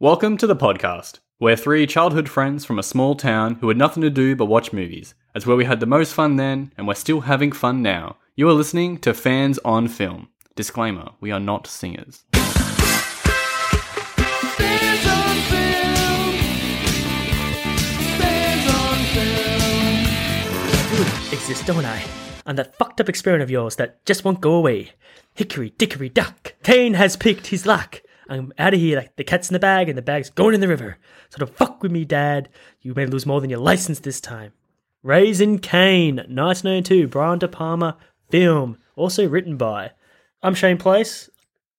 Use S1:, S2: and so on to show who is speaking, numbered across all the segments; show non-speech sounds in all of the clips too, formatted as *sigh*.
S1: Welcome to the podcast. We're three childhood friends from a small town who had nothing to do but watch movies. It's where we had the most fun then, and we're still having fun now. You are listening to Fans on Film. Disclaimer we are not singers.
S2: exist, don't I? And that fucked up experiment of yours that just won't go away. Hickory dickory dock. Tane has picked his lock. I'm out of here. Like the cat's in the bag, and the bag's going in the river. So don't fuck with me, Dad. You may lose more than your license this time. Raising Kane, 1992, Brian De Palma film, also written by. I'm Shane Place.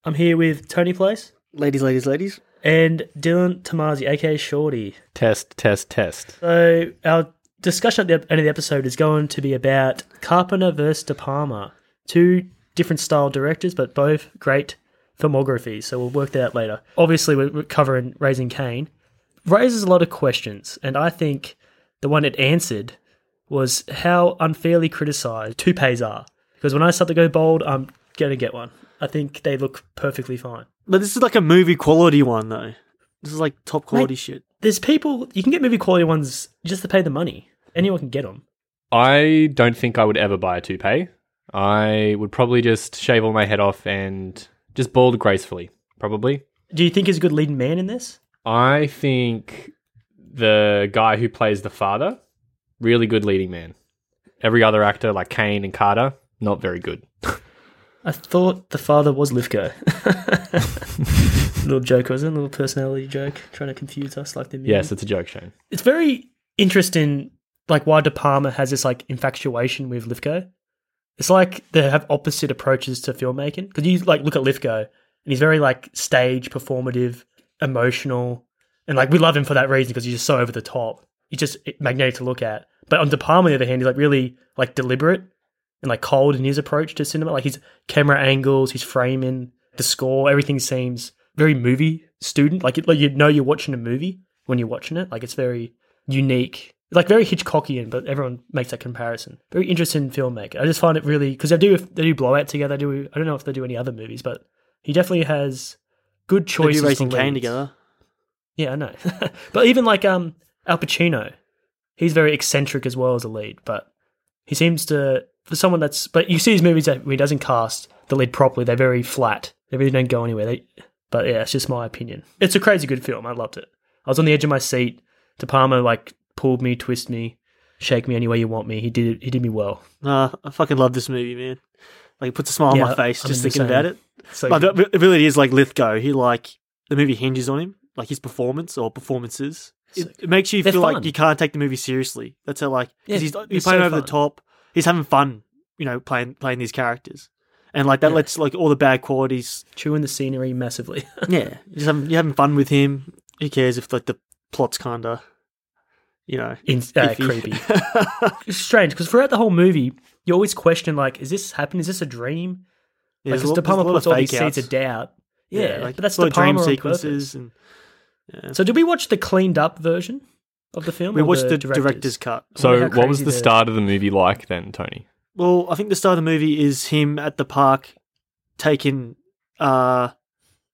S2: I'm here with Tony Place
S3: Ladies, ladies, ladies.
S2: and Dylan Tamazi, aka Shorty.
S1: Test, test, test.
S2: So our discussion at the end of the episode is going to be about Carpenter versus De Palma, two different style directors, but both great filmographies. So we'll work that out later. Obviously, we're we're covering Raising Cain. Raises a lot of questions, and I think the one it answered was how unfairly criticised toupees are. Because when I start to go bold, I'm gonna get one. I think they look perfectly fine.
S3: But this is like a movie quality one though. This is like top quality shit.
S2: There's people you can get movie quality ones just to pay the money. Anyone can get them.
S4: I don't think I would ever buy a toupee. I would probably just shave all my head off and just bald gracefully, probably.
S2: Do you think he's a good leading man in this?
S4: I think the guy who plays the father, really good leading man. Every other actor, like Kane and Carter, not very good.
S2: Mm-hmm. I thought the father was Lithgow. little joke, wasn't it? Little personality joke, trying to confuse us like the meme.
S4: Yes, it's a joke, Shane.
S2: It's very interesting, like why De Palma has this like infatuation with Lithgow. It's like they have opposite approaches to filmmaking because you like look at Lithgow and he's very like stage performative, emotional, and like we love him for that reason because he's just so over the top. He's just magnetic to look at. But on De Palma, on the other hand, he's like really like deliberate and like cold in his approach to cinema. Like his camera angles, his framing, the score, everything seems very movie student. Like, it, like you know you're watching a movie when you're watching it. Like it's very unique, like very Hitchcockian. But everyone makes that comparison. Very interesting filmmaker. I just find it really because they do they do Blowout together. They do I don't know if they do any other movies, but he definitely has good
S3: They
S2: choices.
S3: do
S2: for
S3: Racing Kane
S2: leads.
S3: together.
S2: Yeah, I know. *laughs* but even like um Al Pacino, he's very eccentric as well as a lead, but he seems to for someone that's but you see his movies that when he doesn't cast the lead properly, they're very flat. They really don't go anywhere. They but yeah, it's just my opinion. It's a crazy good film. I loved it. I was on the edge of my seat. De Palma like pulled me, twist me, shake me any way you want me. He did he did me well.
S3: Nah, I fucking love this movie, man. Like it puts a smile
S2: Yeah,
S3: on my face
S2: I'm
S3: just
S2: the same.
S3: thinking about it.
S2: So
S3: But it it really is like Lithgow. He like the movie hinges on him, like his performance or performances. It, it makes you
S2: They're
S3: feel
S2: fun.
S3: like you can't take the movie seriously. That's how like 'cause
S2: Yeah,
S3: he's,
S2: it's
S3: he's playing
S2: so
S3: over
S2: fun.
S3: the top. He's having fun, you know, playing playing these characters, and like that
S2: Yeah.
S3: lets like all the bad
S2: *laughs*
S3: qualities
S2: chewing the scenery massively.
S3: *laughs* Yeah, you're just having, you're having fun with him. Who cares if like the plot's kind of, you know,
S2: In, uh,
S3: iffy.
S2: creepy.
S3: *laughs*
S2: it's strange because throughout the whole movie, you always question like, is this happening? Is this a dream?
S3: Yeah,
S2: like,
S3: there's a
S2: because
S3: lot-
S2: De Palma
S3: there's a lot
S2: puts
S3: of
S2: all these
S3: fake
S2: seeds
S3: outs.
S2: of doubt. Yeah, but that's
S3: a lot
S2: De
S3: of dream
S2: Palma
S3: sequences.
S2: sequences.
S3: And
S2: So, did we watch the cleaned up version of the film?
S3: we
S2: or
S3: watched the
S2: director's?
S3: director's, cut.
S4: So,
S2: how
S4: what was
S2: crazy
S4: the
S2: the-
S4: start of the movie like then, Tony?
S3: Well, I think the start of the movie is him at the park taking uh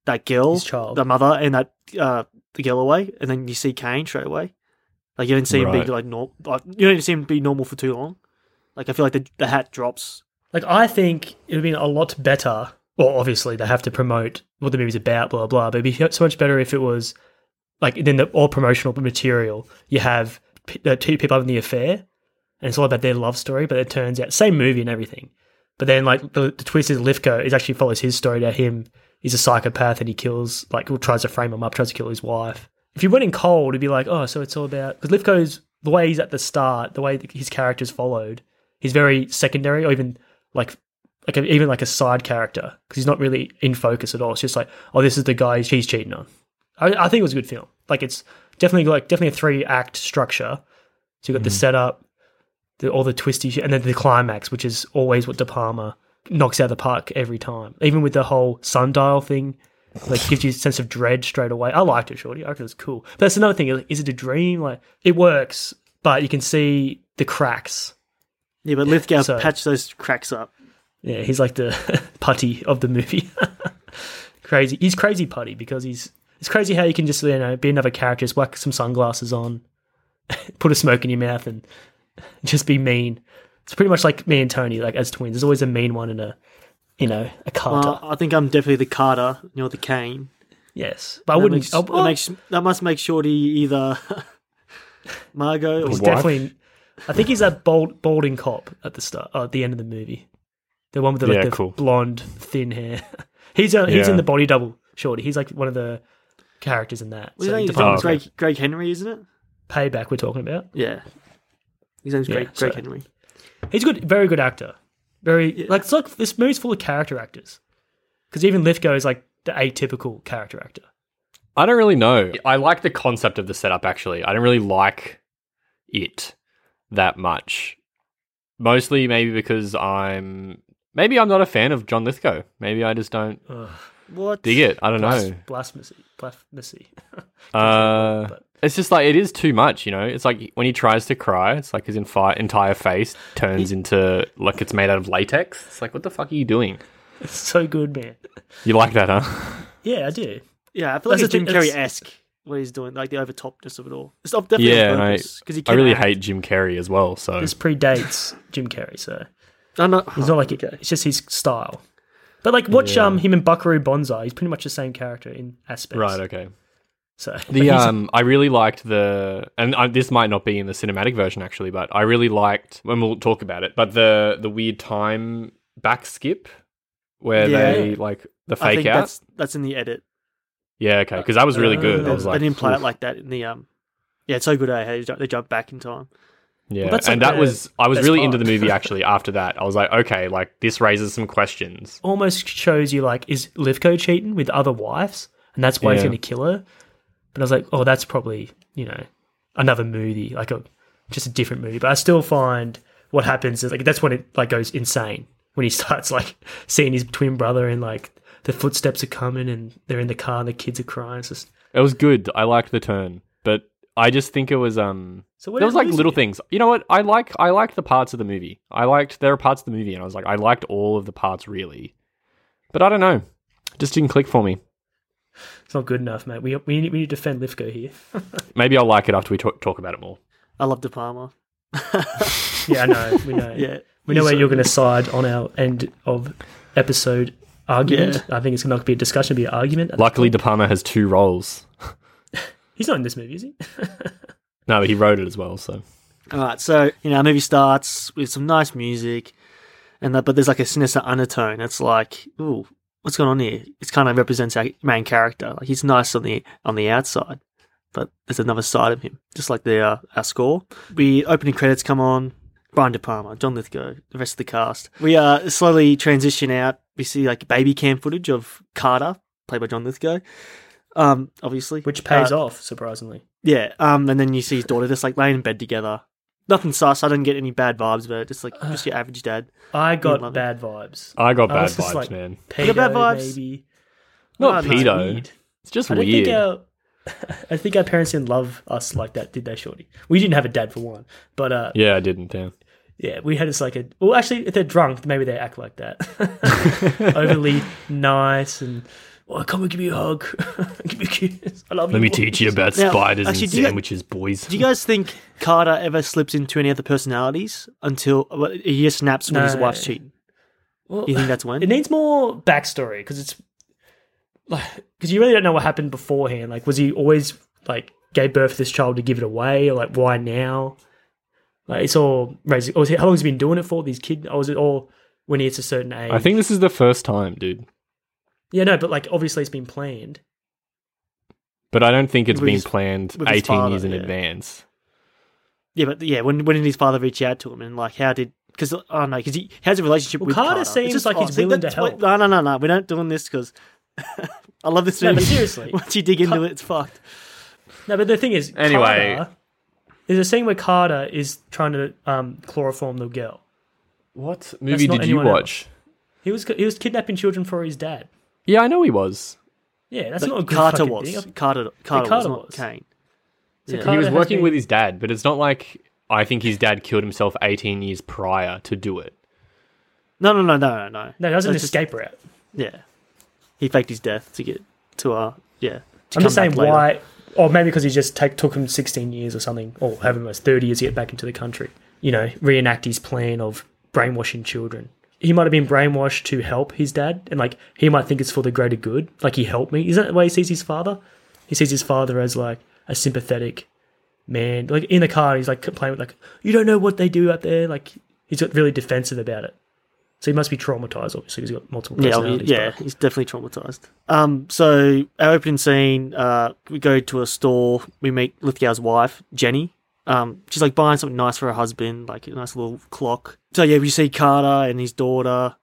S3: that girl,
S2: His child.
S3: the mother, and that uh the girl away, and then you see Kane straight away. Like you don't see him
S4: Right.
S3: be like normal. Like, you don't see him be normal for too long. Like I feel like the, the hat drops.
S2: Like, I think it would have been a lot better. Well, obviously, they have to promote what the movie's about, blah, blah, but it'd be so much better if it was like then the all promotional material. You have p- the two people having the affair, and it's all about their love story, but it turns out, same movie and everything. But then, like, the, the twist is Lifko is actually follows his story to him. He's a psychopath and he kills, like, who tries to frame him up, tries to kill his wife. If you went in cold, it'd be like, oh, so it's all about. Because Lifko's, the way he's at the start, the way that his character's followed, he's very secondary or even, like, like a, even like a side character because he's not really in focus at all. It's just like, oh, this is the guy she's cheating on. I, I think it was a good film. Like, it's definitely like definitely a three act structure. So you got the setup, the, all the twisty shit, and then the climax, which is always what De Palma knocks out of the park every time. Even with the whole sundial thing, like gives you a sense of dread straight away. I liked it, Shorty. I reckon it was cool. But that's another thing. like, Is it a dream? Like it works, but you can see the cracks.
S3: Yeah, but Lithgow
S2: So-
S3: patched those cracks up.
S2: Yeah, *laughs* he's like the putty of the movie. crazy. He's crazy putty because he's It's crazy how you can just you know be another character, just whack some sunglasses on, *laughs* put a smoke in your mouth, and *laughs* just be mean. It's pretty much like me and Tony, like as twins. There's always a mean one and a you know a Carter.
S3: Uh, I think I'm definitely the Carter. You're the Kane.
S2: yes, but I
S3: That
S2: wouldn't.
S3: makes-
S2: I-
S3: that, makes- that must make Shorty either *laughs* Margot or
S2: He's
S4: Wife?
S2: definitely. I think he's that bald, balding cop at the start, uh, at the end of the movie, the one with the, like,
S4: Yeah,
S2: the
S4: cool.
S2: blonde, thin hair. *laughs* he's uh, he's
S4: Yeah.
S2: in the body double, shorty. He's like one of the characters in that.
S3: Well, his
S2: So
S3: name's
S2: Department
S4: Oh, okay.
S3: Greg, Greg Henry, isn't it?
S2: payback we're talking about.
S3: Yeah. His name's
S2: Yeah,
S3: Greg, Greg
S2: so-
S3: Henry.
S2: He's a good, very good actor. Very
S3: Yeah.
S2: like it's like this movie's full of character actors. Because even Lithgow is like the atypical character actor.
S4: I don't really know. I like the concept of the setup actually. I don't really like it that much. Mostly maybe because I'm maybe I'm not a fan of John Lithgow. Maybe I just don't
S2: Ugh,
S3: What?
S4: dig it. I don't
S2: blas-
S4: know.
S2: blasphemy, blasphemy. *laughs*
S4: Uh,
S2: But-
S4: it's just like it is too much, you know. It's like when he tries to cry, it's like his entire entire face turns into like it's made out of latex. It's like what the fuck are you doing?
S2: It's so good, man.
S4: You like that, huh?
S2: Yeah, I do.
S3: Yeah, I feel
S2: That's
S3: like it's
S2: the
S3: Jim
S2: thing,
S3: Carrey
S2: it's-
S3: esque what he's doing, like the overtopness of it all. It's not
S4: *laughs*
S3: definitely
S4: Yeah,
S3: on
S4: and I-
S3: purpose because he.
S4: I
S3: can
S4: really
S3: act.
S4: hate Jim Carrey as well. So
S2: This predates Jim Carrey, so
S3: I'm not,
S2: it's not like it, it's just his style. But like watch
S4: Yeah.
S2: um him in Buckaroo Banzai. He's pretty much the same character in aspects.
S4: right, okay.
S2: So but
S4: The
S2: he's-
S4: um, I really liked the, and I, this might not be in the cinematic version actually, but I really liked when we'll talk about it. But the the weird time back skip where
S3: Yeah.
S4: they like the
S3: I
S4: fake
S3: think
S4: out.
S3: that's that's in the edit.
S4: Yeah, okay, because that was really good. I
S2: Uh,
S4: was
S3: they
S4: like,
S3: didn't play
S4: "Oof."
S3: it like that in the um. Yeah, it's so good. Eh? how you ju- They jump back in time.
S4: yeah,
S2: that's,
S4: and
S2: like,
S4: that
S2: the
S4: was I was
S2: best
S4: really
S2: part.
S4: into the movie
S2: *laughs*
S4: actually. After that, I was like, okay, like this raises some questions.
S2: almost shows you like is Livko cheating with other wives, and that's why he's
S4: Yeah.
S2: going to kill her. But I was like, oh, that's probably you know another movie, like a just a different movie. But I still find what happens is like that's when it like goes insane when he *laughs* starts like seeing his twin brother and like the footsteps are coming and they're in the car and the kids are crying. It's just
S4: It was good. I liked the turn, but I just think it was um.
S2: So where
S4: there was
S2: did
S4: like
S2: it lose
S4: little
S2: you?
S4: things. You know what? I like I liked the parts of the movie. I liked there are parts of the movie, and I was like, I liked all of the parts really, but I don't know. It Just didn't click for me.
S2: it's not good enough, mate. We we need, we need to defend Lithgow here.
S4: Maybe I'll like it after we talk, talk about it more.
S3: I love De Palma.
S2: Yeah, I know. We know.
S3: *laughs* Yeah,
S2: We know where
S3: he's so
S2: you're
S3: good.
S2: going to side on our end of episode argument. I think it's not going to be a discussion, it'll be an argument.
S4: Luckily, De Palma has two roles.
S2: He's not in this movie, is he?
S4: No, but he wrote it as well. So
S3: All right, so you know, our movie starts with some nice music, and that, but there's like a sinister undertone. It's like, ooh, what's going on here? It's kind of represents our main character. Like he's nice on the on the outside, but there's another side of him, just like the uh, our score. We opening credits come on. Brian De Palma, John Lithgow, the rest of the cast. We uh, slowly transition out. We see like baby cam footage of Carter, played by John Lithgow. Um, obviously,
S2: Which pays
S3: Uh,
S2: off, surprisingly.
S3: yeah, um, and then you see his daughter just like laying in bed together. Nothing sus. I didn't get any bad vibes, but just like just your average dad.
S2: I got
S3: love it.
S2: bad vibs.
S4: I got
S2: I
S4: bad
S2: was just
S4: vibes,
S2: Oh, like- *laughs*
S4: man.
S2: Pedo,
S3: bad vibes?
S2: maybe.
S4: Not
S3: I don't know.
S4: pedo. It's just
S2: I don't
S4: weird.
S2: think our. *laughs* I think our parents didn't love us like that, did they, Shorty? We didn't have a dad for one, but uh,
S4: yeah, I didn't. Yeah.
S2: yeah, we had this like a. Well, actually, if they're drunk, maybe they act like that, *laughs*
S4: *laughs*
S2: overly nice and. Oh, come and give me a hug, *laughs* give me a kiss. I love you.
S4: about
S3: Now, spiders and actually, do you-
S4: boys.
S3: Do you guys think Carter ever slips into any other personalities until well, he just snaps when his
S2: No.
S3: wife's cheating?
S2: Well,
S3: You think that's when?
S2: it needs more backstory because it's because you really don't know what happened beforehand. Like, was he always like gave birth to this child to give it away, or like why now? Like, it's all raising. Or is it, how long has he been doing it for? These kids, or was it all when he hits a certain age?
S4: I think this is the first time, dude.
S2: Yeah, no, but like obviously it's been planned.
S4: But I don't think it's
S3: With
S4: been
S3: his-
S4: planned
S3: with his
S4: 18
S3: father,
S4: years in
S3: yeah.
S4: advance.
S3: yeah, but yeah, when when did his father reach out to him and like how did? Because I don't know, because he has a relationship
S2: Well,
S3: with
S2: Carter
S3: Carter.
S2: seems like he's
S3: I think
S2: willing to
S3: that's why-
S2: help.
S3: No, no, no, no. We're not doing this because *laughs* I love this
S2: No,
S3: movie.
S2: but seriously.
S3: *laughs* once you dig into it, it's fucked.
S2: No, but the thing is,
S4: Anyway.
S2: Carter, there's a scene where Carter is trying to um, chloroform the girl.
S4: What movie
S2: not
S4: did you
S2: anyone else.
S4: watch?
S2: He was he was kidnapping children for his dad.
S4: Yeah, I know he was.
S2: Yeah, that's
S3: But
S2: not a good
S3: Carter
S2: fucking
S3: was
S2: thing.
S3: Carter. Carter,
S2: Carter
S3: was,
S2: was.
S3: not Kane.
S2: So
S3: Yeah.
S4: He
S2: Carter
S4: was
S2: has
S4: working
S2: been-
S4: with his dad, but it's not like I think his dad killed himself 18 years prior to do it.
S3: No, no, no, no, no, no.
S2: No, that was an
S3: That's just-
S2: escape route.
S3: Yeah. He faked his death to get to uh yeah. to
S2: I'm
S3: come
S2: just saying
S3: back later.
S2: why, or maybe because he just take, took him 16 years or something, or have him as 30 years to get back into the country. You know, reenact his plan of brainwashing children. He might have been brainwashed to help his dad, and like he might think it's for the greater good. Like he helped me. Isn't that the way he sees his father? He sees his father as like a sympathetic man. Like in the car, he's like complaining, like you don't know what they do out there. Like he's got really defensive about it. So he must be traumatized, obviously. 'cause He's got multiple
S3: Yeah, I mean,
S2: personalities.
S3: yeah, he's definitely traumatized. Um, so our opening scene, uh, we go to a store. We meet Lithgow's wife, Jenny. Um, she's like buying something nice for her husband, like a nice little clock. So yeah, we see Carter and his daughter.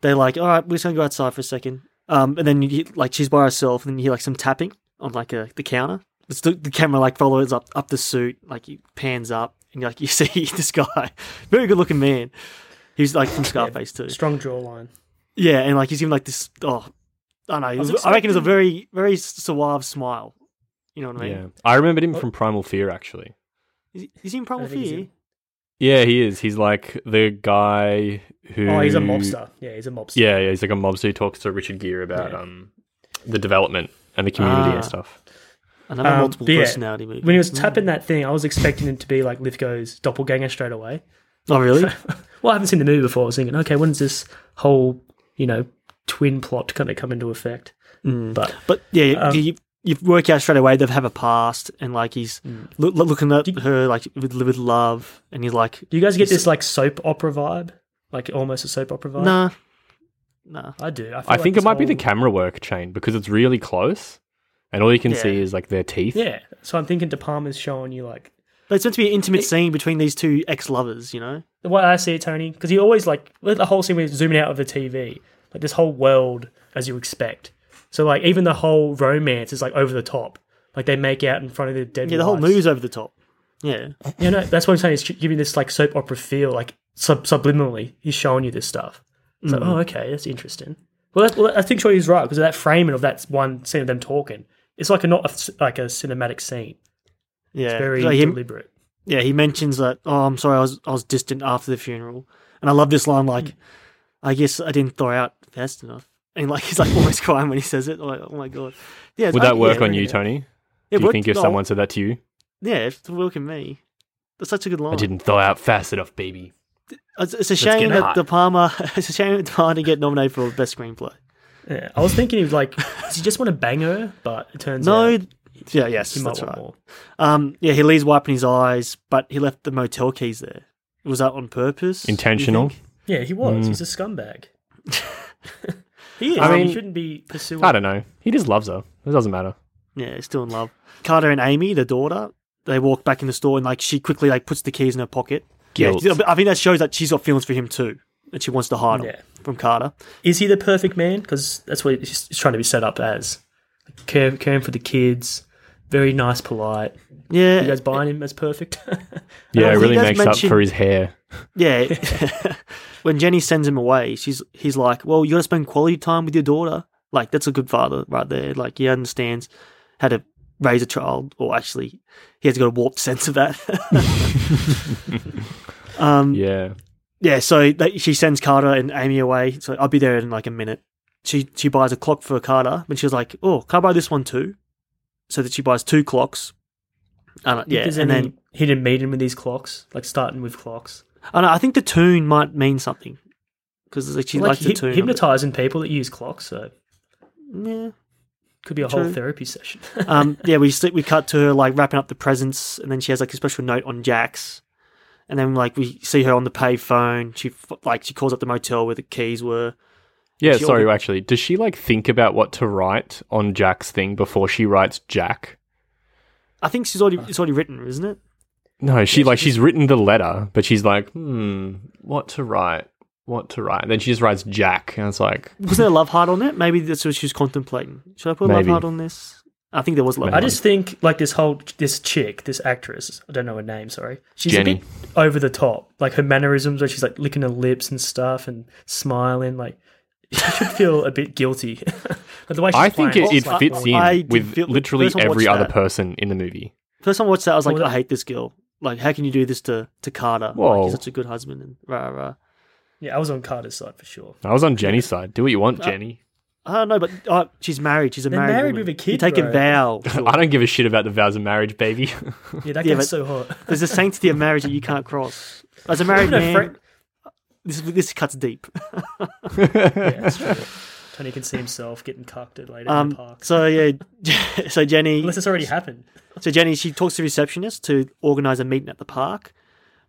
S3: They're like, all right, we're just gonna go outside for a second. Um, and then you, hear- like she's by herself, and then you hear like some tapping on like a, the counter. It's the, the camera like follows up up the suit, like it pans up, and like *laughs* you see this guy, very good looking man. He's like from Scarface too.
S2: but strong jawline.
S3: Yeah, and like he's even like this. Oh, I don't know. I,
S2: was
S3: reckon it was a very, very suave smile. You know what I mean?
S4: Yeah, I remembered him
S3: Oh.
S4: from Primal Fear actually.
S3: Is, is he in Primal
S2: I think he's
S3: Oh, Fear?
S2: in-
S4: Yeah, he is. He's like the guy who.
S2: Oh, he's a mobster. Yeah, he's a mobster.
S4: Yeah, yeah, he's like a mobster who talks to Richard Gere about
S2: Yeah.
S4: um the development and the community
S3: Ah.
S4: and stuff.
S3: Another
S2: Um,
S3: multiple
S2: but yeah,
S3: personality movie.
S2: When he was tapping that thing, I was expecting him to be like Lithgow's doppelganger straight away. Mm.
S3: oh,
S2: *laughs*
S3: really?
S2: Well, I haven't seen the movie before. I was thinking, okay, when's this whole, you know, twin plot going to come into effect?
S4: Mm.
S2: But
S3: But yeah,
S2: Um,
S3: you, you work out straight away they've have a past, and like he's
S2: Mm.
S3: loo- loo- looking at her like with, with love, and he's like,
S2: do you guys get this like soap opera vibe? Like almost a soap opera vibe?
S3: nah, nah.
S2: I do. I, feel
S4: I
S2: like
S4: think it
S2: this
S4: might be the
S2: whole-
S4: camera work chain because it's really close, and all you can see
S3: Yeah.
S4: is like their teeth.
S2: Yeah. So I'm thinking De Palma's showing you like
S3: But it's meant to be an intimate scene between these two ex-lovers, you know?
S2: the way I see it, Tony, because he always like with the whole scene with zooming out of the TV, like this whole world as you expect. So like even the whole romance is like over the top. Like they make out in front of the dead.
S3: Yeah, the whole
S2: wives.
S3: movie's over the top. Yeah,
S2: Yeah, no, that's what I'm saying. It's giving this like soap opera feel, like sub- subliminally, he's showing you this stuff. It's
S3: Mm.
S2: like, oh, okay, that's interesting. Well, that, well, I think sure he's right because of that framing of that one scene of them talking, it's like a not a s like a cinematic scene.
S3: yeah.
S2: Very
S3: Like, him-
S2: deliberate.
S3: yeah, he mentions that. Oh, I'm sorry, I was I was distant after the funeral, and I love this line. Like, I guess I didn't thaw out fast enough, and like *laughs* he's like almost crying when he says it. Like, oh my god, yeah. it's-
S4: Would
S3: I-
S4: that work
S3: Oh, yeah,
S4: on
S3: it
S4: you,
S3: worked.
S4: Tony?
S3: It
S4: Do you
S3: worked-
S4: think if
S3: no,
S4: someone said that to you,
S3: yeah, it's working me. That's such a good line.
S4: I didn't thaw out fast enough, baby?
S3: It's, it's a
S4: get
S3: shame that
S4: hot.
S3: the Palmer. *laughs* It's a shame that the Palmer didn't get nominated for best screenplay.
S2: Yeah, I was thinking he was like, does he just want to bang her? But it turns
S3: No,
S2: out
S3: yeah, yes,
S2: he might
S3: that's
S2: want
S3: right.
S2: more.
S3: Um, yeah, he leaves wiping his eyes, but he left the motel keys there. Was that on purpose? you
S4: Intentional?
S3: think?
S2: Yeah, he was. He's a
S3: Hmm. *laughs*
S2: scumbag. he is.
S4: I
S2: I mean,
S4: mean-
S2: he shouldn't be pursuing.
S4: I don't know. He just loves her. It doesn't matter.
S3: Yeah, he's still in love. Carter and Amy, the daughter, they walk back in the store and like she quickly like puts the keys in her pocket.
S4: Guilt.
S3: Yeah, I think that shows that she's got feelings for him too, and she wants to hide them
S2: Yeah.
S3: from Carter.
S2: is he the perfect man? Because that's what he's he's trying to be set up as. Care, caring for the kids, very nice, polite.
S3: Yeah,
S2: You guys buying him as perfect? *laughs*
S4: Yeah,
S3: I
S4: it
S3: think
S4: really
S3: that's
S4: makes
S3: mentioned-
S4: up for his hair.
S2: *laughs*
S3: yeah. *laughs* when Jenny sends him away, she's he's like, "Well, you got to spend quality time with your daughter. Like that's a good father right there. Like he understands how to raise a child, or actually, he has got a warped sense of that." *laughs* um,
S4: Yeah.
S3: Yeah, so they, she sends Carter and Amy away. So I'll be there in like a minute. She she buys a clock for Carter, and she was like, "Oh, can I buy this one too?" So that she buys two clocks. And, uh, yeah,
S2: Does
S3: and
S2: any
S3: then
S2: hidden meeting with these clocks, like starting with clocks.
S3: I, know, I think the tune might mean something because like, she
S2: Like
S3: likes the
S2: hyp-
S3: tune. of it.
S2: hypnotizing people that use clocks, so
S3: Yeah.
S2: could be a
S3: True.
S2: whole therapy session.
S3: *laughs* Um, yeah, we sit, we cut to her like wrapping up the presents, and then she has like a special note on Jax, and then like we see her on the pay phone. She f- like she calls up the motel where the keys were.
S4: Yeah,
S3: she
S4: sorry,
S3: already-
S4: actually. Does she like think about what to write on Jack's thing before she writes Jack?
S3: I think she's
S2: Ah.
S3: already it's already written, isn't it?
S4: No, she like she's written the letter, but she's like, hmm, what to write? What to write? And then she just writes Jack, and it's like,
S3: Was there a love heart on it? Maybe that's what she was contemplating. Should I put a love
S4: Maybe.
S3: heart on this? I think there was love.
S2: I
S3: Heart.
S2: just think like this whole this chick, this actress, I don't know her name, sorry. She's
S4: Jenny.
S2: a bit over the top. Like her mannerisms where she's like licking her lips and stuff and smiling, like *laughs* she should feel a bit guilty. *laughs* but the way she's
S4: I think
S2: playing
S4: it, it
S2: like,
S4: fits in
S3: I did
S4: with
S3: feel-
S4: literally
S3: first I watched
S4: every other
S3: that.
S4: person in the movie.
S3: First time I watched that, I was like,
S2: Well,
S3: I hate this girl. Like, how can you do this to to Carter? Like,
S4: Whoa.
S3: he's such a good husband and rah rah.
S2: Yeah, I was on Carter's side for sure.
S4: *laughs*
S3: Uh,
S4: I was on Jenny's side. Do what you want, Jenny.
S3: I don't know, but oh, she's married. She's a
S2: They're
S3: married,
S2: married
S3: woman.
S2: with a kid,
S3: You take a
S2: bro.
S3: vow.
S4: *laughs* I don't give a shit about the vows of marriage, baby. *laughs*
S2: Yeah, that
S3: Yeah,
S2: gets
S3: but-
S2: so hot.
S3: There's a sanctity of marriage that you can't cross. As a married
S2: Even a
S3: man,
S2: friend-
S3: this this cuts deep.
S2: Yeah, that's true. Tony can see himself getting cucked at later in the
S3: Um,
S2: park.
S3: so yeah, *laughs* so Jenny,
S2: Unless it's already happened.
S3: so Jenny, she talks to the receptionist to organize a meeting at the park,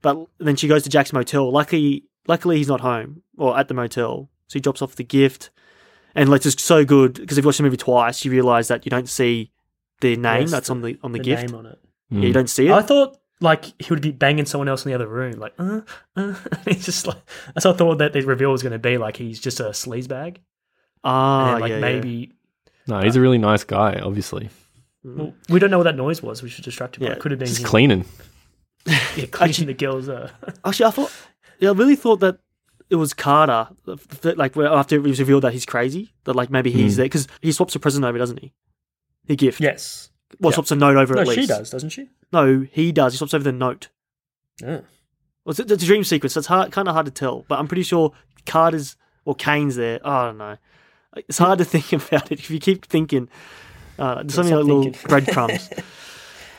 S3: but then she goes to Jack's motel. Luckily, luckily he's not home or at the motel, so he drops off the gift, and like it's so good because if you watch the movie twice, you realize that you don't see the name
S2: Yes,
S3: that's on the on the,
S2: The
S3: gift.
S2: name on it.
S3: Yeah, you don't see it.
S2: I thought like he would be banging someone else in the other room, like uh, uh. *laughs* It's just like that's what I thought that the reveal was going to be. Like he's just a sleazebag, bag, and
S3: Ah,
S2: then, like
S3: yeah, yeah.
S2: maybe
S4: No, he's a really nice guy, obviously.
S2: well, we don't know what that noise was, which was distracted. Yeah,
S3: Mm. Yeah,
S2: it could have been
S4: He's
S2: him *laughs*
S4: cleaning.
S2: yeah, cleaning the girls. Uh, *laughs*
S3: Actually, I thought, yeah, I really thought that it was Carter. that, Like where- after it was revealed that he's crazy, that like maybe he's there because he swaps a present over, doesn't he? The gift.
S2: yes,
S3: Well,
S2: yeah.
S3: swaps a note over
S2: no,
S3: at least.
S2: she does, doesn't she?
S3: No, he does. He swaps over the note.
S2: Yeah.
S3: Well, it's, it's a dream sequence. So it's hard, kind of hard to tell, but I'm pretty sure Carter's or Kane's there. I don't know. It's hard to think *laughs* about it if you keep thinking. Uh, there's something like
S2: Stop
S3: little
S2: thinking. *laughs*
S3: breadcrumbs.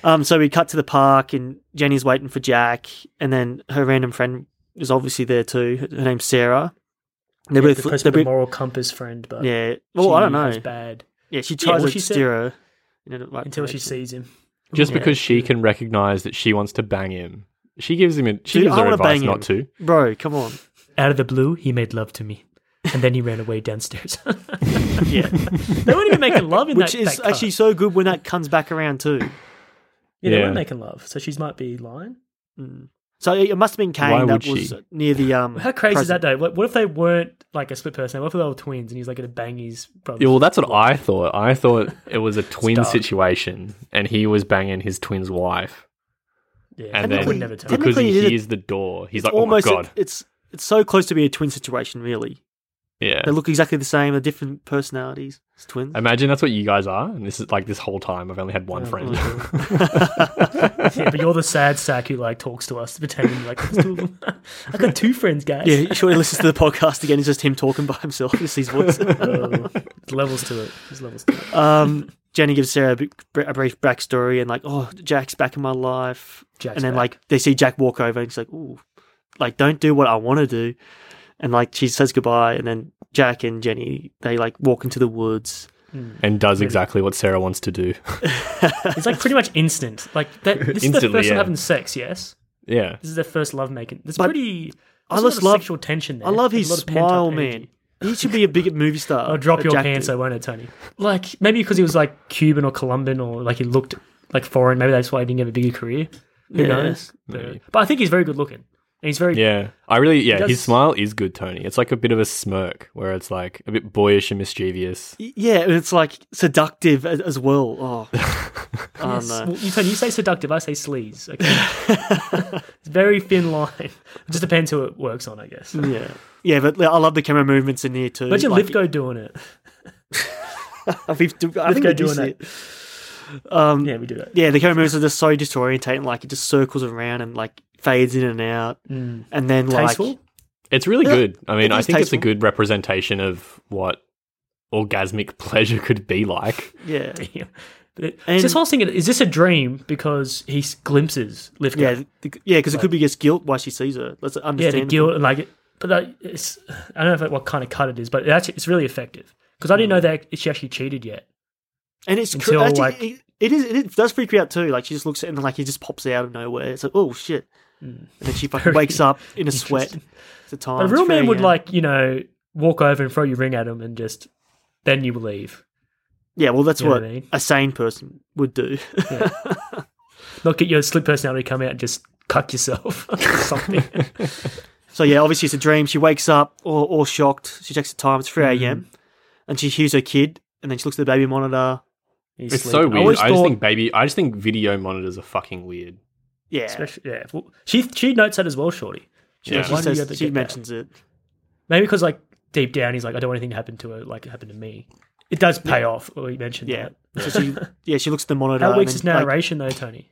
S3: um, so we cut to the park, and Jenny's waiting for Jack, and then her random friend is obviously there too. Her name's Sarah. They're
S2: Yeah,
S3: both.
S2: supposed to
S3: they're
S2: be the
S3: both-
S2: moral compass friend, but
S3: yeah. Well, I
S2: she
S3: don't
S2: is
S3: know.
S2: Bad
S3: Yeah, she
S2: Yeah,
S3: tries
S2: well,
S3: to
S2: she said-
S3: steer her. You know, right
S2: until she
S3: direction.
S2: sees him.
S4: Just
S3: Yeah.
S4: because she can recognize that she wants to bang him. She gives him a, she
S3: Dude,
S4: gives
S3: I
S4: her
S3: wanna
S4: advice
S3: bang
S4: not to.
S3: Bro, come on.
S2: Out of the blue, he made love to me, and then he ran away downstairs. *laughs*
S3: Yeah.
S2: they weren't even making love in
S3: Which
S2: that.
S3: is
S2: that cut.
S3: actually so good when that comes back around too.
S2: yeah, they
S4: Yeah.
S2: weren't making love, so she might be lying.
S3: So it it must have been Kane
S4: Why would
S3: that was
S4: she?
S3: near the um.
S2: How crazy is that
S3: present.
S2: though? What, what if they weren't like a split person? What if they were twins and he's like going to bang his brother?
S4: Yeah, well, that's what I thought. I thought it was
S3: *laughs*
S4: a twin
S2: dark.
S4: situation and he was banging his twin's wife.
S2: yeah,
S4: And
S2: I
S4: then
S2: would never tell.
S3: Technically-
S4: because he
S3: it is a-
S4: hears the door, he's like,
S3: Almost,
S4: oh my
S3: *laughs*
S4: God.
S3: it's it's so close to be a twin situation. Really,
S4: yeah.
S3: they look exactly the same. They're different personalities. It's twins.
S4: Imagine that's what you guys are. And this is like this whole time, I've only had one friend.
S2: Yeah, but you're the sad sack who like talks to us, pretending like there's two of them. *laughs* I got two friends, guys.
S3: yeah, he surely listens to the podcast again. It's just him talking by himself. Just his
S4: *laughs*
S3: voice.
S2: Whoa. There's levels to it. There's levels to it.
S3: um, Jenny gives Sarah a, bit- a brief backstory and like, oh, Jack's back in my life.
S2: Jack's
S3: and then
S2: back.
S3: like they see Jack walk over and he's like, ooh, like don't do what I want to do. And like she says goodbye, and then Jack and Jenny they like walk into the woods.
S4: and does exactly what Sarah wants to do.
S2: It's like pretty much instant. Like that, this is their
S4: Instantly,
S2: first
S4: yeah.
S2: time having sex. Yes,
S4: yeah.
S2: this is their first love making. It's
S3: But
S2: pretty.
S3: I
S2: there's a lot
S3: just
S2: of
S3: love-
S2: sexual tension. There.
S3: I love
S2: There's
S3: his
S2: a lot of pent-up
S3: smile,
S2: energy.
S3: man. He should be
S2: *laughs*
S3: a big movie star.
S2: I'll drop your
S3: Jack
S2: pants,
S3: did.
S2: though, won't it, Tony? Like maybe because he was like Cuban or Colombian or like he looked like foreign. Maybe that's why he didn't have a bigger career. Who
S3: Yeah.
S2: knows? But, but I think he's very good looking. And he's very
S4: Yeah. I really, yeah,
S2: does-
S4: his smile is good, Tony. It's like a bit of a smirk where it's like a bit boyish and mischievous.
S3: Y- Yeah, and it's like seductive as, as well.
S2: *laughs*
S3: Oh, I don't know.
S2: Well, you, Tony, you say seductive. I say sleaze. Okay.
S3: *laughs*
S2: it's very thin line. It just depends who it works on, I guess.
S3: Yeah, yeah, but like, I love the camera movements in here too.
S2: Imagine
S3: Mm, Like,
S2: Lithgow doing it.
S3: we've- *laughs* I think
S2: Lithgow
S3: we do
S2: doing
S3: see
S2: that.
S3: it. Um,
S2: Yeah, we do that. *laughs*
S3: yeah, the camera movements are just so disorientating. Like it just circles around and like fades in and out, and then like
S2: Mm. Tasteful.
S4: It's really
S3: Yeah,
S4: good. I mean,
S3: it
S4: I
S3: is
S4: think it's a
S3: tasteful.
S4: good representation of what orgasmic *laughs* pleasure could be like.
S2: *laughs*
S3: yeah,
S2: Yeah. But it,
S3: And-
S2: this whole thing is this a dream because he s- glimpses Lithgow?
S3: yeah, the, yeah, because it could be just guilt why she sees her. Let's
S2: yeah,
S3: understand.
S2: the guilt and like, it- but that, it's I don't know if, what kind of cut it is, but it actually, it's really effective because I didn't know
S3: Mm.
S2: that she actually cheated yet.
S3: and it's
S2: until,
S3: cr- actually,
S2: like-
S3: it, it is it does freak you out too. Like she just looks at it and like he just pops out of nowhere. It's like oh shit, and then she
S2: *laughs*
S3: fucking
S2: Hmm. Very
S3: wakes up in a sweat.
S2: interesting.
S3: It's a time.
S2: A
S3: it's uh,
S2: real man
S3: 3
S2: would
S3: a.m.
S2: like you know walk over and throw your ring at him and just then you believe,
S3: yeah. Well, that's
S2: You know
S3: what
S2: what I mean?
S3: a sane person would do. *laughs*
S2: not get your slip personality come out and just cuck yourself *laughs* or something.
S3: so yeah, obviously it's a dream. She wakes up all, all shocked. She checks the time. It's three
S2: Mm-hmm.
S3: a.m. and she hears her kid, and then she looks at the baby monitor.
S2: He's
S4: It's so
S2: sleeping.
S4: weird. I,
S3: always
S4: just
S3: thought-
S4: think baby, I just think video monitors are fucking weird.
S3: Yeah,
S2: Especially, yeah, well, she she notes that as well, Shorty. She
S4: Yeah.
S2: goes,
S3: she,
S2: "Why do you
S3: says-
S2: have to
S3: she
S2: get that?"
S3: mentions it.
S2: Maybe because like deep down he's like, I don't want anything to happen to her, like it happened to me. It does pay off. We mentioned
S3: Yeah.
S2: that. *laughs*
S3: so she, yeah, she looks at the monitor.
S2: How
S3: and
S2: weak's
S3: then,
S2: his
S3: like,
S2: narration though, Tony?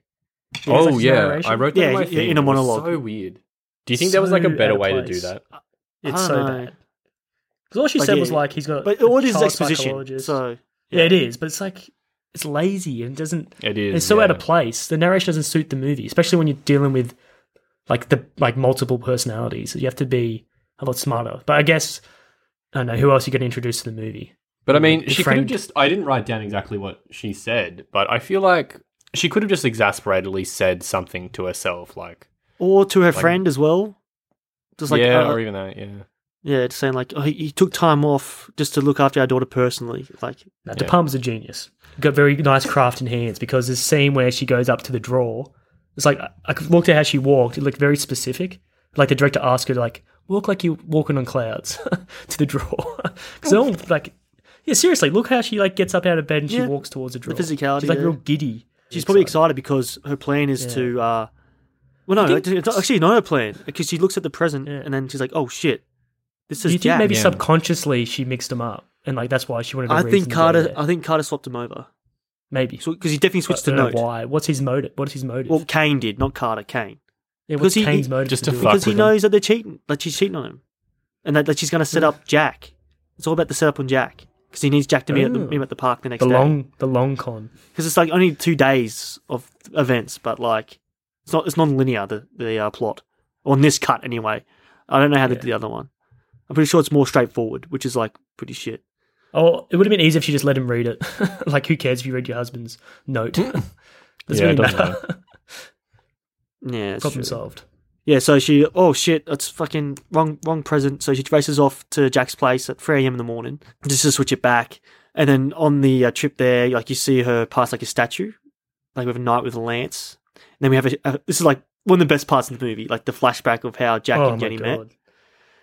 S4: oh,
S2: like his
S4: yeah.
S2: narration.
S4: I wrote that
S3: Yeah,
S4: in my
S3: yeah,
S4: thing.
S3: in a
S4: It was
S3: monologue.
S4: so weird. Do you think there was
S2: So
S4: like a
S2: out
S4: better
S2: of
S4: way to
S2: place.
S4: do that?
S3: I
S2: It's
S3: don't
S2: so
S3: know.
S2: bad. Because all she
S3: Like,
S2: said
S3: yeah,
S2: was like he's got.
S3: But
S2: a
S3: all it is is
S2: child
S3: exposition.
S2: psychologist.
S3: So
S2: yeah. it is. But it's like it's lazy and doesn't.
S4: It is.
S2: It's so
S4: yeah.
S2: out of place. The narration doesn't suit the movie, especially when you're dealing with like the like multiple personalities. You have to be a lot smarter. But I guess I don't know who else you get introduced to the movie.
S4: But I mean,
S2: the
S4: she could have
S2: friend-
S4: just. I didn't write down exactly what she said, but I feel like she could have just exasperatedly said something to herself, like,
S3: or to her friend as well. Just like
S4: yeah,
S3: uh,
S4: or even that, yeah.
S3: yeah, just saying like oh, he, he took time off just to look after our daughter personally. Like
S2: Now, De Palma's a genius. Got very nice craft in hands because this scene where she goes up to the drawer, it's like I I looked at how she walked. It looked very specific. Like the director asked her, like walk like you're walking on clouds *laughs* to the drawer. *laughs* Because all like, yeah, seriously, look how she like gets up out of bed and she
S3: Yeah.
S2: walks towards the drawer.
S3: physicality,
S2: she's like
S3: yeah.
S2: real giddy.
S3: she's probably excited because her plan is to. uh Well, no, it's not- actually, not her plan because she looks at the present
S2: Yeah.
S3: and then she's like, oh shit, this
S2: Do
S3: is
S2: you think
S3: Jack.
S2: maybe
S4: Yeah.
S2: subconsciously she mixed them up and like that's why she wanted? to
S3: I
S2: read them
S3: think
S2: to go
S3: Carter.
S2: there?
S3: I think Carter swapped him over
S2: maybe.
S3: because he definitely
S2: I
S3: switched the
S2: don't know
S3: note.
S2: Uh, Why? What's his motive? What is his motive?
S3: Well, Kane did, not Carter. Kane.
S2: yeah, what's
S3: because he-
S2: Kane's
S3: he-
S2: motive
S4: just to
S2: do it?
S4: fuck
S3: because he
S4: with him.
S3: knows that they're cheating, that she's cheating on him, and that, that she's going to set up Jack. It's all about the setup on Jack because he needs Jack to meet at the,
S2: Ooh.
S3: meet him at the park the next
S2: the
S3: day.
S2: long the long con.
S3: because it's like only two days of events, but like it's not it's non-linear the the uh, plot on this cut anyway. I don't know how they did the other one. I'm pretty sure it's more straightforward, which is like pretty shit.
S2: Oh, it would have been easier if she just let him read it. *laughs* like, who cares if you read your husband's
S3: *laughs*
S2: note? *laughs* Doesn't
S4: Yeah, it
S2: really
S4: doesn't
S2: *laughs* matter.
S3: Yeah, it's
S2: Problem
S3: true.
S2: solved.
S3: Yeah, so she oh shit, that's fucking wrong wrong present. So she races off to Jack's place at 3 a.m. in the morning just to switch it back. And then on the uh, trip there, like you see her pass like a statue, like with a knight with a lance. And then we have a, a this is like one of the best parts of the movie, like the flashback of how Jack
S2: oh my
S3: and Jenny met.
S2: god,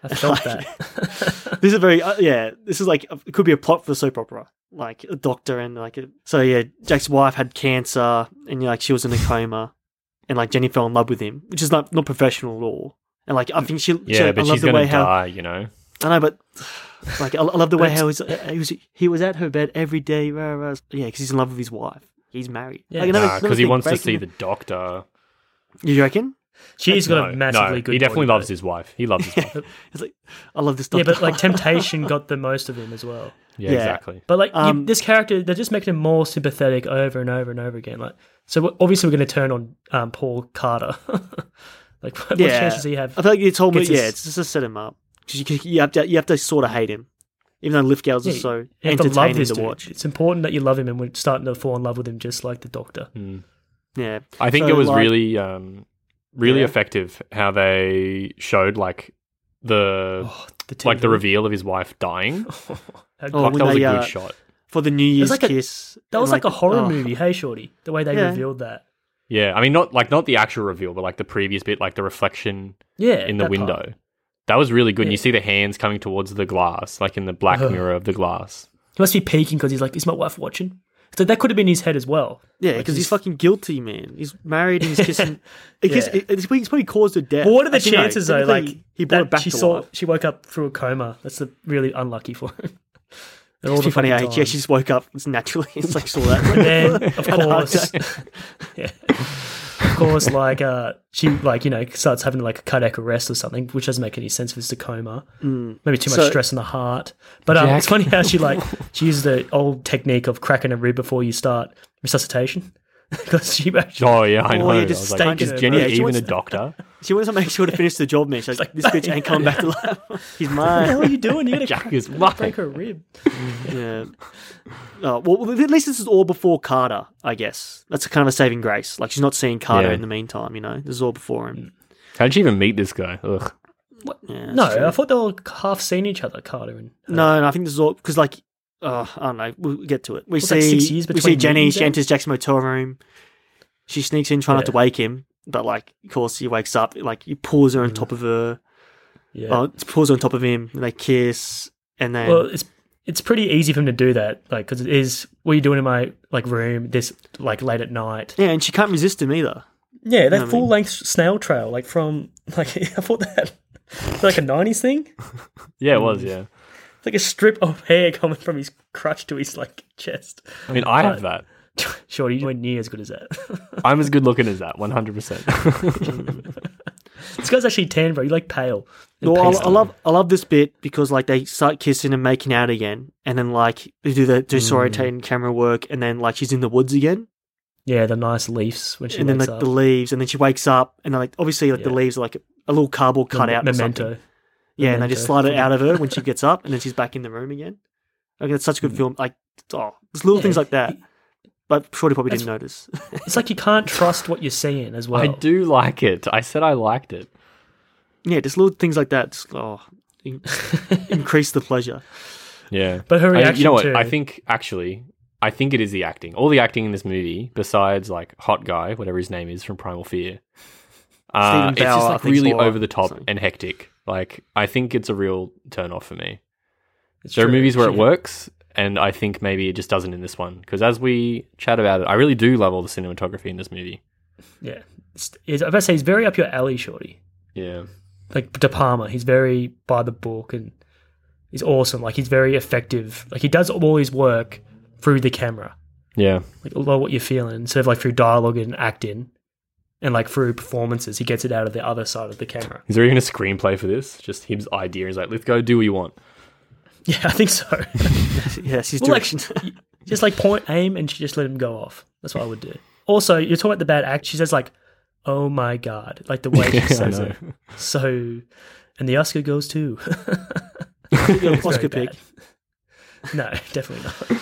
S2: I felt
S3: *laughs* Like-
S2: *laughs* that.
S3: This is very uh, yeah. This is like it could be a plot for a soap opera, like a doctor and like a, so yeah. Jack's wife had cancer and like she was in a coma, and like Jenny fell in love with him, which is not not professional at all. And like I think she
S4: Yeah,
S3: she, I
S4: but
S3: love
S4: she's
S3: the
S4: gonna
S3: way
S4: die,
S3: how
S4: you know.
S3: I know, but like I, I love the way
S2: But
S3: how he's, uh, he was he was at her bed every day, rah, rah. yeah, because he's in love with his wife. He's married.
S2: Yeah.
S3: Like,
S2: Another-
S4: Because he wants to see the doctor.
S3: the. You reckon?
S2: She's got
S4: No,
S2: a massively
S4: no,
S2: good.
S4: He definitely
S2: body,
S4: loves
S2: though.
S4: his wife. He loves his wife.
S3: It's like I love this.
S2: Yeah,
S3: Doctor.
S2: but like temptation got the most of him as well.
S4: Yeah,
S3: *laughs* Yeah.
S4: exactly.
S2: But like you-
S3: Um,
S2: this character, they're just making him more sympathetic over and over and over again. Like, so we're- obviously we're going to turn on um, Paul Carter. *laughs* like, what, what chance does he have?
S3: I feel like you told me,
S2: Gets
S3: yeah,
S2: us-
S3: it's just to set him up. 'Cause You, you have to, you have to sort of hate him, even though Lithgow's
S2: Yeah,
S3: is so
S2: You have to love
S3: entertaining
S2: this
S3: to
S2: dude.
S3: watch.
S2: It's important that you love him, and we're starting to fall in love with him, just like the Doctor.
S4: Mm.
S3: Yeah,
S4: I think
S3: So,
S4: it was
S3: like-
S4: really, um, really
S3: Yeah.
S4: effective how they showed like the
S2: Oh, the
S4: like the
S2: TV.
S4: reveal of his wife dying.
S2: *laughs* How
S3: Oh,
S4: Fuck,
S2: good-
S3: when
S4: that was a
S3: they,
S4: good
S3: uh,
S4: shot.
S3: for the New Year's
S2: like a-
S3: kiss.
S2: That
S3: and,
S2: was like, a horror
S3: oh,
S2: movie. Hey, shorty, the way they
S3: Yeah.
S2: revealed that.
S4: Yeah, I mean, not like not the actual reveal, but like the previous bit, like the reflection
S2: Yeah,
S4: in the
S2: that part.
S4: window. That was really good. And you
S2: Yeah.
S4: see the hands coming towards the glass, like in the black
S2: Ugh.
S4: mirror of the glass.
S2: He must be peeking because he's like, "Is my wife watching?" So that could have been his head as well.
S3: Yeah,
S2: Like,
S3: because
S2: *laughs*
S3: he's fucking guilty, man. He's married and he's kissing. Because
S2: Yeah.
S3: it, it's, he's probably caused her death.
S2: Well, what are the
S3: Actually, no,
S2: chances though? Like
S3: technically, he brought
S2: that
S3: it back
S2: she
S3: to
S2: saw
S3: life.
S2: *laughs* she woke up through a coma. That's the really unlucky for him. *laughs* And all
S3: It's
S2: the
S3: pretty funny eh? how
S2: fucking
S3: she
S2: time. *laughs*
S3: actually just woke up it's naturally. *laughs* It's like saw that.
S2: And then
S3: *laughs*
S2: of
S3: Had a heart
S2: course, *laughs* yeah, of course, like uh, she like you know starts having like a cardiac arrest or something, which doesn't make any sense if it's a coma. Maybe too much
S3: Mm. So-
S2: stress in the heart. But um, it's funny how she
S3: *laughs*
S2: like she uses the old technique of cracking a rib before you start resuscitation *laughs* because she actually
S4: Oh yeah, I
S3: Oh,
S4: know.
S3: you
S4: I
S3: just
S4: was like,
S2: stank
S4: is
S2: it.
S4: Jenny
S2: Yeah,
S3: she
S4: even
S3: wants-
S4: a doctor?
S3: she wants to make sure to finish the job, man. She's like, this bitch ain't coming
S2: *laughs*
S3: back to life. *laughs*
S2: What
S3: he's
S2: the *laughs*
S3: mine.
S2: hell are you doing? You
S4: Jack
S2: gotta
S4: is
S2: crack,
S4: lying.
S2: break her rib.
S3: Yeah. Uh, well, at least this is all before Carter, I guess. That's kind of a saving grace. Like she's not seeing Carter
S4: Yeah.
S3: in the meantime. You know, this is all before him.
S4: How did she even meet this guy? Ugh.
S3: Yeah, that's
S2: Mm. No,
S3: true.
S2: I thought they were half seeing each other, Carter and her.
S3: no, no. I think this is all because, like, uh, I don't know. We'll get to it. We
S2: Was
S3: see
S2: that six years
S3: we see
S2: between
S3: Jenny.
S2: meetings
S3: She
S2: then?
S3: enters Jack's motel room. She sneaks in, trying not to
S2: Yeah.
S3: wake him, but like, of course, he wakes up. Like, he pulls her on top of her.
S2: Mm. Yeah.
S3: Uh, pulls her on top of him. And they kiss, and then
S2: Well, it's it's pretty easy for him to do that, like because it is what are you doing in my like room this like late at night.
S3: yeah, and she can't resist him either.
S2: Yeah, that
S3: I mean-
S2: full length snail trail, like from like *laughs* I thought that like a nineties thing,
S4: Yeah, it was. Yeah.
S2: It's like a strip of hair coming from his crotch to his like chest.
S4: I mean, I have that.
S2: Shorty, you weren't near as good as that.
S4: I'm as good looking as that, 100. percent
S2: *laughs* This guy's actually tan, bro. You like pale. and
S3: Well, I,
S2: pasty.
S3: I love I love this bit because like they start kissing and making out again, and then like they do the
S2: Mm.
S3: disorientating camera work, and then like she's in the woods again,
S2: yeah, the nice leaves when she
S3: and then
S2: wakes
S3: like
S2: up.
S3: the leaves, and then she wakes up, and then like obviously like the
S2: Yeah.
S3: leaves are like a little cardboard
S2: The
S3: cutout, or something.
S2: memento.
S3: yeah, and they just
S2: memento.
S3: slide it out of her
S2: *laughs*
S3: when she gets up, and then she's back in the room again. Like that's such a good film. Like oh, there's
S2: Mm.
S3: little
S2: Yeah.
S3: things like that, but Shorty probably didn't notice. *laughs*
S2: It's like you can't trust what you're seeing as well.
S4: I do like it. I said I liked it.
S3: yeah, just little things like that. Just, oh, in-
S2: *laughs*
S3: increase the pleasure. *laughs*
S4: Yeah.
S2: But her
S4: I,
S2: reaction
S4: you know what?
S2: to
S4: I think actually, I think it is the acting. All the acting in this movie, besides like Hot Guy, whatever his name is from Primal Fear, uh, it's
S3: Steven
S4: just
S3: Bauer, I
S4: like
S3: think,
S4: really
S3: Bauer,
S4: over the top
S3: something.
S4: and hectic. Like I think it's a real turn off for me.
S2: It's
S4: there
S2: true.
S4: are movies where it
S2: She-
S4: works, and I think maybe it just doesn't in this one. Because as we chat about it, I really do love all the cinematography in this movie.
S2: Yeah, it's, it's, I must say he's very up your alley, shorty.
S4: Yeah,
S2: Like De Palma, he's very by the book and he's awesome. Like he's very effective. Like he does all his work through the camera,
S4: yeah,
S2: like a lot of what you're feeling, instead of like through dialogue and acting, and like through performances, he gets it out of the other side of the camera. *laughs*
S4: Is there even a screenplay for this? Just his idea is like, let's go do what you want.
S2: Yeah, I think so. *laughs*
S3: Yes, she's
S2: Well, like,
S3: direction.
S2: just like point aim and she just let him go off. That's what I would do. Also, you're talking about the bad act. She says like, "Oh my god!" Like the
S4: *laughs*
S2: way she says it. So, and the Oscar goes too. *laughs*
S3: *laughs*
S2: Very
S3: Oscar pick.
S2: bad. No, *laughs* definitely not.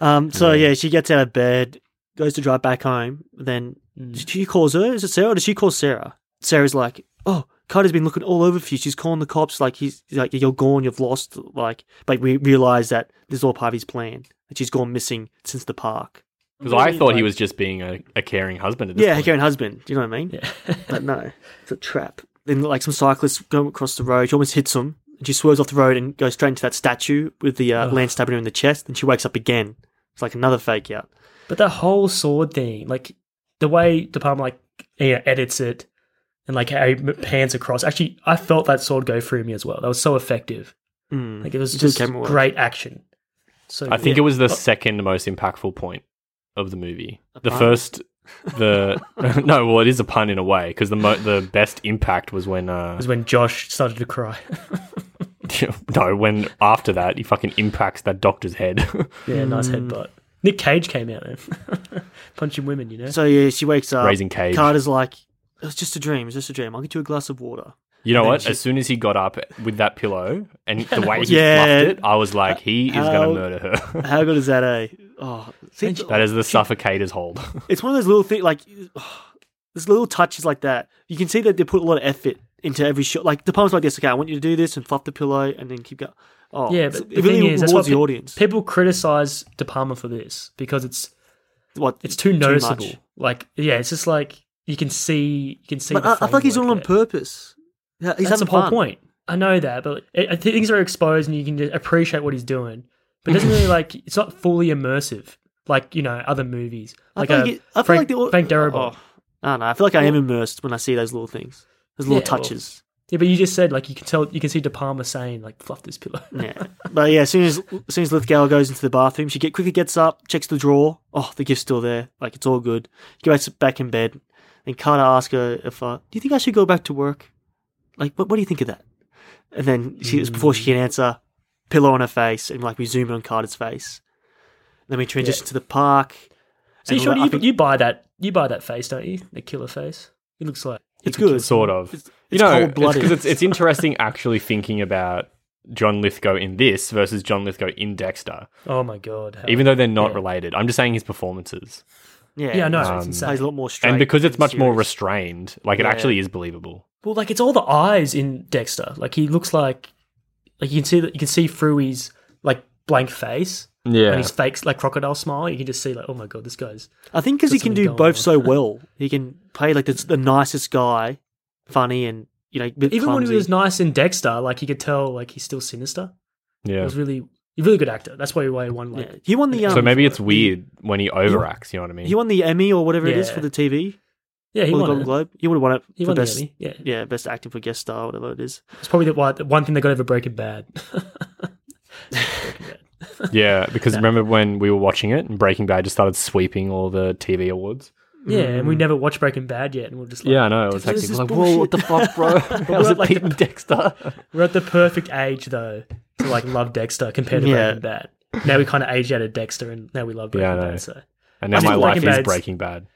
S3: Um, so yeah. she gets out of bed, goes to drive back home. Then
S2: Mm.
S3: she calls her. Is it Sarah? Or does she call Sarah? Sarah's like, "Oh, Carter's been looking all over for you. She's calling the cops. Like he's, he's like, you're gone. You've lost. Like, but we realize that this is all part of his plan. That she's gone missing since the park.
S4: Because I thought he was just being a, a caring husband at this
S3: yeah,
S4: point.
S3: her and husband. Do you know what I mean?
S2: Yeah.
S3: But no, it's a trap. Then like some cyclists go across the road. She almost hits him. And she swerves off the road and goes straight into that statue with the uh,
S2: Ugh.
S3: lance stabbing her in the chest. And she wakes up again. It's like another fake out.
S2: but the whole sword thing, like the way De Palma like you know, edits it and like how he m- pans across. Actually, I felt that sword go through me as well. That was so effective.
S3: Mm.
S2: Like it was
S3: Good
S2: just
S3: camera work.
S2: great action. So
S4: I think
S2: yeah.
S4: it was the second most impactful point of the movie. The
S3: pun? *laughs*
S4: first, the *laughs* no, well, it is a pun in a way because the mo- the best impact was when uh, *laughs*
S2: was when Josh started to cry. *laughs*
S4: no, when after that he fucking impacts that doctor's head. *laughs*
S2: Yeah, nice headbutt. Nick Cage came out there, *laughs* punching women. You know,
S3: So yeah, she wakes up.
S4: Raising Cage.
S3: Carter's like, it's just a dream. It's just a dream. I'll get you a glass of water.
S4: You know
S3: Then
S4: what?
S3: she-
S4: As soon as he got up with that pillow and the way he
S3: Yeah.
S4: fluffed it, I was like, he is going
S3: How-
S4: to murder her.
S3: *laughs* How good is that, eh? Oh, see,
S4: *laughs* that is the suffocator's hold.
S3: it's one of those little things. Like, *sighs* oh, there's little touches like that. You can see that they put a lot of effort into every shot. Like the poem's like this. Okay, I want you to do this and fluff the pillow and then keep going. Oh,
S2: yeah.
S3: it's-
S2: But the
S3: it really
S2: thing is, that's what
S3: rewards the
S2: pe-
S3: audience.
S2: people criticize De Palma for this because it's
S3: what
S2: it's too
S3: much.
S2: noticeable. like, yeah, it's just like you can see you can see.
S3: But
S2: the
S3: I, I feel like he's
S2: framework
S3: all on
S2: there.
S3: purpose. Yeah, he's
S2: That's
S3: having
S2: the whole
S3: fun.
S2: point. I know that, but it, it, things are exposed and you can just appreciate what he's doing. But it doesn't
S3: *laughs*
S2: really like it's not fully immersive like you know other movies.
S3: I
S2: Like
S3: feel
S2: a
S3: like, it- I feel
S2: Frank,
S3: like the, au-
S2: Frank Darabont.
S3: Oh, I don't know. I feel like I am immersed when I see those little things. Those little
S2: Yeah, well,
S3: touches.
S2: Yeah, but you just said like you can tell you can see De Palma saying like fluff this pillow.
S3: Yeah, but yeah, as soon as, as soon as Lithgow goes into the bathroom, she get quickly gets up, checks the drawer. Oh, the gift's still there. Like it's all good. She goes back in bed, and Carter asks her if, uh, "Do you think I should go back to work? Like, what, what do you think of that?" And then she it's before she can
S2: Mm.
S3: answer, pillow on her face, and like we zoom in on Carter's face. Then we transition to the park.
S2: *laughs* So you,
S3: And
S2: sure
S3: all that.
S2: you,
S3: I think
S2: you buy that you buy that face, don't you? The killer face. It looks like
S3: *laughs* it's
S4: *laughs*
S3: good.
S4: sort of.
S3: It's-
S4: you
S3: it's
S4: know, because
S3: cold-blooded.
S4: it's, it's,
S3: *laughs*
S4: interesting actually thinking about John Lithgow in this versus John Lithgow in Dexter,
S2: oh my god. how-
S4: even though they're not
S2: Yeah.
S4: related. I'm just saying his performances,
S3: yeah,
S2: yeah, no,
S4: Um,
S2: it's
S3: Plays a
S2: insane.
S3: lot more straight
S4: and because it's much more
S3: serious.
S4: restrained, like it
S3: Yeah.
S4: actually is believable.
S2: Well, like it's all the eyes in Dexter. Like he looks like like you can see that you can see through his like blank face
S4: Yeah,
S2: and his fake like crocodile smile. You can just see like oh my god, this guy's
S3: I think because he
S2: Got
S3: can
S2: something
S3: do
S2: going
S3: both
S2: on. *laughs*
S3: so well, he can play like the, the nicest guy, funny and you know. a bit
S2: even when he
S3: clumsy.
S2: was nice in Dexter, like you could tell like he's still sinister. He
S4: yeah.
S2: was really he's a really good actor. That's why he why he won like
S3: Yeah. He won the um,
S4: So maybe it's weird when he overacts. You know what I mean?
S3: he won the Emmy or whatever it is
S2: Yeah.
S3: for the TV
S2: yeah, he
S3: or the
S2: won
S3: Golden
S2: it.
S3: Globe. He would have won it
S2: He
S3: for
S2: won the
S3: best.
S2: Emmy. Yeah.
S3: Yeah, best acting for guest star, whatever
S2: *laughs*
S3: it is.
S2: it's probably the one, the one thing that got over Breaking Bad. *laughs* Breaking Bad.
S4: yeah, because remember when we were watching it and Breaking Bad just started sweeping all the TV awards.
S2: Yeah, and we never watched Breaking Bad yet, and we're just like,
S4: Mm. Yeah, I know. It was
S2: This
S4: hectic.
S2: is
S4: Like, whoa, what the fuck, bro? *laughs* I was
S2: like
S4: like
S2: the-
S4: Dexter.
S2: We're at the perfect age though to like love Dexter compared to
S3: Yeah.
S2: Breaking Bad. Now we kind of aged out of Dexter, and now we love Breaking
S4: Yeah, I know.
S2: Bad. So
S4: And now
S2: I
S4: my
S2: think
S4: life
S2: Breaking
S4: is
S2: Bad's-
S4: Breaking Bad.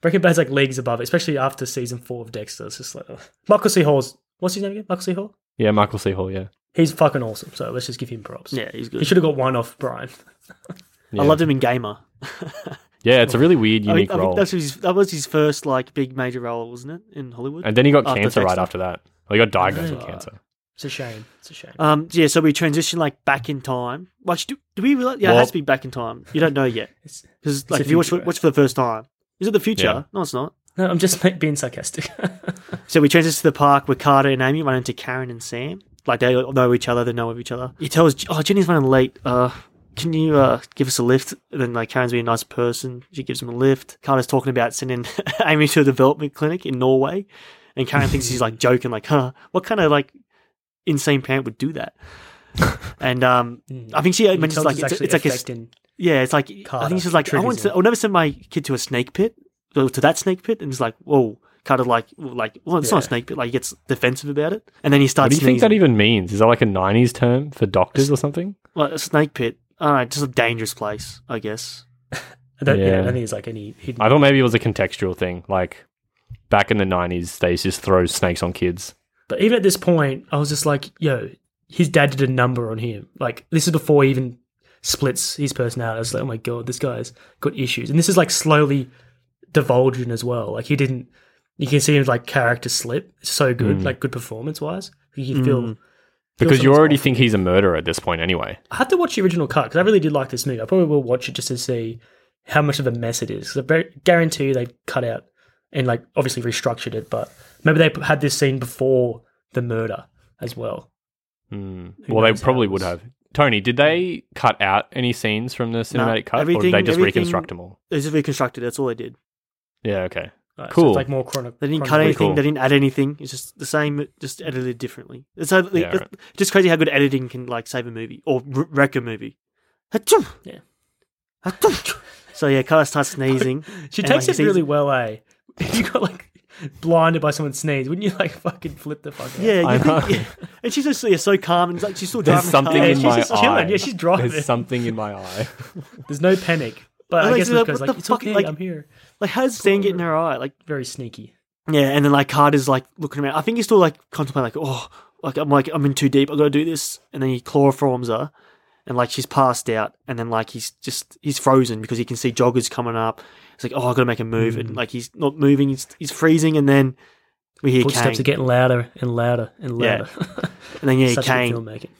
S2: Breaking Bad's like leagues above, it, especially after season four of Dexter. It's just like ugh. Michael C. Hall's what's his name again? Michael C. Hall.
S4: Yeah, Michael C. Hall. Yeah.
S2: He's fucking awesome. So let's just give him props.
S3: Yeah, he's
S2: He
S3: good.
S2: should have got one off Brian.
S4: yeah.
S3: I loved him in Gamer. *laughs*
S4: Yeah, it's a really weird,
S3: I, think-
S4: unique
S3: I think
S4: role.
S3: that's his, that was his first like big major role, wasn't it, in Hollywood?
S4: And then he got
S3: after
S4: cancer right
S3: Dexter.
S4: after that. Well, he got diagnosed with
S2: Yeah.
S4: cancer.
S2: It's a shame. It's a shame.
S3: Um, yeah, so we transition like back in time. Watch, do, do we realize? Yeah, it
S4: Well-
S3: has to be back in time. You don't know yet
S2: It's-
S3: because
S2: a
S3: like if you watch
S2: future.
S3: watch for the first time, is it the future?
S4: Yeah.
S3: No, it's not.
S2: no, I'm just like, being
S3: *laughs*
S2: sarcastic.
S3: So we transition to the park where Carter and Amy run into Karen and Sam. Like they all know each other, they know of each other. He tells, "Oh, Jenny's running late. Uh, can you uh give us a lift?" And then like Karen's being a nice person, she gives him a lift. Carter's talking about sending *laughs* Amy to a development clinic in Norway, and Karen thinks he's like joking, like, "Huh, what kind of like insane parent would do that?" and um, I think she mentions like it's, it's like a
S2: affecting.
S3: Yeah, it's like I
S2: Carter
S3: think she's like I
S2: triggers
S3: want to,
S2: him.
S3: I'll never send my kid to a snake pit, go to that snake pit, and he's like, whoa, kind of like well, like well, it's not a
S2: Yeah.
S3: snake pit. Like he gets defensive about it, and then he
S4: What
S3: starts.
S4: do you think
S3: sneezing.
S4: that even means? Is that like a 90s term for doctors or something?
S3: Well, a snake pit. All right, just a dangerous place, I guess.
S2: I don't, yeah. I
S4: Yeah.
S2: don't think it's like any hidden.
S4: I thought maybe it was a contextual thing. Like back in the 90s, they used to just throw snakes on kids.
S2: But even at this point, I was just like, yo, his dad did a number on him. Like, this is before he even splits his personality. I was like, oh my God, this guy's got issues. And this is like slowly divulging as well. Like, he didn't, you can see him like character slip. It's so good, like, good performance wise. You can feel. feel
S4: Mm. Because you
S2: something's
S4: already
S2: off.
S4: think he's a murderer at this point anyway.
S2: I had to watch the original cut because I really did like this movie. I probably will watch it just to see how much of a mess it is. 'Cause I very- guarantee you they cut out and like obviously restructured it, but maybe they p- had this scene before the murder as well.
S4: Hmm.
S2: Who
S4: Well, they
S2: knows how
S4: probably
S2: it
S4: would
S2: was-
S4: have. Tony, did they cut out any scenes from the cinematic cut, or
S3: everything-
S4: did they just
S3: everything-
S4: reconstruct them all?
S3: They just reconstructed. That's all they did.
S4: Yeah, okay.
S2: Right, so
S4: Cool.
S2: it's like more chronic.
S3: They didn't cut
S2: chronically-
S3: anything.
S4: cool.
S3: They didn't add anything. It's just the same, just edited differently. It's so, like,
S4: Yeah,
S3: it's just crazy how good editing can like save a movie or r- wreck a movie. Achoo!
S2: Yeah.
S3: Achoo! *laughs* So yeah, Carter starts sneezing.
S2: *laughs* She
S3: and,
S2: takes
S3: like,
S2: it really
S3: he's-
S2: well, eh? *laughs* If you got like blinded by someone's sneeze, wouldn't you like fucking flip the fuck out?
S3: Yeah,
S4: I
S3: you
S4: know.
S3: think, yeah. *laughs* and she's just yeah, so calm and like she's still
S4: There's
S3: driving.
S4: something
S3: the car.
S2: Yeah,
S4: in
S2: she's
S4: my
S2: just chilling.
S4: eye.
S2: Yeah, she's driving.
S4: There's something in my eye.
S2: There's no panic. But I
S3: Like,
S2: guess
S3: so
S2: because
S3: what
S2: like
S3: the
S2: it's
S3: fuck,
S2: okay,
S3: like-
S2: I'm here.
S3: Like how's Stan get in her eye? Like
S2: Very sneaky.
S3: yeah, and then like Carter's like looking around. I think he's still like contemplating like oh like I'm like I'm in too deep. I gotta do this. And then he chloroforms her, and like she's passed out. And then like he's just he's frozen because he can see joggers coming up. It's like oh I gotta make a move. And like he's not moving. He's he's freezing. And then we hear
S2: Footsteps are
S3: Kane.
S2: getting louder and louder and
S3: Yeah.
S2: louder. *laughs*
S3: And then yeah
S2: Such
S3: Kane.
S2: good filmmaking.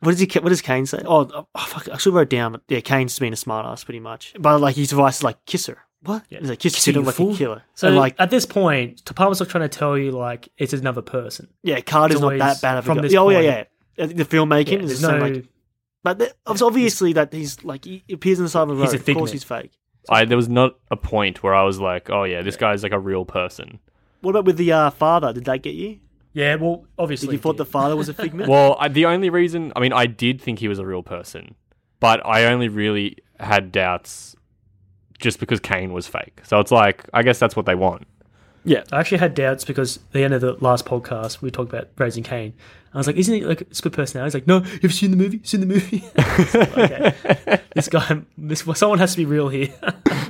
S3: What does he? What does Kane say? Oh, oh fuck! I should have wrote it down, but yeah, Kane's been a smart ass pretty much. But like his advice is like kiss her. What?
S2: Yeah.
S3: He's like kiss,
S2: Kiss
S3: her
S2: her,
S3: you
S2: you
S3: like
S2: fool.
S3: a killer.
S2: So uh,
S3: and like
S2: at this point, De Palma's not trying to tell you like it's another person.
S3: yeah, Carter's
S2: it's
S3: not that
S2: always
S3: bad of a
S2: from
S3: guy.
S2: this
S3: Yeah, oh yeah,
S2: point-
S3: yeah. I think The filmmaking
S2: Yeah,
S3: is
S2: there's
S3: the
S2: no
S3: same, like, but the, it's obviously that he's like he appears on the side of a road.
S2: He's a
S3: of course,
S2: figment.
S3: he's fake.
S4: I, there was not a point where I was like, oh yeah, this guy's like a real person.
S3: What about with the uh, father? Did that get you?
S2: yeah. Well, obviously
S3: Did you
S2: it
S3: thought
S2: did.
S3: the
S2: *laughs*
S3: father was a figment?
S4: Well, I, the only reason, I mean, I did think he was a real person, but I only really had doubts just because Kane was fake. So it's like, I guess that's what they want.
S2: I actually had doubts because at the end of the last podcast we talked about raising Kane. I was like, isn't it like split personality? He's like, no, you've seen the movie, seen the movie. *laughs* It's like, okay,
S3: *laughs*
S2: this guy, this someone has to be real here.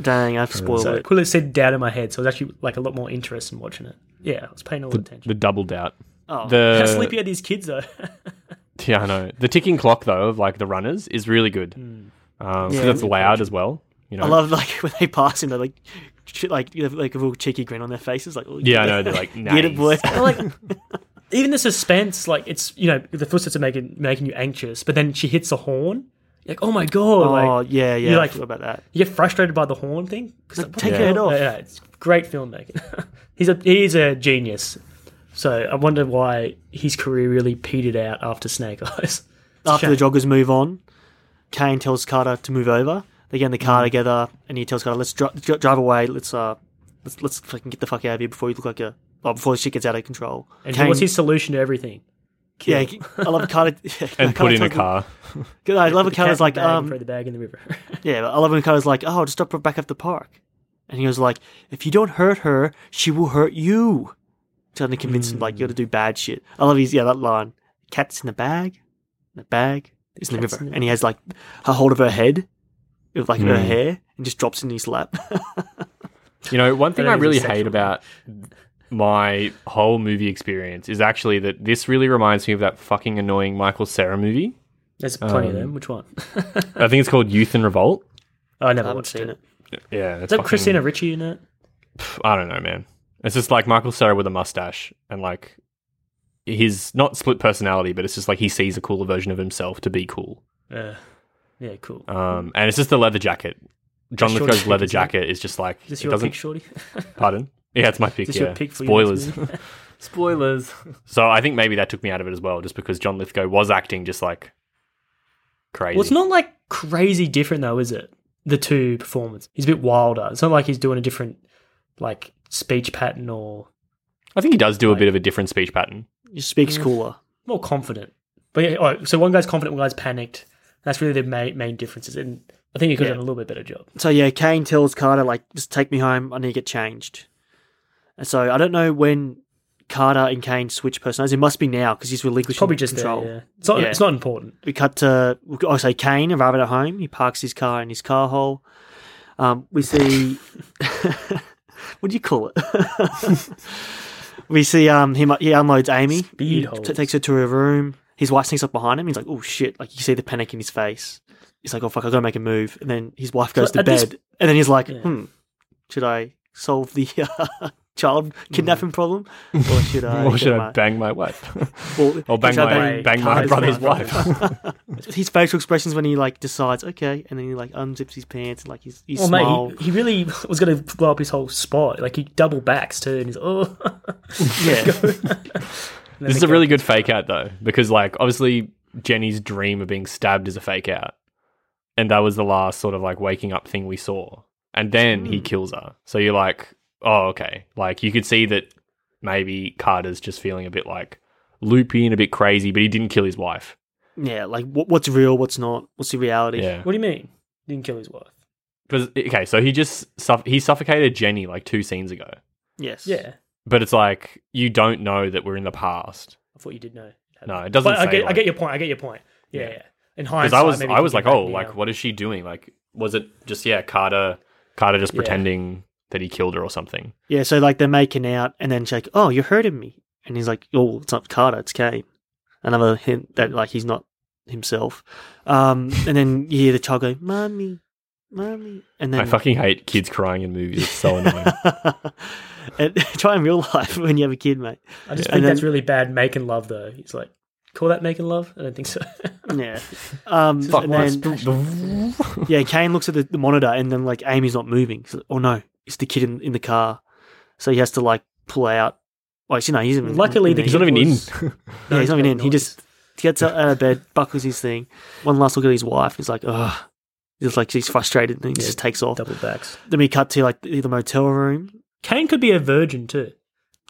S3: Dang, I've spoiled
S2: so
S3: it.
S2: Quilla said doubt in my head, so I was actually like a lot more interest in watching it. Yeah, I was paying a lot of attention.
S4: The double doubt.
S3: Oh,
S2: How
S4: The
S2: sleepy are these kids though? *laughs*
S4: yeah, I know. The ticking clock though of like the runners is really good.
S2: Hmm.
S4: Um, 'cause
S3: Yeah.
S4: it's loud as well. You know.
S3: I love like when they pass him, they like ch- like they have, like a real cheeky grin on their faces, like oh,
S4: yeah, I know. They're like, nice.
S3: *laughs* Get it, boy.
S2: like even the suspense, like it's you know the footsteps are making making you anxious, but then she hits a horn. You're like, oh my god!
S3: *laughs* oh
S2: Like
S3: yeah, yeah.
S2: you,
S3: I
S2: like-
S3: forgot about that.
S2: you get frustrated by the horn thing. 'Cause,
S3: Like,
S2: what
S3: take
S2: the
S3: your head
S2: hell?
S3: off.
S2: Yeah, yeah, it's great filmmaking. *laughs* he's a he's a genius. So I wonder why his career really petered out after Snake Eyes. *laughs*
S3: After
S2: Shame.
S3: the joggers move on, Kane tells Carter to move over. They get in the car
S4: Mm.
S3: together, and he tells Carter, "Let's dri- dri- drive away. Let's uh, let's let's fucking get the fuck out of here before you look like a oh, before the shit gets out of control."
S2: And
S3: Kane-
S2: what's his solution to everything?
S3: yeah, I love Carter.
S4: *laughs* and put in a car.
S3: *laughs* I
S2: The
S3: love when
S2: cat in
S3: Carter's
S2: the
S3: like,
S2: bag and
S3: um,
S2: throw the bag in the river. *laughs*
S3: yeah, I love when Carter's like, oh, I'll just drop her back at the park. And he was like, if you don't hurt her, she will hurt you. Trying to convince him, like, you gotta do bad shit. I love his, yeah, that line. Cat's in the bag, in the bag, is in the river. and he has, like, a hold of her head, with, like, her hair, and just drops it in his lap.
S4: You know, one thing
S5: don't
S4: I
S5: even
S4: really
S5: say that.
S4: hate about my whole movie experience is actually that this really reminds me of that fucking annoying Michael Cera movie.
S2: There's plenty of
S4: Um,
S2: them. Which one? *laughs*
S4: I think it's called Youth and Revolt.
S2: Oh, I
S3: I
S2: never
S3: haven't
S2: watched
S3: seen
S2: it. Is
S3: it.
S4: Yeah, it's
S2: that
S4: fucking-
S2: Christina Ricci in it?
S4: I don't know, man. It's just like Michael Cera with a mustache and like his not split personality, but it's just like he sees a cooler version of himself to be cool.
S2: Uh, yeah, cool.
S4: Um, and it's just the leather jacket. John
S2: Short
S4: Lithgow's
S2: pick,
S4: leather
S2: isn't it?
S4: jacket is just like
S2: Is this
S4: it
S2: your
S4: doesn't.
S2: pick, Shorty? *laughs*
S4: Pardon? Yeah, it's my pick.
S2: Is this
S4: yeah.
S2: your pick for your next
S4: Spoilers. *laughs*
S2: movie?
S4: Spoilers. So I think maybe that took me out of it as well, just because John Lithgow was acting just like crazy.
S2: well, it's not like crazy different though, is it? The two performances. He's a bit wilder. It's not like he's doing a different like speech pattern or
S4: I think he does do a bit of a different speech pattern.
S3: He speaks cooler.
S2: more confident. But yeah, oh, so one guy's confident, one guy's panicked. That's really the main main differences. And I think he could have
S3: Yeah.
S2: done a little bit better job.
S3: So yeah, Kane tells Carter like, just take me home. I need to get changed. And so I don't know when Carter and Kane switch personalities. It must be now because he's relinquishing
S2: Probably just
S3: control.
S2: there. Yeah. It's not.
S3: Yeah.
S2: It's not important.
S3: We cut to I say Kane arriving at home. He parks his car in his car hole. Um, we see *laughs* what do you call it? *laughs* we see um, him. He unloads Amy.
S2: Speed
S3: he
S2: holes.
S3: t- takes her to her room. His wife sneaks up behind him. He's like, "Oh shit!" Like you see the panic in his face. He's like, "Oh fuck! I gotta make a move." And then his wife goes
S2: So
S3: to
S2: at
S3: bed.
S2: this-
S3: and then he's like,
S2: Yeah.
S3: "Hmm, should I solve the *laughs* uh, child kidnapping problem, or
S4: *laughs*
S3: should I?
S4: Hmm. or should
S3: get
S4: I
S3: my-
S4: bang my wife?
S3: well,
S4: or bang
S3: should I
S4: my bang my brother's
S3: Carter's wife?
S4: wife?
S3: his facial expressions when he like decides okay, and then he like unzips his pants and like his, his
S2: Well, *laughs*
S3: smile.
S2: mate, he, he really was going to blow up his whole spot. Like he double backs too, and he's oh. *laughs*
S3: yeah,
S4: this is a really good fake out though, because like obviously Jenny's dream of being stabbed is a fake out, and that was the last sort of like waking up thing we saw. And then he kills her. So you're like, oh okay. Like you could see that maybe Carter's just feeling a bit like loopy and a bit crazy, but he didn't kill his wife.
S3: yeah. Like what, what's real, what's not, what's the reality?
S4: Yeah.
S2: What do you mean? Didn't kill his wife.
S4: Because okay, so he just suff- he suffocated Jenny like two scenes ago,
S3: Yes.
S2: Yeah,
S4: but it's like you don't know that we're in the past.
S2: I thought you did know.
S4: No, it doesn't
S2: But I
S4: say,
S2: get, I
S4: like-
S2: get your point. I get your point. Yeah,
S4: Yeah.
S2: yeah. In
S4: Because
S2: hindsight,
S4: I was
S2: maybe
S4: I
S2: you
S4: was
S2: can
S4: like,
S2: back
S4: oh,
S2: me
S4: like
S2: up.
S4: what is she doing? Like was it just yeah, Carter Carter just
S2: Yeah.
S4: pretending that he killed her or something?
S3: Yeah. So like they're making out, and then she's like, "Oh, you're hurting me," and he's like, "Oh, it's not Carter, it's Kane." Another hint that like he's not himself. Um, and then you hear the child go, "Mommy, mommy," and then
S4: I fucking hate kids crying in movies. It's
S3: *laughs*
S4: so annoying.
S3: And- *laughs* try in real life when you have a kid, mate.
S2: I just
S3: Yeah.
S2: think
S3: And
S2: that's
S3: then-
S2: really bad making love though. He's like, call that making love? I don't think so. *laughs*
S3: Yeah. Um,
S4: Fuck
S3: and then,
S4: man.
S3: yeah, Kane looks at the, the monitor and then like Amy's not moving. So, oh no, it's the kid in, in the car. So he has to like pull out. Well, actually, no, he's even.
S2: Luckily, the
S3: he's
S4: He's
S2: kid
S4: not even in. *laughs*
S2: was-
S3: Yeah, he's not even in. He
S2: noise.
S3: just gets out of bed, buckles his thing. One last look at his wife. He's like, ugh. He's like, he's frustrated and he
S2: Yeah,
S3: just takes
S2: *laughs*
S3: off.
S2: double backs.
S3: Then we cut to like the the motel room.
S2: Kane could be a virgin too,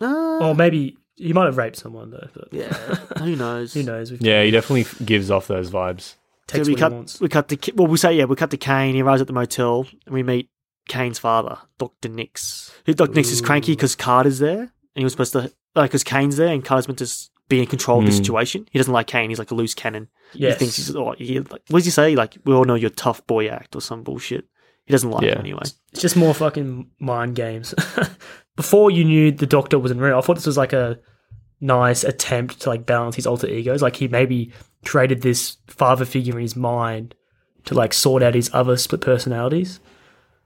S3: Uh,
S2: or maybe he might have raped someone though. But *laughs*
S3: yeah, who knows?
S2: who knows? We've
S4: Yeah, he definitely f- gives off those vibes.
S3: So
S2: takes
S3: we
S2: what
S3: cut,
S2: he wants.
S3: we cut to Ki- well, we say yeah, we cut to Kane. He arrives at the motel, and we meet Kane's father, Doctor Nix. Who Doctor Nix is cranky because Carter's there, and he was supposed to like because Kane's there, and Carter's meant to s- be in control of the
S4: Mm.
S3: situation. He doesn't like Kane. He's like a loose cannon.
S2: Yes.
S3: He thinks he's oh, he, like, what does he say? Like we all know your tough boy act or some bullshit. He doesn't like
S4: Yeah.
S3: him anyway.
S2: It's just more fucking mind games. *laughs* Before you knew the doctor wasn't real, I thought this was like a nice attempt to like balance his alter egos. Like he maybe created this father figure in his mind to like sort out his other split personalities.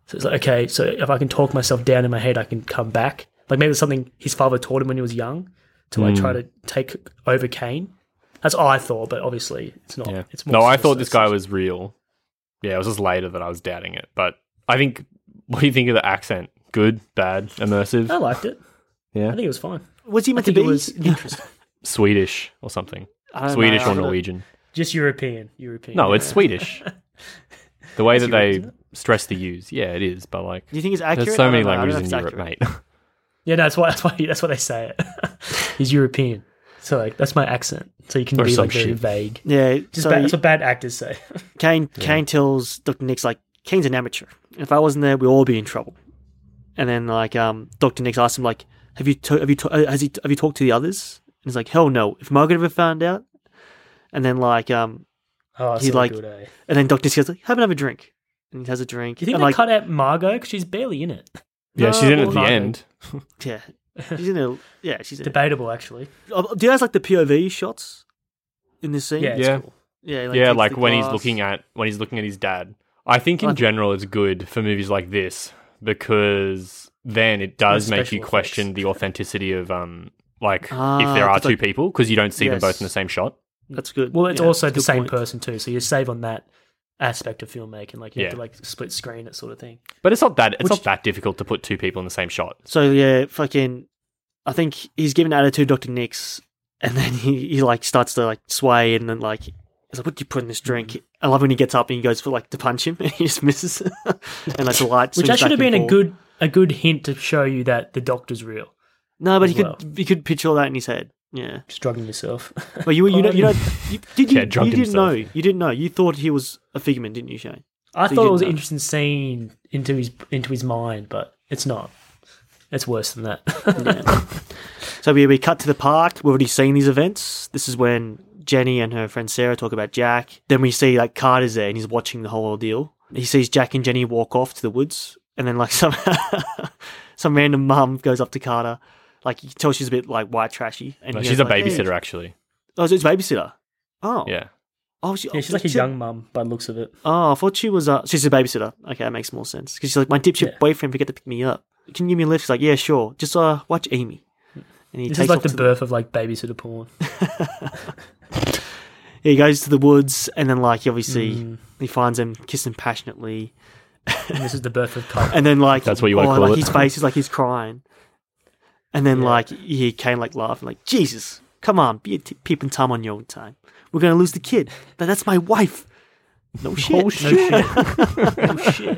S2: So it's like, okay, so if I can talk myself down in my head, I can come back. Like maybe it's something his father taught him when he was young to like
S4: Hmm.
S2: try to take over Kane. That's all I thought, but obviously it's not.
S4: Yeah.
S2: It's
S4: No, I thought
S2: just-
S4: this guy was real. Yeah, it was just later that I was doubting it. But I think, *laughs* what do you think of the accent? Good, bad, immersive,
S2: I liked it.
S4: Yeah.
S2: I think it was fine.
S3: Was he
S2: I
S3: meant to
S2: think
S3: be?
S2: it
S3: *laughs*
S2: was interesting.
S4: Swedish or something?
S3: I don't
S4: Swedish
S3: know.
S4: or Norwegian?
S2: Just European, European.
S4: No, it's Swedish. The way that
S2: Europe,
S4: they stress the U's. Yeah, it is. But like,
S3: Do you think it's accurate?
S4: there's
S3: I
S4: so
S3: don't
S4: many
S3: know. I don't know
S4: languages
S3: if
S4: in
S3: it's
S4: Europe,
S3: accurate.
S4: mate.
S2: yeah. No, that's why *laughs* that's why that's why they say it. *laughs* He's European, so like that's my accent. So you can
S4: Or
S2: be
S4: some
S2: like very
S4: shit.
S2: vague.
S3: Yeah,
S2: Just
S3: so
S2: bad, that's what bad actors say. *laughs*
S3: Kane Kane tells Doctor Nick's like Kane's an amateur. If I wasn't there, we'd all be in trouble. And then like um, Doctor Nix asks him like, "Have you to- have you to- uh, has he have you talked to the others?" And he's like, "Hell no! If Margaret ever found out." And then like um,
S2: Oh, that's
S3: He,
S2: he
S3: like-
S2: like. Good, eh?
S3: and then Doctor Nix goes like, "Have another drink." And he has a drink.
S2: Do you think
S3: and,
S2: they
S3: like,
S2: cut out Margot because she's barely in it?
S4: *laughs* Yeah, she's in at the
S3: well,
S4: end.
S3: *laughs* yeah, she's in a yeah, she's in. a-
S2: Debatable, actually.
S3: Oh, Do you guys like the POV shots in this scene?
S2: Yeah, it's
S4: Yeah.
S2: cool.
S3: yeah, he,
S4: yeah,
S3: takes
S4: like
S3: the
S4: when he's
S3: glass.
S4: looking at when he's looking at his dad. I think in
S3: Like-
S4: general it's good for movies like this because then it does make you
S2: special
S4: question the authenticity of um like
S3: Ah,
S4: if there are
S3: it's
S4: two
S3: like-
S4: people because you don't see them both
S3: Yes.
S4: in the same shot.
S3: That's good.
S2: Well, it's
S3: Yeah,
S2: also
S3: that's a
S2: the
S3: good
S2: same
S3: point.
S2: person too, so you save on that aspect of filmmaking. Like you
S4: Yeah.
S2: have to like split screen it sort of thing.
S4: But it's not that it's
S3: Which-
S4: not that difficult to put two people in the same shot.
S3: So yeah, fucking. I think he's given attitude Doctor Nix, and then he, he like starts to like sway, and then like he's like, "What do you put
S2: Mm-hmm.
S3: in this drink?" I love when he gets up and he goes for like to punch him, *laughs* and he just misses, and like the light.
S2: Which
S3: swings
S2: that should have
S3: back and
S2: been a
S3: forth.
S2: good a good hint to show you that the doctor's real.
S3: No, but he
S2: as well.
S3: could he could picture all that in his head. Yeah,
S2: Just drugging
S3: *laughs*
S2: yourself.
S3: but you you know
S2: *laughs*
S3: you know you, did you,
S4: Yeah,
S3: you
S4: drugged
S3: didn't know
S4: himself.
S3: you didn't know you thought he was a figment, didn't you, Shane?
S2: I
S3: So you
S2: thought it
S3: didn't
S2: was an
S3: know.
S2: interesting scene into his into his mind, but it's not. It's worse than that. *laughs*
S3: So we, we cut to the park. We've already seen these events. This is when Jenny and her friend Sarah talk about Jack. Then we see like Carter's there and he's watching the whole ordeal. He sees Jack and Jenny walk off to the woods, and then like *laughs* some some random mum goes up to Carter. Like you can tell she's a bit like white trashy, and
S4: No,
S3: he
S4: she's a
S3: goes like,
S4: babysitter
S3: "Hey."
S4: actually.
S3: Oh, so it's babysitter. Oh,
S4: Yeah. *laughs*
S3: Oh, she,
S2: yeah, she's like a young mum by the looks of it.
S3: Oh, I thought she was. Uh, she's a babysitter. Okay, that makes more sense. Because she's like, my dipshit
S2: Yeah.
S3: boyfriend forget to pick me up. Can you give me a lift? She's like, yeah, sure. Just uh, watch Amy. And he
S2: This is like
S3: off
S2: the
S3: to
S2: birth of like babysitter porn. *laughs*
S3: he goes to the woods and then like obviously
S2: Mm.
S3: he finds him kissing passionately
S2: And this is the birth of cult.
S3: and then like
S4: That's what you wanna
S3: oh,
S4: call
S3: like
S4: it.
S3: his face is like he's crying and then like he came like laughing like jesus come on be a t- peeping tom on your own time we're gonna lose the kid but that's my wife
S4: *laughs* Oh,
S3: no shit
S2: No shit.
S3: *laughs*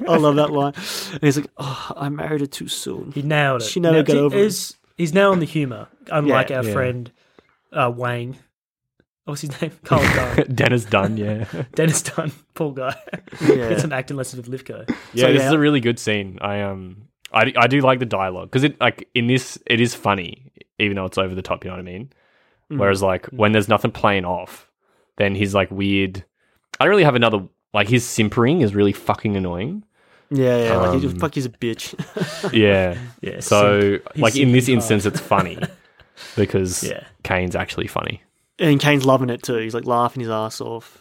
S3: i love that line and he's like oh i married her too soon
S2: He nailed it.
S3: She never
S2: Now,
S3: got
S2: he
S3: over it.
S2: is- He's now on the humour, unlike
S3: Yeah.
S2: our
S4: Yeah.
S2: friend uh, Wayne. What's his *laughs* name? Carl Dunn.
S4: Dennis Dunn, yeah.
S2: Dennis Dunn. Poor guy.
S3: *laughs* yeah
S2: Get some acting lessons with Lifko.
S4: yeah, this
S3: yeah.
S4: is a really good scene. I um I, d- I do like the dialogue because it like in this it is funny even though it's over the top. You know what I mean?
S2: Hmm.
S4: Whereas like when there's nothing playing off, then he's like weird. I don't really have another like his simpering is really fucking
S2: *laughs*
S4: annoying.
S3: yeah, yeah like he,
S4: Um,
S3: fuck he's a bitch *laughs*
S4: Yeah.
S2: *laughs* Yeah.
S4: so
S2: He's
S4: like in this
S2: simping
S4: instance, it's
S2: *laughs*
S4: funny because
S2: Yeah.
S4: Kane's actually funny.
S3: and kane's loving it too he's like laughing his ass off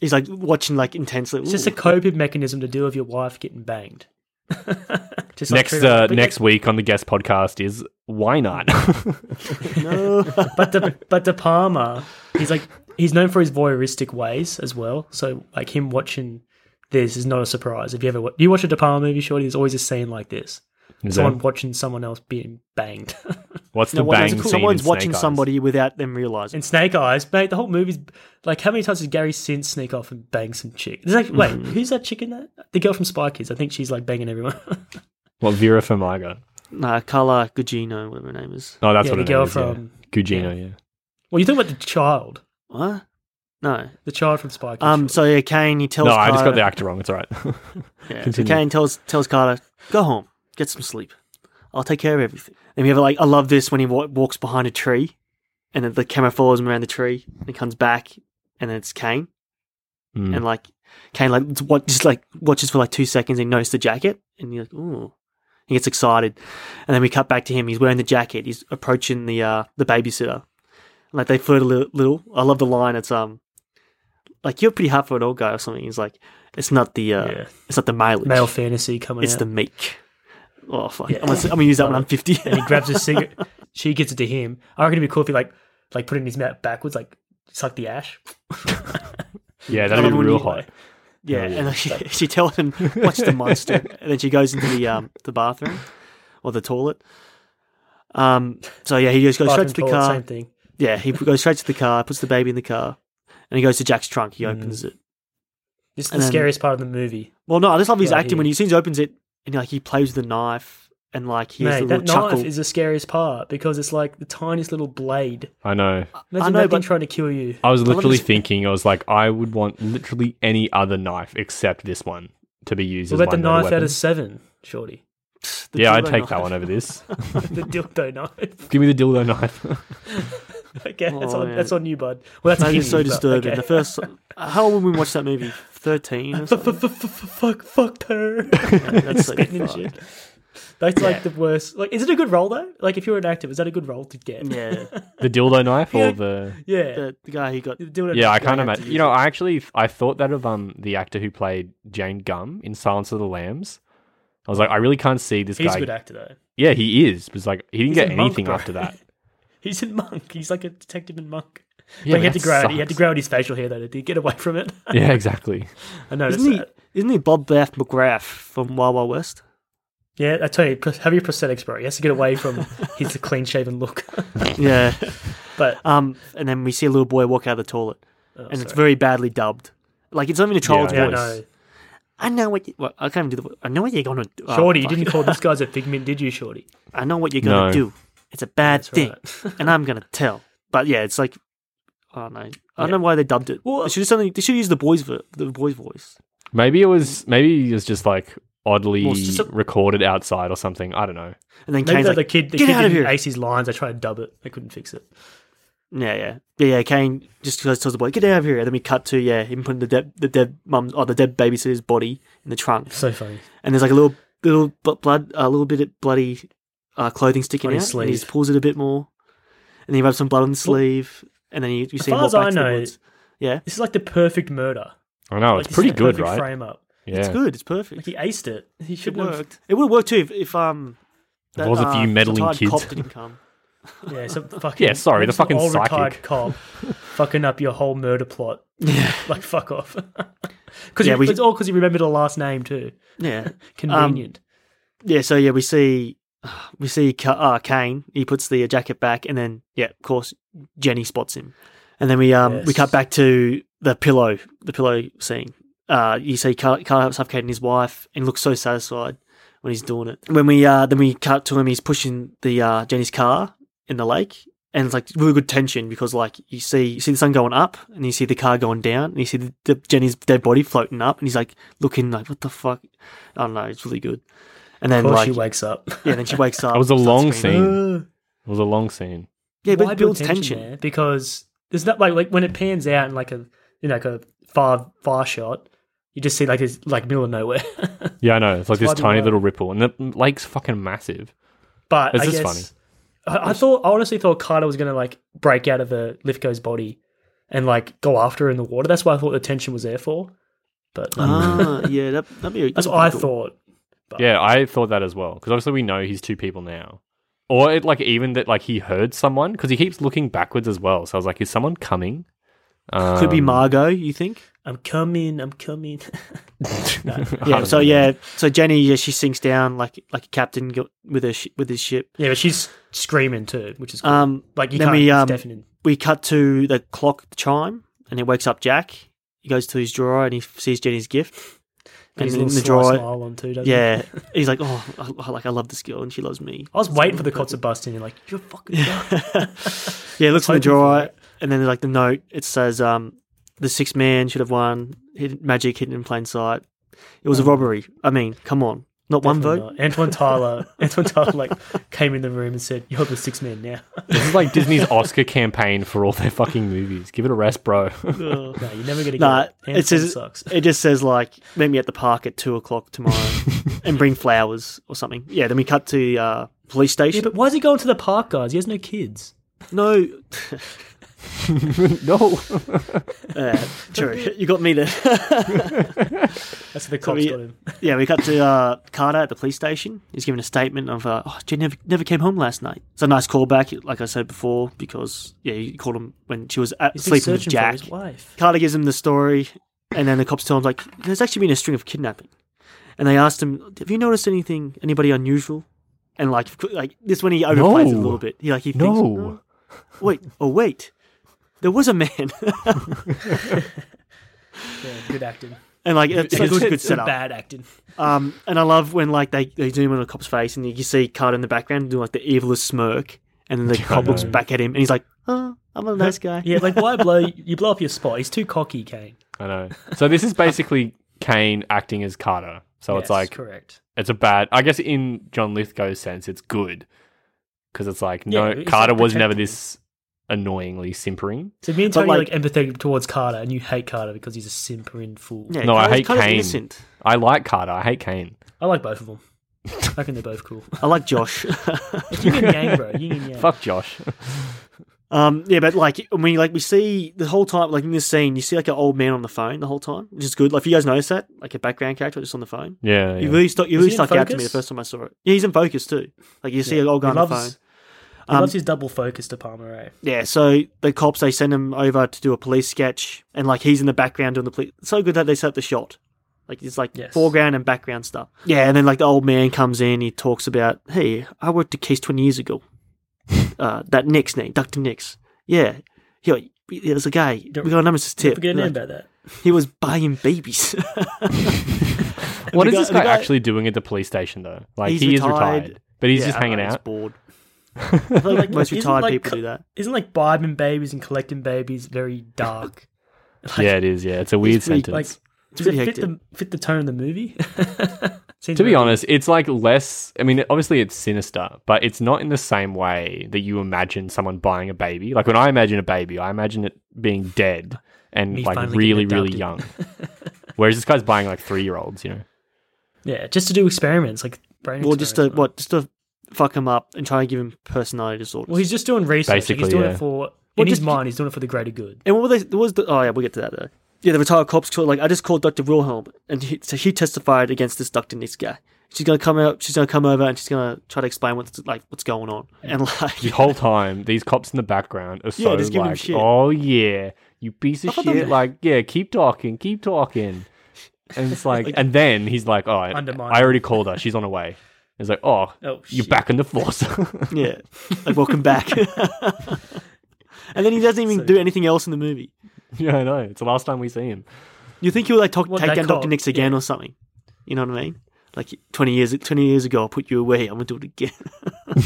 S3: he's like watching like intensely
S2: It's just a coping mechanism to deal with your wife getting banged. *laughs* Just like
S4: next
S2: trigger-
S4: uh,
S2: but yeah,
S4: next week on the guest podcast is why not? *laughs*
S3: no *laughs*
S2: but the but De Palma, he's like he's known for his voyeuristic ways as well. So like him watching this is not a surprise. If you ever wa- you watch a De Palma movie, shorty, there's always a scene like this:
S4: Is
S2: someone
S4: there-
S2: watching someone else being banged. *laughs*
S4: what's the
S3: No, what-
S4: bang scene?
S3: someone's
S4: in
S3: watching
S4: Snake Eyes?
S3: somebody without them realizing.
S2: In Snake Eyes, mate, the whole movie's like how many times did Gary Sinise sneak off and bang some chick? It's like, wait,
S3: Mm-hmm.
S2: who's that chick in that? The girl from Spy Kids. I think she's like banging everyone. *laughs*
S4: What Vera Farmiga?
S3: Nah, uh, Carla Gugino, whatever her name is.
S4: No, that's
S2: yeah,
S4: what
S2: the
S4: it
S2: girl
S4: is, yeah.
S2: from.
S4: Gugino, yeah.
S2: Well, you talking about the child,
S3: What? No.
S2: the child from Spy Kids.
S3: Um. So yeah, Kane he tells.
S4: No,
S3: Carter,
S4: I just got the actor wrong. It's all right. *laughs*
S3: yeah, so
S4: continue.
S3: Kane tells tells Carter, go home, get some sleep. I'll take care of everything. And we have like I love this when he wa- walks behind a tree, and then the camera follows him around the tree, and he comes back, and then it's Kane,
S4: Mm.
S3: and like Kane like it's what just like watches for like two seconds, and he notices the jacket, and he's like, ooh. He gets excited, and then we cut back to him. He's wearing the jacket. He's approaching the uh, the babysitter. Like they flirt a little, little. I love the line. It's um, like you're pretty hot for an old guy or something. He's like, it's not the uh,
S2: Yeah.
S3: it's not the mileage.
S2: male fantasy coming
S3: It's
S2: out.
S3: the meek. Oh fuck!
S2: Yeah.
S3: I'm, gonna, I'm gonna use that when I'm 50.
S2: and he grabs a cigarette. she gives it to him. I reckon it'd be cool if he like like put it in his mouth backwards, like suck the ash.
S4: Yeah, that'd be
S3: Someone
S4: real
S3: you-
S4: hot.
S3: *laughs* yeah, and she, she tells him watch the
S2: *laughs*
S3: monster, and then she goes into the um the bathroom or the toilet. Um. So yeah, he just goes straight to the
S2: Bathroom toilet,
S3: car.
S2: Same thing.
S3: Yeah, he goes straight to the car, puts the baby in the car, and he goes to Jack's trunk. He opens
S2: Mm.
S3: it.
S2: This is the
S3: And then-
S2: scariest part of the movie.
S3: Well, no, I just love his
S2: Yeah,
S3: acting when
S2: he-
S3: he as soon as he opens it and like he plays with the knife and like he has
S2: Mate,
S3: a
S2: that
S3: little chuckle.
S2: knife is the scariest part because it's like the tiniest little blade.
S4: I know.
S2: Imagine
S3: know,
S2: that thing
S3: but-
S2: trying to kill you.
S4: I was
S3: love
S4: literally
S3: this-
S4: thinking, I was like, I would want literally any other knife except this one to be used
S2: We'll
S4: as
S2: let
S4: my
S2: the
S4: metal
S2: knife
S4: weapon.
S2: out of seven, Shorty. *laughs*
S3: The
S4: yeah, I'd
S3: dildo
S4: take
S3: knife.
S4: that one
S3: *laughs*
S4: over this.
S2: the dildo knife. *laughs*
S4: Give me the dildo knife. *laughs*
S2: okay, that's
S3: Oh,
S2: on
S3: yeah.
S2: that's on you, bud. *laughs* Well, that's
S3: That is
S2: Kimmy's,
S3: so
S2: but-
S3: disturbing.
S2: okay.
S3: The first, how old when we watched that movie? Thirteen.
S2: *laughs*
S3: Or something?
S2: Fuck, fucked her. *laughs*
S3: That's like,
S2: and
S3: fuck.
S2: shit. That's like the worst. Like, is it a good role though? Like, if you're an actor, is that a good role to get?
S3: Yeah,
S4: The dildo knife or the
S2: yeah.
S3: the, the guy who got.
S2: You're doing it-
S4: yeah, I
S3: Yeah,
S4: can't
S3: I have to
S4: imagine. You
S3: use
S4: know,
S3: it.
S4: I actually I thought that of um the actor who played Jane Gum in Silence of the Lambs. I was like, I really can't see this
S2: He's
S4: guy.
S2: a good actor though.
S4: Yeah, he is. But it's like he didn't
S2: He's
S4: get
S2: a monk,
S4: anything
S2: bro.
S4: after
S2: *laughs*
S4: that.
S2: He's in Monk. He's like a detective in Monk.
S4: Yeah,
S2: but he had to
S4: that
S2: grow. Out, he had to
S4: sucks.
S2: grow out his facial hair though. Did he get away from it? *laughs*
S4: *laughs* Yeah, exactly.
S2: I noticed
S3: Isn't he?
S2: that.
S3: Isn't he Bob Bath McGrath from Wild Wild West?
S2: Yeah, I tell you, pros- have your prosthetics, bro. He has to get away from his clean shaven look.
S3: *laughs*
S2: *laughs*
S3: Yeah.
S2: But
S3: Um, and then we see a little boy walk out of the toilet,
S2: oh,
S3: and it's
S2: sorry.
S3: very badly dubbed. Like it's not even a child's
S4: Yeah,
S2: yeah,
S3: voice.
S2: no.
S3: I know what. You, well, I can't even do the. vo- I know what you're gonna do. Oh,
S2: Shorty, you
S3: fuck.
S2: didn't call this guy's a pigment, did you, Shorty?
S3: *laughs* I know what you're gonna
S4: No.
S3: do. It's a bad
S2: That's
S3: thing,
S2: *laughs* right.
S3: and I'm gonna tell. But yeah, it's like. Oh no! I don't
S2: Yeah.
S3: know why they dubbed it.
S2: Well-
S3: they should have something. They should use the boy's vo- the boy's voice.
S4: Maybe it was. Maybe it was just like oddly
S3: Well, it's just a-
S4: recorded outside or something. I don't know.
S3: And then
S2: Maybe
S3: Kane's
S2: the,
S3: like,
S2: the kid, the
S3: "Get
S2: kid
S3: out
S2: didn't
S3: of here!"
S2: ace his lines. I tried to dub it. I couldn't fix it.
S3: yeah, yeah, yeah, yeah. Kane just goes tells the boy, "Get out of here!" And then we cut to yeah, him putting the dead the dead mum or the dead babysitter's body in the trunk,
S2: So funny.
S3: and there's like a little little bu- blood, a little bit of bloody uh, clothing sticking
S2: On
S3: out.
S2: his
S3: And he
S2: sleeve.
S3: just pulls it a bit more, and he rubs some blood on the sleeve, and then you, you
S2: As
S3: see him
S2: far
S3: walk
S2: as
S3: back
S2: I
S3: to the
S2: know,
S3: woods. Yeah,
S2: This is like the perfect murder.
S4: I know
S2: Like,
S4: Oh, it's
S2: this
S4: pretty
S2: is the
S4: good,
S2: perfect
S4: right?
S2: Frame up.
S4: Yeah,
S3: it's good. It's perfect.
S2: Like he aced it. He
S3: it
S2: shouldn't have.
S3: worked. It would have worked too if, if um. uh,
S4: If it was a few meddling
S3: retired
S4: kids.
S3: Cop
S2: *laughs*
S3: didn't come.
S2: Yeah, some fucking.
S4: Yeah, sorry, the
S2: some
S4: fucking
S2: old retired
S4: psychic.
S2: cop, fucking up your whole murder plot.
S3: Yeah,
S2: Like fuck off. *laughs* Because
S3: Yeah, we-
S2: it's all because he remembered her last name too.
S3: yeah,
S2: Convenient.
S3: yeah. So yeah, we see *sighs* we see Ka- uh, Kane. He puts the uh, jacket back, and then yeah, of course, Jenny spots him, and then we um we
S2: Yes.
S3: cut back to the pillow the pillow scene. Uh, you see Carl Carl suffocating his wife, and he looks so satisfied when he's doing it. When we uh then we cut to him, he's pushing the uh Jenny's car in the lake. And it's like really good tension because like you see you see the sun going up and you see the car going down and you see the, the Jenny's dead body floating up and he's like looking like what the fuck I don't know it's really good and then
S2: Of course,
S3: like
S2: she wakes up.
S3: yeah, then she
S4: *laughs*
S3: wakes up.
S4: It was a
S3: starts
S4: long
S3: screaming.
S4: scene.
S2: Ugh.
S3: uh,
S4: It was a long scene.
S3: Yeah, but
S2: Why
S3: it
S2: build
S3: builds tension.
S2: there? because there's not like like when it pans out in like a you know like a far far shot, you just see like this like middle of nowhere. *laughs*
S4: Yeah, I know. It's like
S2: It's
S4: this
S2: bloody
S4: tiny
S2: well.
S4: little ripple, and the lake's fucking massive.
S2: but
S4: This
S2: I
S4: is
S2: guess
S4: funny.
S2: I, I thought I honestly thought Carter was gonna like break out of the Lithgow's body and like go after her in the water. That's what I thought the tension was there for. But
S3: Ah, yeah, that, that'd be.
S2: *laughs* that's
S3: that'd
S2: what I
S3: be cool.
S2: thought. But-
S4: Yeah, I thought that as well because obviously we know he's two people now, or it, like even that like he heard someone because he keeps looking backwards as well. So I was like, is someone coming? Um,
S3: Could be Margot, you think?
S2: I'm coming, I'm coming.
S4: *laughs*
S2: *laughs*
S4: I
S3: Yeah.
S4: don't
S3: So
S4: know.
S3: yeah, so Jenny, yeah, she sinks down like like a captain go- with her sh- with his ship.
S2: yeah, but she's screaming too, which is cool.
S3: Um,
S2: like you
S3: then
S2: can't
S3: we,
S2: it's
S3: um,
S2: deafening.
S3: we cut to the clock chime, and it wakes up Jack. He goes to his drawer and he sees Jenny's gift.
S2: And
S3: And
S2: his
S3: in
S2: little
S3: the
S2: the dry
S3: drawer,
S2: smile on too, doesn't he? *laughs*
S3: yeah, he's like, oh, I, I- like I love this girl and she loves me.
S2: I was waiting for the cops to bust in and like, you're fucking
S3: Yeah, it looks in the
S2: Hoping for
S3: drawer,
S2: it.
S3: and then like the note, it says, um, "The six man should have won. Hidden, magic hidden in plain sight. It was a robbery. I mean, come on, not *laughs* one
S2: Definitely
S3: vote.
S2: not. Antoine Tyler, *laughs* Antoine Tyler, like came in the room and said, "You're the six man now."
S4: this is like Disney's Oscar campaign for all their fucking movies. Give it a rest, bro. *laughs*
S2: no, you're never gonna get it.
S3: Nah, it
S2: Antoine
S3: says
S2: sucks.
S3: it just says like meet me at the park at two
S2: *laughs*
S3: o'clock tomorrow, and bring flowers or something. Yeah, then we cut to uh, police
S2: Yeah,
S3: station.
S2: but why is he going to the park, guys? He has no kids.
S3: no,
S4: no,
S3: uh, true, *laughs* you got me there.
S2: That's what the cops
S3: we-
S2: got him.
S3: yeah, we cut to uh, Carter at the police station. He's giving a statement of, uh, "Oh, Jen never, never came home last night." It's a nice callback, like I said before, because yeah, you called him when she was at,
S2: He's been
S3: sleeping with
S2: searching for
S3: Jack.
S2: his wife.
S3: Carter gives him the story, and then the cops tell him like, "There's actually been a string of kidnapping," and they asked him, "Have you noticed anything, anybody unusual?" And like, of cou- like this when he overplays it a
S4: No.
S3: little bit. He like he
S4: *laughs*
S3: thinks,
S4: no.
S3: "Oh, wait, oh wait, there was a man," *laughs*
S2: Yeah, good acting.
S3: and like *laughs* it's, a
S2: It's-
S3: good, good
S2: it's
S3: setup.
S2: Bad acting.
S3: Um, and I love when like they, they zoom in on the cop's face and you, you see Carter in the background doing like the evilest smirk, and then the cop looks
S4: know.
S3: back at him and he's like, "Oh, I'm a nice guy."
S2: Yeah, like why blow? You blow up your spot. He's too cocky, Kane.
S4: I know. So this is basically Kane acting as Carter. So
S2: Yes,
S4: it's like
S2: correct.
S4: It's a bad. I guess in John Lithgow's sense, it's good because it's like no,
S2: Yeah, it's, like,
S4: Carter was never
S2: protecting.
S4: this annoyingly simpering.
S2: So me and
S3: But,
S2: Tony like, are
S3: like-
S2: like empathetic towards Carter, and you hate Carter because he's a simpering fool.
S3: Yeah,
S4: No, I
S3: Carter's
S4: hate
S3: kind of
S4: Kane.
S3: innocent.
S4: I like Carter. I hate Kane.
S2: I like both of *laughs* them. I reckon they're both cool.
S3: I like Josh. *laughs*
S2: It's yin and yang, bro. Yin and yang.
S4: Fuck
S2: *laughs*
S4: Josh.
S3: um, yeah, but like I mean, like we see the whole time, like in this scene, you see like an old man on the phone the whole time, which is good. Like if you guys notice that, like a background character just on the phone.
S4: yeah,
S3: You
S4: yeah.
S3: really stuck. You really
S2: he in
S3: stuck out to me the
S2: focus?
S3: first time I saw it. Yeah, he's in focus too. Like you see an old guy
S2: He
S3: on the phone.
S2: loves, he
S3: Um,
S2: loves his double focus to Palmer. Eh?
S3: Yeah, so the cops they send him over to do a police sketch, and like he's in the background doing the police. It's so good that they set up the shot, like it's like
S2: Yes.
S3: foreground and background stuff. Yeah, and then like the old man comes in, he talks about, hey, I worked a case twenty
S2: *laughs*
S3: years ago, uh, that Nick's name, Doctor Nick's. Yeah, yeah, there was a guy. We
S2: Don't-
S3: got a nemesis
S2: Don't
S3: tip.
S2: forget a name
S3: Like,
S2: about that.
S3: he was buying babies. *laughs*
S4: What
S3: the
S4: is
S3: guy-
S4: this
S3: the
S4: guy,
S3: guy-
S4: actually doing at the police station though? Like
S3: He's
S4: he
S3: retired.
S4: is retired, but he's
S3: Yeah,
S4: just
S3: I
S2: uh,
S4: hanging
S3: know, he's
S4: out.
S3: bored. I feel *laughs* like most
S2: Isn't,
S3: retired
S2: like,
S3: people
S2: co-
S3: do that.
S2: Isn't like buying babies and collecting babies very
S3: *laughs*
S2: dark? Like,
S4: yeah, it is. Yeah, it's a weird
S3: pretty-
S4: sentence.
S2: Like, does
S3: pretty
S2: it fit the, fit the tone of the
S3: *laughs*
S2: movie? Seems
S4: to be
S2: very-
S4: honest, it's like less. I mean, obviously it's sinister, but it's not in the same way that you imagine someone buying a baby. Like when I imagine a baby, I imagine it being dead and
S2: Me
S4: like
S2: finally
S4: really,
S2: getting
S4: really young. Whereas this guy's buying like three year olds, you know?
S2: yeah, just to do experiments, like brain.
S3: Well, just to
S2: experiments,
S3: what, just to fuck him up and try and give him personality disorders.
S2: Well, he's just doing research. Like,
S4: Basically,
S2: he's doing
S4: yeah.
S2: it for
S3: Well,
S2: in
S3: just-
S2: his mind. He's doing it for the greater good.
S3: And what were they? What was the? Oh yeah, we'll get to that though. Yeah, the retired cops called. Like I just called Doctor Wilhelm, and he, so she testified against this Doctor Nix guy. She's gonna come out. She's gonna come over, and she's gonna try to explain what's like what's going on. And like,
S4: The whole time, these cops in the background are so
S3: just giving him
S4: like,
S3: shit.
S4: oh yeah, you piece of
S3: thought that
S4: shit.
S3: was-
S4: Like, yeah, keep talking, keep talking. And it's like, and then he's like, oh, I,
S2: Undermine
S4: I already called her. She's on her way. It's like, oh,
S2: Oh,
S4: you're
S2: shit.
S4: back in the force.
S3: *laughs*
S4: *laughs*
S3: yeah, like welcome back. *laughs* and then he doesn't even do anything else in the movie.
S4: yeah, I know. It's the last time we see him.
S3: You think he'll like talk,
S2: What,
S3: take
S2: that
S3: down
S2: cop?
S3: Doctor Nix again or something? You know what I mean? Like twenty years, twenty years ago, I put you away. I'm gonna do it again.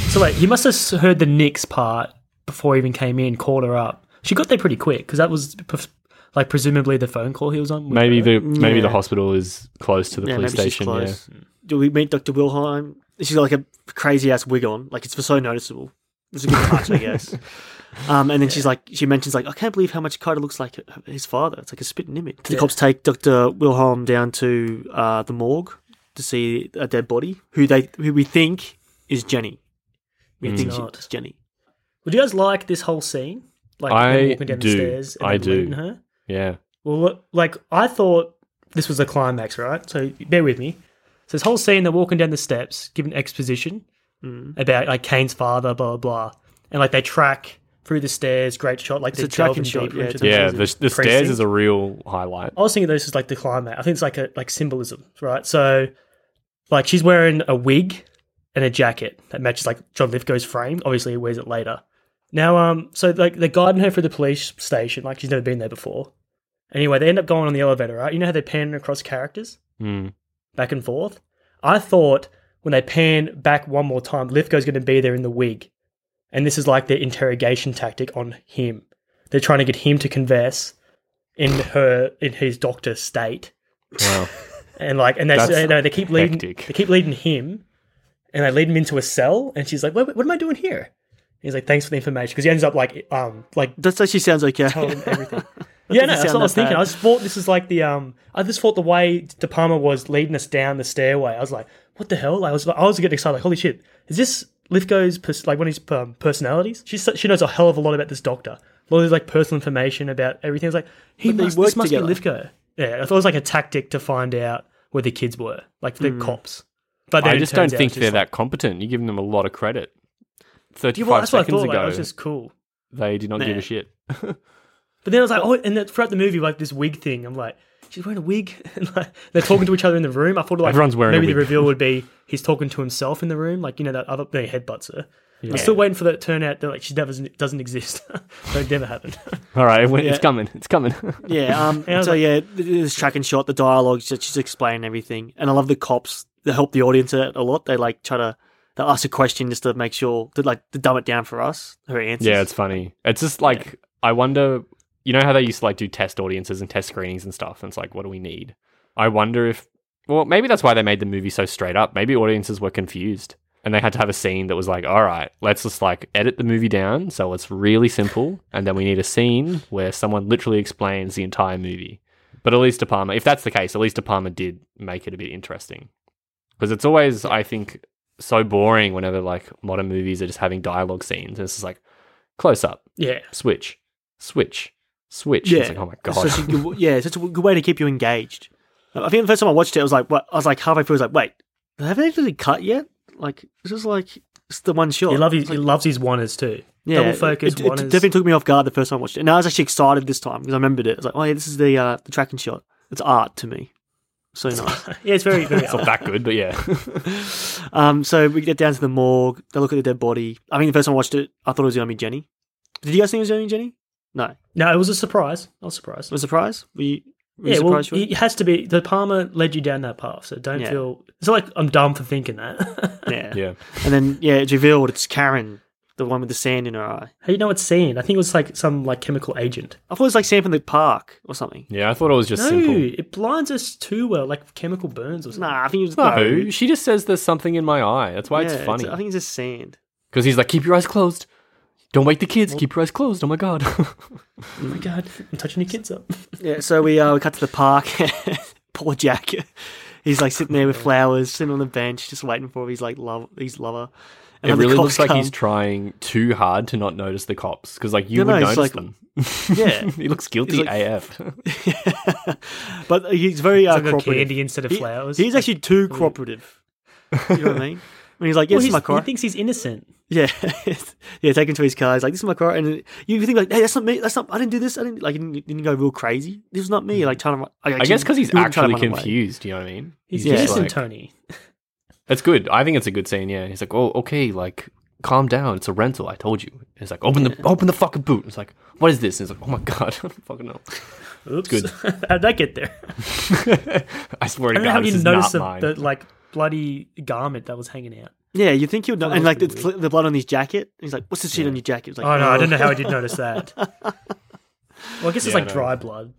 S2: So wait, he must have s- heard the Nick's part before he even came in. Called her up. She got there pretty quick because that was pref- like presumably the phone call he was on. with
S4: Maybe the
S2: her.
S4: maybe
S3: Yeah.
S4: the hospital is close to the police station. Yeah.
S3: Do we meet Dr. Wilhelm? She's got like a crazy ass wig on. Like it's so noticeable. It's a good touch, I guess. Um, and then she's like, she mentions like, I can't believe how much Carter looks like his father. It's like a spitting image. The cops take Dr. Wilhelm down to uh, the morgue to see a dead body, who they who we think is Jenny. We think she-
S2: not.
S3: it's Jenny.
S2: Would you guys like this whole scene? Like them
S4: I
S2: walking down
S4: do.
S2: the stairs and
S4: I
S2: them
S4: do.
S2: leading her.
S4: yeah.
S2: Well, look, like I thought this was the climax, right? So bear with me. So this whole scene, they're walking down the steps, giving exposition
S3: Mm.
S2: about like Kane's father, blah blah blah, and like they track through the stairs. Great shot, like
S3: It's
S2: they're
S3: a
S2: delving
S3: tracking shot,
S2: deeper
S3: yeah,
S2: into
S3: it's
S2: the-
S4: Yeah, the, the stairs
S2: Precinct.
S4: is a real
S2: *laughs*
S4: highlight.
S2: I was thinking this is like the climax. I think it's like a like symbolism, right? So, like she's wearing a wig and a jacket that matches like John Lithgow's frame. Obviously, he wears it later. Now, um, so like they're guiding her through the police station, like she's never been there before. Anyway, they end up going on the elevator, right? You know how they pan across characters
S4: Mm.
S2: back and forth. I thought when they pan back one more time, Lithgow's going to be there in the wig, and this is like their interrogation tactic on him. They're trying to get him to confess in her in his doctor state
S4: Wow.
S2: and like and they
S4: That's
S2: they, no, they keep leading
S4: hectic.
S2: they keep leading him and they lead him into a cell and she's like what, what am i doing here And he's like thanks for the information because he ends up like um like
S3: That actually sounds okay.
S2: telling him everything yeah no that's
S3: doesn't
S2: what i
S3: sound
S2: was
S3: that
S2: thinking
S3: bad.
S2: i just thought this is like the um i just thought the way de palma was leading us down the stairway i was like what the hell i was i was getting excited like holy shit is this lithgow's pers- like one of his um, personalities she's so- she knows a hell of a lot about this doctor a lot of like personal information about everything it's like he
S3: they
S2: must,
S3: work
S2: this must
S3: together.
S2: be lithgow yeah i thought it was like a tactic to find out where the kids were like the
S3: Hmm.
S2: cops but then
S4: I
S2: it
S4: just don't
S2: turns out
S4: think
S2: it's
S4: they're
S2: just like-
S4: that competent. You're giving them a lot of credit.
S2: Yeah,
S4: Thirty-five
S2: well, that's what I
S4: seconds
S2: thought. Like,
S4: ago,
S2: it was just cool.
S4: they did not give
S3: Nah.
S4: a shit.
S2: But then I was like, oh, and then throughout the movie, like this wig thing, I'm like, she's wearing a wig, *laughs* and like they're talking to each other in the room. I thought like
S4: Everyone's wearing a
S2: maybe the
S4: wig.
S2: reveal would be he's talking to himself in the room, like you know that other then he headbutts her. I'm still waiting for that turnout that like she never doesn't exist. *laughs* so it never happened. *laughs*
S4: All right, *laughs* it went-
S3: Yeah.
S4: it's coming. It's coming. *laughs*
S3: Yeah. Um,
S2: Yeah, I was
S3: so
S2: like-
S3: yeah, th- this tracking shot, the dialogue, she's she's explaining everything, and I love the cops. They help the audience out a lot. They like try to they ask a question just to make sure to like to dumb it down for us. Her answers.
S4: yeah, it's funny. It's just like I wonder. You know how they used to like do test audiences and test screenings and stuff. And it's like, what do we need? I wonder if Well, maybe that's why they made the movie so straight up. Maybe audiences were confused and they had to have a scene that was like, all right, let's just like edit the movie down so it's really simple. And then we need a scene where someone literally explains the entire movie. But at least De Palma, if that's the case, at least De Palma did make it a bit interesting. Because it's always, I think, so boring whenever like modern movies are just having dialogue scenes. It's just like close up,
S2: Yeah.
S4: switch, switch, switch.
S3: Yeah.
S4: It's like, oh my God.
S3: It's such a good, yeah, it's such a good way to keep you engaged. I think the first time I watched it, I was like, what? I was like halfway through, I was like, wait, have they actually cut yet? Like, it's just like it's the one shot.
S2: He, love his,
S3: It's
S2: he
S3: like-
S2: loves his oneers too. *laughs* double focus,
S3: It, it,
S2: one
S3: it
S2: is-
S3: definitely took me off guard the first time I watched it, and I was actually excited this time because I remembered it. I was like, oh yeah, this is the uh, the tracking shot. It's art to me.
S2: *laughs*
S3: So nice.
S2: Yeah, it's very, very.
S4: *laughs* it's not that good, but yeah.
S3: *laughs*
S4: *laughs*
S3: um, so we get down to the morgue. They look at the dead body. I think the first time I watched it, I thought it was going to be Jenny. Did you guys think it was going to be Jenny? No,
S2: no, it was a surprise. I was surprised.
S3: was a surprise. Were you, were you
S2: Yeah, well,
S3: surprised?
S2: it has to be. The Palmer led you down that path, so don't
S3: Yeah.
S2: feel. It's not like I'm dumb for thinking that. *laughs*
S3: Well, yeah.
S4: yeah.
S3: And then yeah, it's revealed it's Karen, the one with the sand in her eye.
S2: How do you know it's seen? I think it was like some like chemical agent.
S3: I thought it was like sand from the park or something.
S4: Yeah. I thought it was just
S2: no,
S4: simple.
S2: it blinds us too well, like chemical burns or something.
S3: Nah, I think it was
S4: No, she just says there's something in my eye. That's why
S3: Yeah,
S4: it's funny.
S3: I think it's just sand.
S4: Because he's like, keep your eyes closed. Don't wake the kids. Keep your eyes closed. Oh my god. *laughs*
S2: Oh my god, I'm touching your kids up.
S3: Yeah, so we uh, we cut to the park. *laughs* Poor Jack, *laughs* he's like sitting there
S4: Oh,
S3: with flowers, sitting on the bench, just waiting for his like love, his lover.
S4: it
S3: then the
S4: really
S3: cops
S4: looks like he's
S3: come.
S4: trying too hard to not notice the cops. Because like you
S3: No, no,
S4: would
S3: he's
S4: notice them.
S3: like-
S4: *laughs*
S3: *laughs* Yeah.
S4: he looks guilty
S3: He's like- *laughs*
S4: AF.
S3: but he's very uh,
S2: It's like a
S3: cooperative.
S2: candy instead of
S3: He-
S2: flowers.
S3: he's actually too cooperative. you know what I
S2: *laughs*
S3: mean? When he's like, "Yeah,
S2: Well,
S3: this is
S2: he's-
S3: my car."
S2: He thinks he's innocent.
S3: yeah, *laughs* yeah. *laughs* Take him to his car. He's like, "This is my car," and you think like, "Hey, that's not me. That's not. I didn't do this. I didn't like. Didn't, didn't go real crazy. This was not me."
S2: Hmm.
S3: Like trying to. run- Like,
S4: I guess because he's
S3: you wouldn't try to
S4: actually
S3: run away.
S4: confused. You know what I mean?
S2: He's
S3: Yeah.
S2: innocent,
S4: like-
S2: Tony.
S4: It's good. I think it's a good scene. Yeah. He's like, oh, okay, like calm down. It's a rental. I told you. And He's like, open the open the fucking boot. It's like, what is this? And he's like, oh my god, *laughs* I don't fucking know.
S2: Oops.
S4: good.
S2: *laughs* How'd that get there?
S4: I swear to
S2: I don't know how
S4: God, this
S2: you
S4: is not
S2: notice the,
S4: mine.
S2: the like bloody garment that was hanging out.
S3: Yeah, you think he would know,
S2: That
S3: and
S2: was
S3: like the,
S2: pretty
S3: the blood on his jacket. He's like, "What's this shit on your jacket?" It's like,
S2: Oh no, I don't know how I did *laughs* notice that. Well, I guess it's
S4: Yeah,
S2: like
S4: no.
S2: dry blood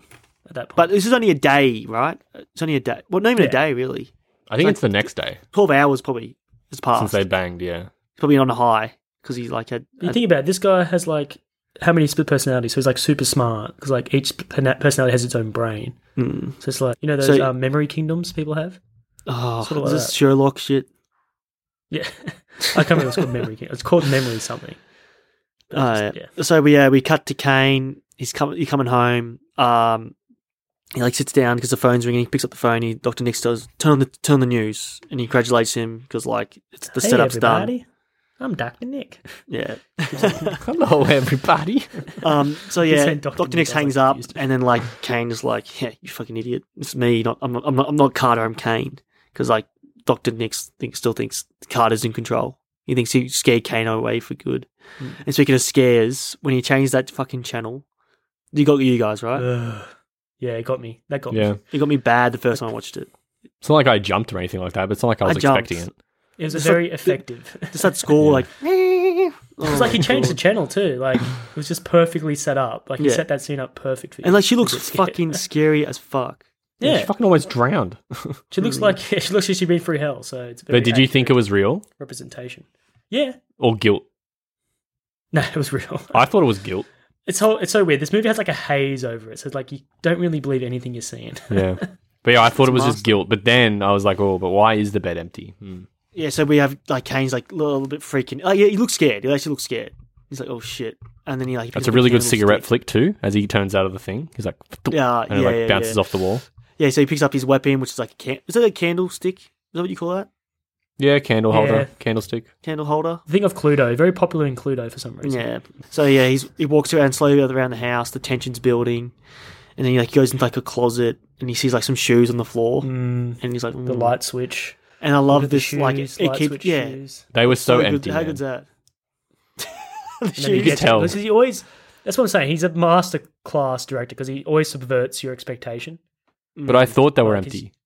S2: at that point.
S3: But this is only a day, right? It's only a day. Well, not even a
S2: Yeah.
S3: day, really.
S4: I think it's the next day
S3: Twelve hours probably has
S2: Ah.
S4: since
S3: passed.
S4: they banged.
S2: *laughs*
S4: Yeah.
S3: Probably on a high because he's like had.
S2: You
S3: had-
S2: think about it, this guy has like how many split personalities? So he's like super smart because like each p- personality has its own brain.
S3: Hmm.
S2: So it's like you know those
S3: So-
S2: um, memory kingdoms people have.
S3: oh,
S2: Sort of
S3: is
S2: like
S3: this
S2: that.
S3: Sherlock shit?
S2: Yeah, *laughs* I can't remember. It's called memory. Kingdom. It's called memory something. But
S3: Oh,
S2: it's-
S3: yeah.
S2: yeah.
S3: So we uh, we cut to Kane. He's coming. He's coming home. Um, he like sits down because the phone's ringing. He picks up the phone. He Doctor Nix does turn on the turn on the news and he congratulates him because like it's the
S2: Hey,
S3: setup's done.
S2: everybody. I'm
S4: *laughs*
S2: Doctor Nick.
S3: Yeah.
S4: Hello, everybody.
S3: Um, so
S2: *laughs* He
S3: yeah,
S2: said
S3: Doctor
S2: Dr.
S3: Nix
S2: Nick, I was,
S3: hangs
S2: like,
S3: up,
S2: confused.
S3: and then like Kane is like, "Yeah, you fucking idiot! It's me. Not I'm. Not, I'm not. I'm not Carter. I'm Kane." Because like Doctor Nix thinks, still thinks Carter's in control. He thinks he scared Kane away for good.
S2: Hmm.
S3: And speaking of scares, when he changed that fucking channel, you got you guys right.
S2: Ugh. yeah, it got me. That got
S4: Yeah.
S2: me.
S3: You got me bad the first time I watched it.
S4: It's not like I jumped or anything like that, but it's not like I
S3: I
S4: was
S3: jumped.
S4: expecting it.
S2: It was
S3: It's
S2: very
S3: like- Oh
S2: effective. *laughs*
S3: Just that score, like, *laughs*
S2: It was like he changed the channel too. Like it was just perfectly set up. Like he
S3: Yeah.
S2: set that scene up perfectly.
S3: and like she
S2: to *laughs*
S3: looks
S2: get scared.
S3: fucking scary as fuck.
S4: She
S2: yeah.
S4: fucking almost drowned.
S2: She looks like *laughs* she looks like she's been through hell. So it's. a very
S4: But did you think it
S2: accurate
S4: was real
S2: representation? Yeah. *laughs*
S4: or guilt?
S2: No, it was real.
S4: I thought it was
S2: *laughs*
S4: guilt.
S2: It's so it's so weird. This movie has like a haze over it, so like you don't really believe anything you're seeing.
S4: Yeah. But yeah, I thought it was just
S3: master.
S4: guilt. But then I was like, oh, but why is the bed empty? Hmm.
S3: Yeah, so we have like Kane's like a little bit freaking. Oh yeah, he looks scared. He actually looks scared. He's like, oh shit, and then he like he
S4: That's
S3: picks
S4: a
S3: up
S4: really good
S3: candlestick.
S4: cigarette flick too, as he turns out of the thing. He's like,
S3: Yeah,
S4: and it
S3: yeah,
S4: like
S3: yeah,
S4: bounces
S3: yeah.
S4: off the wall.
S3: Yeah, so he picks up his weapon, which is like a can- is that a candlestick? Is that what you call that?
S4: Yeah, candle holder,
S2: Yeah.
S4: candlestick.
S3: Candle holder.
S2: *laughs* Think of Cluedo, very popular in Cluedo for some reason.
S3: Yeah. So yeah, he's he walks around slowly around the house. The tension's building, and then he like goes into like a closet and he sees like some shoes on the floor,
S2: Mm,
S3: and he's like,
S2: the
S3: "Mm."
S2: light switch.
S3: And I
S2: look
S3: love
S2: at the
S3: this like it,
S2: shoes,
S3: it
S2: light
S3: keeps
S2: switch
S3: yeah.
S2: shoes.
S4: They were so
S3: How good-
S4: empty.
S3: How
S4: man.
S3: good's that? *laughs* the
S2: And then he
S3: shoes.
S2: gets
S4: tell.
S2: because he always. That's what I'm saying. He's a master class director because he always subverts your expectation.
S4: But I thought they were
S2: Mm. Like,
S4: empty.
S2: *laughs*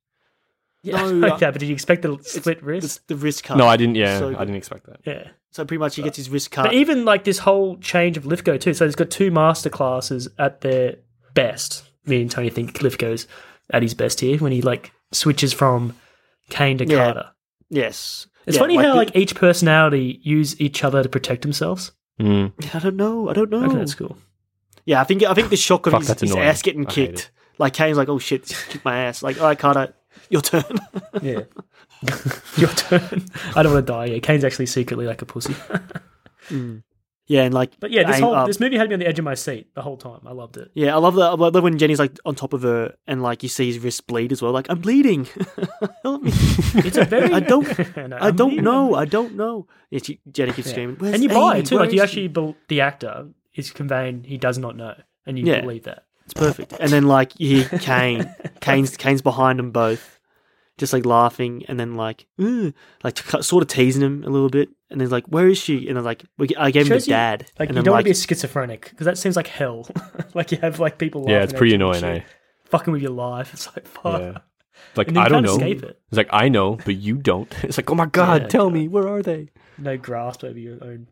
S2: Yeah,
S3: No,
S2: like
S3: uh,
S2: that. But did you expect the split
S3: It's
S2: wrist?
S3: the wrist cut.
S4: No, I didn't. Yeah,
S3: So
S4: I
S3: good.
S4: didn't expect that.
S2: Yeah.
S3: So pretty much he gets his wrist cut.
S2: But even like this whole change of Lithgow too. So he's got two master classes at their best. Me and Tony think Lithgow's at his best here when he like switches from Kane to
S3: Yeah.
S2: Carter.
S3: Yes.
S2: It's
S3: Yeah,
S2: funny how
S3: the-
S2: like each personality use each other to protect themselves.
S4: Mm.
S3: I don't know. I don't know.
S2: Okay, that's cool.
S3: Yeah, I think I think the shock of
S4: Fuck,
S3: his,
S4: that's
S3: his
S4: annoying.
S3: ass getting
S4: I hate
S3: kicked. Like Kane's like, oh shit, kick my ass. Like, all right, Carter, your turn. *laughs*
S2: Yeah. *laughs* Your turn. I don't want to die. Yeah, Kane's actually secretly like a pussy.
S3: yeah, and like,
S2: But yeah, this
S3: I-
S2: whole
S3: uh,
S2: this movie had me on the edge of my seat the whole time. I loved it.
S3: yeah, I love that. I love when Jenny's like on top of her, and like you see his wrist bleed as well. Like, I'm bleeding. *laughs* Help me.
S2: It's a very
S3: *laughs* I don't.
S2: *laughs* No,
S3: I don't
S2: I'm-
S3: know. I don't know. Yeah, she, Jenny keeps
S2: Yeah.
S3: screaming. "Where's
S2: And you buy
S3: Amy?
S2: it too.
S3: Where
S2: Like you
S3: is she?"
S2: actually, bel the actor is conveying he does not know, and you
S3: Yeah.
S2: believe that.
S3: It's perfect. And then like
S2: *laughs*
S3: you hear Kane, Kane's Kane's behind them both, just like laughing, and then like "Ugh," like t- sort of teasing him a little bit, and then like where is she? And then like we, I gave him the
S2: Shows you-
S3: dad,
S2: Like
S3: and
S2: you
S3: I'm
S2: don't want
S3: like
S2: to be schizophrenic because that seems like hell. *laughs* like you have like people.
S4: Yeah,
S2: laughing
S4: it's
S2: at
S4: pretty
S2: you and
S4: annoying,
S2: shit,
S4: eh?
S2: Fucking with your life. *laughs* It's like fuck.
S4: Yeah. It's Like
S2: And then
S4: I
S2: you
S4: don't
S2: can't
S4: know.
S2: escape it.
S4: It's like I know, but you don't. *laughs* It's like, oh my god,
S2: Yeah,
S4: tell
S2: yeah.
S4: me, where are they?
S2: No grasp over your own.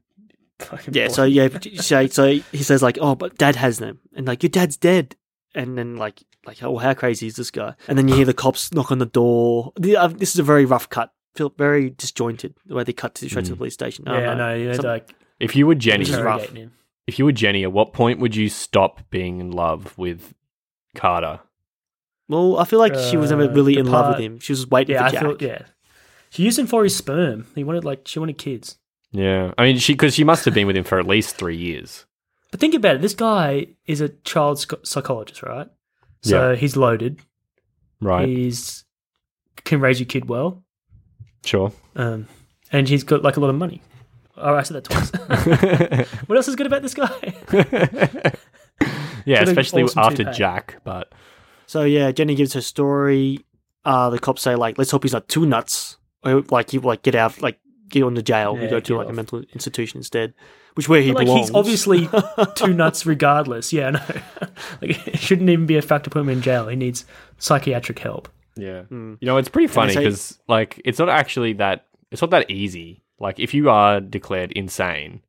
S2: Fucking
S3: yeah.
S2: life.
S3: So yeah, so, so he says like oh, but dad has them, and like your dad's dead, and then like like oh how crazy is this guy? And then you hear the cops knock on the door. The, uh, this is a very rough cut. Feel very disjointed the way they cut to straight to the police station. Oh, I don't
S2: Mm. yeah,
S3: know.
S2: no, you know,
S3: Some-
S2: like
S4: If you were Jenny,
S3: It's rough.
S2: interrogating him.
S4: if you were Jenny, at what point would you stop being in love with Carter?
S3: Well, I feel like she was never
S2: Uh,
S3: really
S2: the
S3: in love
S2: part-
S3: with him. She was just waiting
S2: Yeah,
S3: for
S2: I
S3: Jack.
S2: feel yeah. She used him for his sperm. He wanted like she wanted kids.
S4: Yeah, I mean, she because she must have been with him for at least three years.
S2: But think about it. This guy is a child sc- psychologist, right? So he's loaded.
S4: Right.
S2: He's can raise your kid well, *laughs*
S4: sure. *laughs*
S2: um, and he's got like a lot of money. Oh, I said that twice. *laughs* what else is good about this guy?
S4: Yeah,
S2: Sort of
S4: especially
S2: awesome
S4: after
S2: toupee.
S4: Jack. But
S3: So yeah, Jenny gives her story. Uh, the cops say like, let's hope he's not too nuts, or like you like get out, like get on the jail.
S2: Yeah,
S3: you go to
S2: get
S3: like a
S2: off.
S3: mental institution instead, which where he
S2: like
S3: belongs.
S2: he's obviously two nuts, regardless. Yeah, no. *laughs* like it shouldn't even be a fact to put him in jail. He needs psychiatric help.
S4: yeah,
S2: Mm.
S4: you know, it's pretty funny
S3: say-
S4: because like it's not actually that it's not that easy. Like if you are declared insane,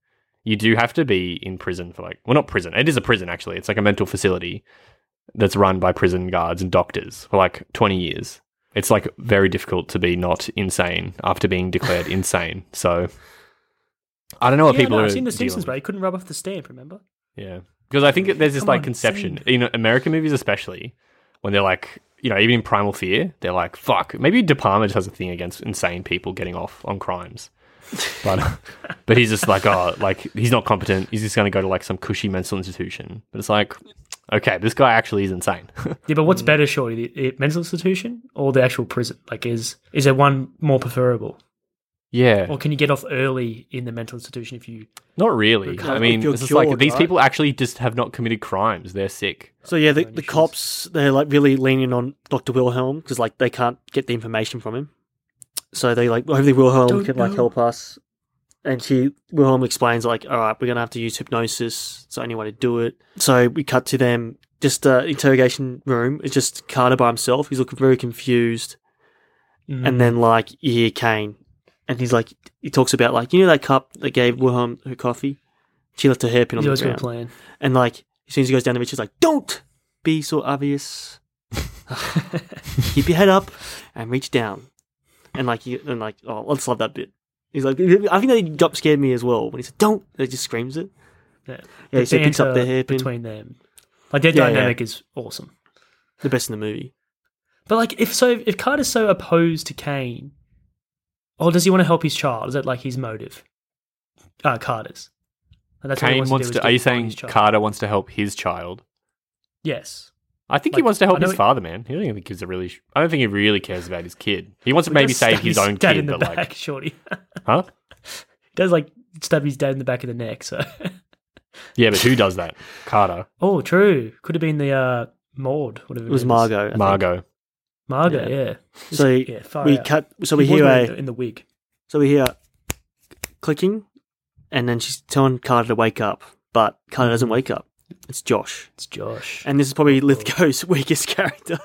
S4: you do have to be in prison for like well, not prison. It is a prison actually. It's like a mental facility that's run by prison guards and doctors for like twenty years. It's like very difficult to be not insane after being
S2: *laughs*
S4: declared insane. So I don't know what
S2: yeah,
S4: people
S2: no,
S4: are.
S2: I've seen The Simpsons,
S4: dealing
S2: bro. He couldn't rub off the stamp. Remember?
S4: Yeah. Because I think that there's this
S2: Come
S4: like
S2: on,
S4: conception in American movies, especially when they're like, you know, even in Primal Fear, they're like, fuck, maybe De Palma just has a thing against insane people getting off on crimes.
S2: *laughs*
S4: But, but he's just like, oh, like he's not competent. He's just going to go to like some cushy mental institution. But it's like, okay, this guy actually is insane. *laughs*
S2: Yeah, but
S3: Mm.
S2: what's better, surely, the, the mental institution or the actual prison? Like, is is there one more preferable,
S4: yeah,
S2: or can you get off early in the mental institution if you?
S4: not really.
S3: Because
S4: I mean,
S3: if you're
S4: it's just like
S3: cured,
S4: these
S3: right?
S4: people actually just have not committed crimes. They're sick.
S3: so yeah, the, the cops they're like really leaning on Doctor Wilhelm because like they can't get the information from him. So they like well, hopefully Wilhelm
S2: Don't
S3: can like
S2: know.
S3: help us. And she Wilhelm explains like, all right, we're gonna have to use hypnosis. It's the only way to do it. So we cut to them just uh, interrogation room. It's just Carter by himself. He's looking very confused.
S2: mm,
S3: And then like you hear Kane, and he's like, he talks about like you know that cup that gave Wilhelm her coffee. She left her hairpin
S2: he's
S3: on the
S2: always got a
S3: ground,
S2: plan.
S3: and like as soon as he goes down the beach, she's like, "Don't be so obvious. Keep your head up and reach down." And like you, and like oh, I just love that bit. He's like, I think that jump scared me as well when he said, "Don't." He just screams it.
S2: Yeah.
S3: yeah. He so he picks up the
S2: banter
S3: hairpin.
S2: between them. Like their
S3: Yeah, yeah.
S2: dynamic is awesome.
S3: The best in the movie.
S2: But like, if so, if Carter's so opposed to Kane, or does he want to help his child? Is that like his motive? Uh, Carter's. And that's what he
S4: Kane wants
S2: do,
S4: to.
S2: is
S4: Are you
S2: get behind
S4: saying
S2: his child.
S4: Carter wants to help his child?
S2: Yes.
S4: I think he
S2: Like,
S4: wants to
S2: I
S4: help
S2: know
S4: his
S2: it-
S4: father, man. He don't even think he's a really. Sh- I don't think he really cares about his kid. He wants to
S2: But
S4: maybe
S2: he does
S4: save
S2: stab
S4: his own
S2: dad
S4: kid,
S2: in the
S4: but
S2: back,
S4: like,
S2: shorty. *laughs*
S4: huh?
S2: He does like stab his dad in the back of the neck. So, *laughs*
S4: Yeah, but who does that? Carter,
S2: oh, true. Could have been the uh, Maud. Whatever
S3: It was Margot. I think.
S4: Margot.
S2: Margot.
S3: Yeah.
S2: Yeah.
S3: So
S2: Yeah. far
S3: we
S2: out.
S3: cut. So we
S2: He
S3: hear
S2: wasn't
S3: a
S2: in the, in the wig.
S3: So we hear clicking, and then she's telling Carter to wake up, but Carter doesn't wake up. It's Josh,
S2: It's Josh.
S3: and this is
S2: Oh,
S3: probably Lithgow's *laughs* weakest character.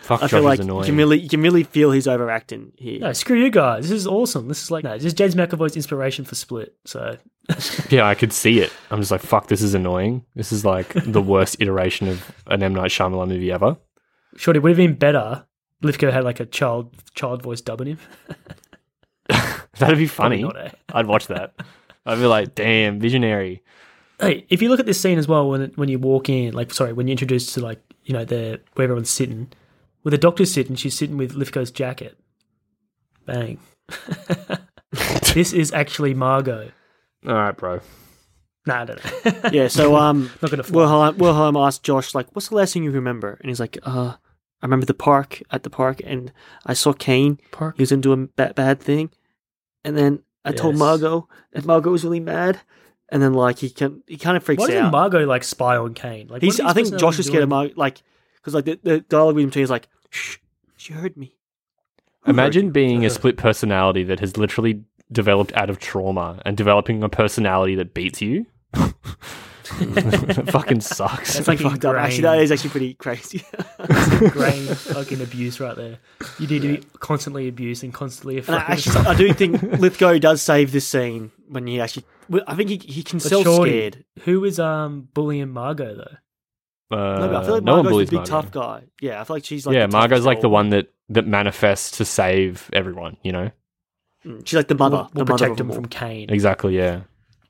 S4: Fuck,
S3: I
S4: Josh
S3: feel like
S4: is
S3: you
S4: annoying.
S3: can really, you can really feel he's overacting here.
S2: no, screw you guys. This is awesome. This is like no, this is James McAvoy's inspiration for Split. So
S4: *laughs* yeah, I could see it. I'm just like, fuck, this is annoying. This is
S2: *laughs*
S4: like the worst iteration of an M Night Shyamalan movie ever. *laughs*
S2: Shorty would have been better Lithgow had like a child child voice dubbing him.
S4: That'd be funny.
S2: Probably not, eh?
S4: I'd watch that. I'd be like, damn, visionary.
S2: Hey, if you look at this scene as well, when when you walk in, like sorry, when you're introduced to like you know the where everyone's sitting, where the doctor's sitting, she's sitting with Lithgow's jacket. Bang. *laughs* this is actually Margot.
S4: All right, bro.
S2: Nah, I don't know.
S3: *laughs*
S2: *laughs*
S3: Yeah, so um,
S2: Not gonna fly.
S3: Wilhelm, Wilhelm asked Josh, like, what's the last thing you remember? And he's like, uh, I remember the park, at the park, and I saw Kane.
S2: Park?
S3: He was into a ba- bad thing. And then I told
S2: Yes.
S3: Margot, and Margot was really mad. And then, like, he can, he kind of freaks
S2: Why doesn't
S3: out.
S2: Margot like spy on Kane? Like,
S3: He's,
S2: what are
S3: I
S2: these
S3: think Josh
S2: personalities
S3: is scared of
S2: doing?
S3: Margot, like, because, like, the, the dialogue between is like, shh, she heard me.
S4: Imagine being a split personality that has literally developed out of trauma and developing a personality that beats
S3: *laughs*
S4: you. *laughs* It fucking sucks.
S3: That's fucking dumb. Actually, that
S2: ingrained.
S3: is actually
S2: *laughs*
S3: pretty crazy.
S2: grain fucking abuse right there. You need to be constantly abused and constantly
S3: And
S2: fucking
S3: I, actually, I do think Lithgow does save this scene when he actually. well, I think he, he can self scared.
S2: Who is um bullying Margot though?
S4: Uh,
S3: No, but I feel like
S4: no one
S3: Margot's
S4: bullies
S3: the big
S4: Margot.
S3: tough guy. Yeah, I feel like she's like.
S4: yeah,
S3: the
S4: Margot's
S3: toughest
S4: like the
S3: girl.
S4: one that that manifests to save everyone. You know
S3: Mm, She's like the mother.
S2: We'll, we'll
S3: the mother
S2: protect
S3: of them
S2: him
S3: all.
S2: from Kane.
S4: exactly. Yeah,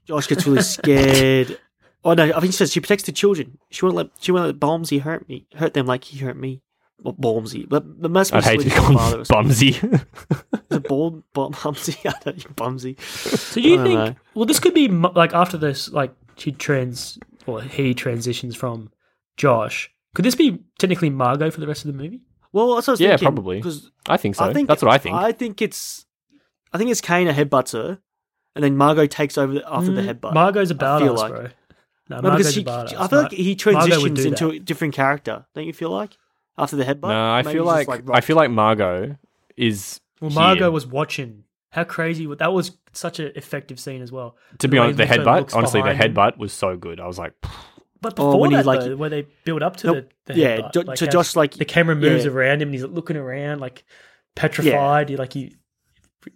S3: Josh gets
S2: *laughs*
S3: really scared. Oh no! I think she says she protects the children. She won't let she won't let Balmsy hurt me, hurt them like he hurt me. Well, Balmsy, but the must be
S4: I'd hate to
S3: Slytherin's
S4: call
S3: father
S4: him
S3: or something.
S4: Bumsy. *laughs*
S3: Is it Bal- Bal- *laughs* Balmsy? I don't know, Bumsy.
S2: So do you
S3: I
S2: think?
S3: dunno.
S2: Well, this could be mo- like after this, like she trans or he transitions from Josh. Could this be technically Margot for the rest of the movie?
S3: Well, that's what I was
S4: Yeah,
S3: thinking,
S4: probably.
S3: 'cause
S4: I think so.
S3: I think
S4: That's what I think.
S3: I think it's, I think it's Kane that headbutts her, and then Margot takes over the, after the
S2: Mm,
S3: headbutt.
S2: Margot's a
S3: I feel
S2: badass,
S3: like-
S2: bro. No,
S3: no, because
S2: Margot's
S3: she,
S2: a badass.
S3: I feel
S2: Mar-
S3: like he
S2: Margot would
S3: transitions
S2: do
S3: into
S2: that.
S3: a different character. Don't you feel like after the headbutt?
S4: no, I
S3: Maybe
S4: feel
S3: he's
S4: like,
S3: just,
S4: I feel like Margot is.
S2: Well, Margot
S4: here.
S2: was watching. How crazy! wa- That was such an effective scene as well.
S4: To be
S2: way
S4: honest, the
S2: Lithgow
S4: headbutt.
S2: looks
S4: Honestly, the
S2: behind him.
S4: headbutt was so good. I was like,
S2: But
S3: Oh,
S2: before
S3: when he,
S2: that,
S3: like-
S2: though, where they build up to
S3: No,
S2: the, the
S3: yeah,
S2: headbutt,
S3: Jo- so
S2: how
S3: Josh, like-
S2: the camera moves
S3: yeah.
S2: around him, and he's looking around like petrified. You're like you,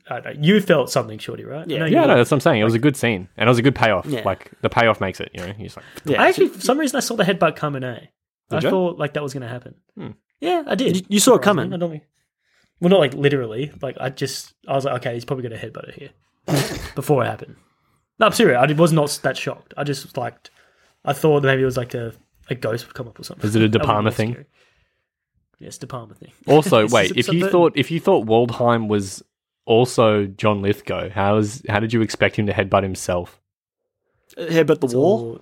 S2: I don't know. You felt something, Shorty, right?
S3: Yeah.
S2: I know you
S4: yeah,
S2: did.
S4: no, that's what I'm saying. It was a good scene, and it was a good payoff.
S3: Yeah.
S4: Like the payoff makes it. You know, he's
S3: *laughs*
S4: like,
S3: yeah.
S2: I actually, for some reason, I saw the headbutt coming. Eh? I
S4: you?
S2: thought like that was going to happen.
S4: Hmm.
S2: Yeah, I did.
S3: You- you saw it
S2: Surprised me.
S3: coming.
S2: I don't. Well, not like literally. Like I just, I was like, okay, he's probably going to headbutt it here before it happened. No, I'm serious. I was not that shocked. I just like, I thought maybe it was like a, a ghost would come up or something.
S4: Is it a De
S2: *laughs* That would've
S4: Palma
S2: been
S4: thing?
S2: scary. Yes, De Palma thing.
S4: Also,
S2: It's
S4: wait.
S2: sub-
S4: If you
S2: subvert-
S4: thought if you thought Waldheim was also John Lithgow, how is how did you expect him to headbutt himself?
S3: Uh, headbutt the wall.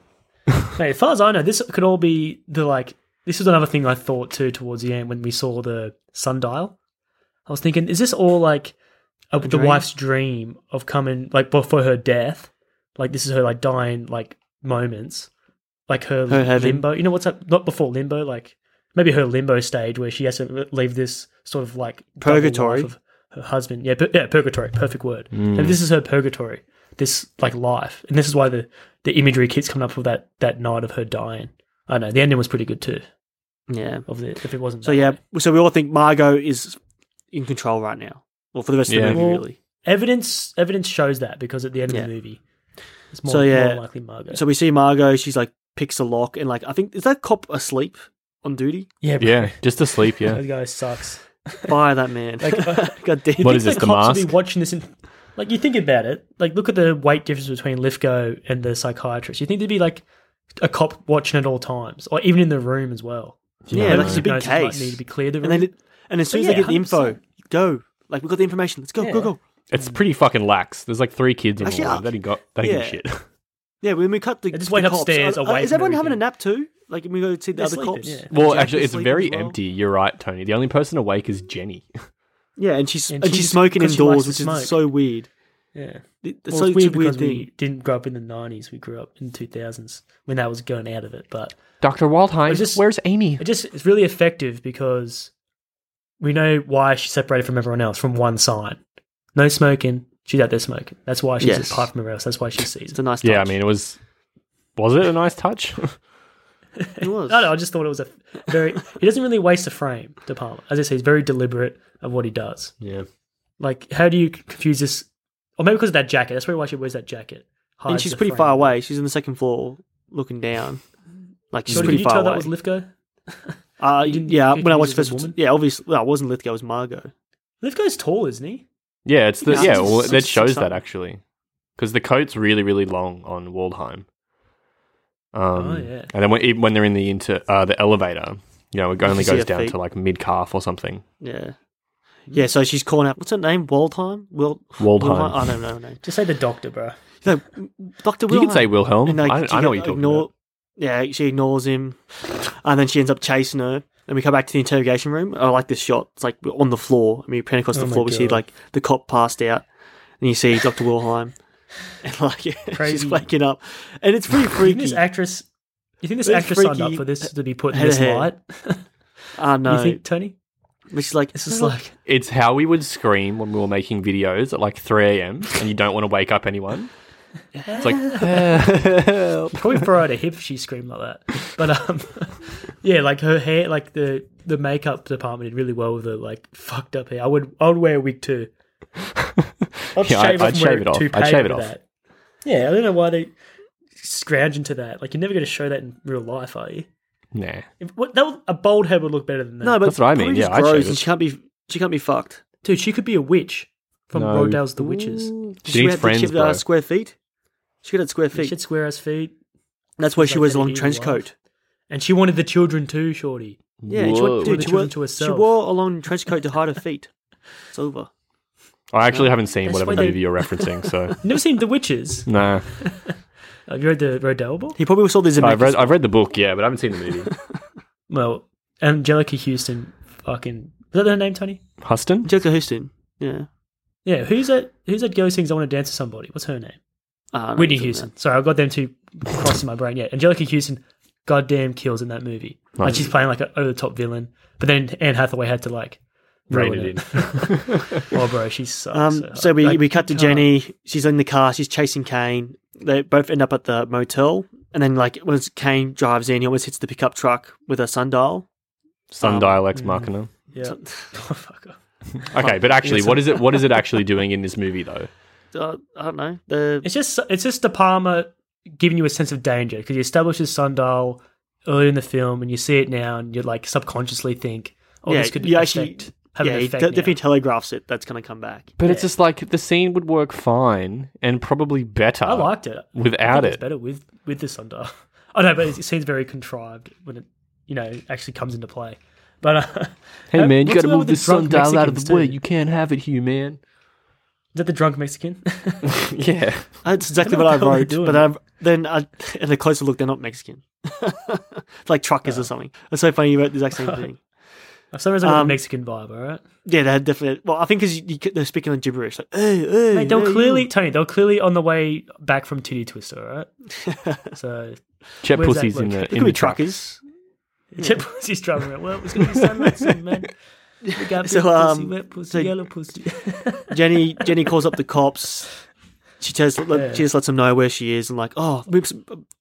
S2: Or- *laughs* Mate, as far as I know, this could all be the like. This is another thing I thought too towards the end when we saw the sundial. I was thinking, is this all like a, the
S3: dream?
S2: wife's dream of coming like before her death? Like this is her like dying like moments, like her,
S3: Her heaven.
S2: limbo. You know what's up? Not before limbo, like maybe her limbo stage where she has to leave this sort of like double
S3: Purgatory. Hmm.
S2: life of her husband. Yeah, pur- yeah, purgatory. Perfect word. And this is her purgatory. This like life, and this is why the the imagery keeps coming up of that that night of her dying. I know the ending was pretty good too.
S3: Yeah.
S2: Of the if it wasn't
S3: So
S2: that
S3: yeah,
S2: way.
S3: so we all think Margot is in control right now. Well, for the rest
S4: Yeah.
S3: of the movie,
S2: Well,
S3: really.
S2: evidence evidence shows that because at the end of
S3: Yeah.
S2: the movie, it's more,
S3: So, yeah.
S2: more likely Margot.
S3: So we see Margot. She's like picks a lock, and like I think is that cop asleep on
S2: *laughs*
S3: duty?
S2: yeah, bro,
S4: Yeah, *laughs* just asleep. Yeah,
S3: *laughs*
S2: that guy sucks.
S3: Fire that man!
S2: Like, uh,
S3: *laughs* God damn.
S4: What
S2: You
S4: is this,
S2: think
S4: the
S2: cops Would
S4: mask?
S2: be watching this, and like you think about it, like look at the weight difference between Lithgow and the psychiatrist. You think there'd be like a cop watching at all times, or even in the room as well.
S3: yeah,
S4: Yeah,
S3: like it's a
S2: Who
S3: big
S2: knows, it might
S3: case.
S2: Need to be clear the room.
S3: and then, it, and as soon as
S2: But
S3: they get
S2: yeah,
S3: the info,
S2: 100%.
S3: go. Like we got the information. Let's go, go,
S2: Yeah.
S3: go.
S4: it's pretty fucking lax. There's like three kids on
S3: Actually,
S4: the
S3: I-
S4: wall. They didn't got they didn't give a
S3: yeah.
S4: shit. *laughs*
S3: Yeah, when we cut the,
S2: They just
S3: the
S2: went
S3: cops,
S2: upstairs
S3: uh, uh,
S2: away
S3: is
S2: from
S3: everyone having a
S2: everything.
S3: nap too? Like we go to see the
S2: They're
S3: other
S2: sleeping,
S3: cops.
S2: yeah.
S4: Well,
S3: Jack
S4: actually,
S3: was
S4: it's
S3: sleeping
S4: very
S3: as well.
S4: empty. You're right, Tony. The only person awake is Jenny.
S3: Yeah, and she's and,
S2: And
S3: she's
S2: she's-
S3: smoking
S2: 'cause she likes
S3: indoors,
S2: to
S3: which
S2: smoke.
S3: is so weird.
S2: yeah.
S3: It- It's
S2: Well,
S3: such
S2: it's weird
S3: a weird
S2: because
S3: thing.
S2: we didn't grow up in the '90s. We grew up in 2000s when that was going out of it. But
S4: Doctor Waldheim,
S2: Is this-
S4: where's Amy?
S2: it just it's really effective because we know why she's separated from everyone else from one sign. No smoking. She's out there smoking. That's why she's
S3: Yes.
S2: apart from everyone else. That's why she sees.
S3: It's
S2: It.
S3: a nice.
S4: Yeah, I
S3: touch.
S4: mean, it was. Was it a nice touch? *laughs*
S3: it was.
S2: No, no, I just thought it was a very. he doesn't really waste a frame, De Palma. As I say, he's very deliberate of what he does.
S4: yeah.
S2: Like, how do you confuse this? Or maybe because of that jacket. That's probably why she wears that jacket.
S3: and
S2: Hides
S3: she's
S2: the
S3: pretty
S2: frame.
S3: far away. She's on the second floor, looking down. Like she's
S2: Jordan,
S3: pretty
S2: did you
S3: far
S2: tell
S3: away.
S2: that was Lithgow?
S3: Uh,
S2: didn't-
S3: yeah,
S2: you
S3: when I
S2: confused it
S3: watched
S2: with
S3: first,
S2: a woman?
S3: yeah, obviously, well, it wasn't Lithgow, it was Margot.
S2: Lithgow's tall, isn't he?
S4: Yeah, it's the
S3: Yeah,
S4: yeah.
S3: it's
S4: Well,
S3: just-
S4: that
S3: it's just
S4: shows that
S3: something.
S4: actually, because the coat's really really long on Waldheim. Um,
S2: Oh, yeah.
S4: And then when, even when they're in the inter uh, the elevator, you know, it only
S3: see
S4: goes
S3: her
S4: down
S3: feet.
S4: to like mid calf or something.
S3: Yeah, yeah. So she's calling out. What's her name? Waldheim. Will
S4: Waldheim.
S3: I don't know her name.
S2: Just say the doctor, bro.
S3: No, Doctor.
S4: You can say Wilhelm.
S3: And, like,
S4: Oh, I,
S3: she
S4: I know what
S3: go-
S4: you're talking
S3: ignore-
S4: about.
S3: Yeah, she ignores him, and then she ends up chasing her. And we come back to the interrogation room. I like this shot. It's like we're on the floor. I mean, pan across the
S2: Oh my
S3: floor. We see
S2: God.
S3: like the cop passed out, and you see Doctor Wilhelm, *laughs* and like *laughs* she's
S2: Crazy.
S3: waking up, and
S2: *laughs*
S3: it's pretty
S2: You think this
S3: freaky.
S2: actress? You think this
S3: Very
S2: actress signed up
S3: freaky
S2: for this to be put in
S3: head
S2: this
S3: ahead.
S2: light?
S3: I
S2: You
S3: know.
S2: think, Tony?
S3: But she's like,
S2: This is like
S4: It's how we would scream when we were making videos at like 3 a.m. and you don't want to wake up anyone. It's like help.
S2: probably throw out a hip if she screamed like that. But um, *laughs* yeah, like her hair, like the the makeup department did really well with the like fucked up hair. I would I would wear a
S4: *laughs*
S2: wig too. I'd
S4: Yeah, I'd-
S2: shave, off
S4: I'd
S2: and wear
S4: shave
S2: a
S4: it off. I'd
S2: toupee
S4: shave it
S2: over
S4: off.
S2: that. Yeah, I don't know why they scrounge into that. Like you're never going to show that in real life, are you?
S4: Nah.
S2: If, what, that would, a bald head would look better than that.
S3: no, but
S4: That's what I mean,
S3: probably
S4: yeah,
S3: just
S4: I'd shave
S3: grows
S4: it.
S3: and she can't be. She can't be fucked.
S2: dude, she could be a witch from
S4: No.
S2: Rodale's The Witches.
S3: She
S4: needs
S3: had the
S4: friends,
S3: chip-
S4: bro.
S3: Uh, square feet. She got it square
S2: She
S3: feet.
S2: had square ass feet,
S3: That's why
S2: She's
S3: she
S2: like
S3: wears a
S2: that
S3: long
S2: idiot
S3: trench
S2: wife.
S3: coat.
S2: and she wanted the children too, Shorty.
S3: Yeah, and she, went,
S4: Whoa.
S3: dude, she,
S2: She
S3: wore,
S2: went to
S3: she
S2: herself.
S3: wore a long trench coat to hide her feet. It's over.
S4: I actually haven't seen
S2: That's
S4: whatever
S2: why they-
S4: movie you're referencing, so
S2: Never seen The Witches.
S4: nah.
S2: Have you read the Rodale book?
S3: He probably saw these in
S4: I've read I've read the book, yeah, but I haven't seen the movie.
S2: Well, Angelica Houston, fucking is that her name, Tony?
S4: Huston?
S3: Angelica Houston. Yeah.
S2: Yeah, who's that? Who's that girl who sings "I Want to Dance with Somebody"? What's her name?
S3: Ah, no,
S2: Whitney
S3: it's all
S2: Houston. Sorry, I got them two crossed in my brain. Yeah, Angelica Houston, goddamn kills in that movie. Like
S4: Nice.
S2: she's playing like an over the top villain, but then Anne Hathaway had to
S3: *sighs*
S2: like
S4: Rein
S2: ruin
S4: it *laughs*
S2: well, bro, she sucks.
S3: Um,
S2: hard.
S3: so we,
S2: Like, oh, uh,
S3: we cut to
S2: you can't-
S3: Jenny. She's in the car. She's chasing Kane. They both end up at the motel. And then, like, when it's- Kane drives in, he almost hits the pickup truck with a sundial.
S4: Sundial Ex Machina.
S2: Yeah. *laughs* oh, fuck off.
S4: *laughs* Okay, but actually, what is it? What is it actually doing in this movie, though?
S3: Uh, I don't know. The,
S2: It's just it's just De Palma giving you a sense of danger because he establishes Sundial early in the film, and you see it now, and you like subconsciously think, "Oh,
S3: Yeah,
S2: this could
S3: you
S2: affect,
S3: actually-
S2: have
S3: yeah,
S2: an
S3: he
S2: effect."
S3: de-
S2: now.
S3: definitely telegraphs it. That's going to come back.
S4: *laughs* But it's just like the scene would work fine and probably better.
S2: I liked it. I
S4: without
S2: think it's
S4: it.
S2: better with with the Sundial. *laughs* I know, but it seems very contrived when it you know actually comes into play. But uh, *laughs*
S4: Hey man, you got to
S2: what's the matter
S4: move
S2: with
S4: this
S2: drunk
S4: sundial out of
S2: Mexicans
S4: the way.
S2: too?
S4: You can't have it here, man.
S2: Is that the drunk Mexican?
S4: *laughs*
S2: *laughs*
S4: yeah,
S3: That's exactly
S2: I don't
S3: what I
S2: know what
S3: wrote.
S2: they're doing.
S3: But I've, then, I, and a closer look, they're not Mexican. *laughs* like truckers or
S2: Oh.
S3: something. It's so funny you wrote the exact same
S2: *laughs*
S3: thing.
S2: For some reason, I got
S3: Um,
S2: the Mexican vibe. All right,
S3: Yeah, they had definitely. Well, I think because you, you, get- they're speaking in gibberish. Like, hey, hey,
S2: Mate, they were
S3: hey,
S2: clearly
S3: you."
S2: Tony. They were clearly on the way back from Titty Twister. All
S3: *laughs*
S2: right, so *laughs*
S4: Chet
S2: Where's that
S4: Pussy's in
S2: look?
S4: the
S2: It
S3: It
S4: in
S3: could
S4: the
S3: be
S4: truck.
S3: truckers.
S2: Chip pussy's driving around. Well, it's gonna be sunlight
S3: *laughs*
S2: soon, man. We got
S3: So,
S2: big pussy,
S3: um,
S2: wet pussy,
S3: so-
S2: yellow
S3: *laughs*
S2: pussy.
S3: Jenny Jenny calls up the cops. She tells she just lets them know where she is and like, oh, whoops,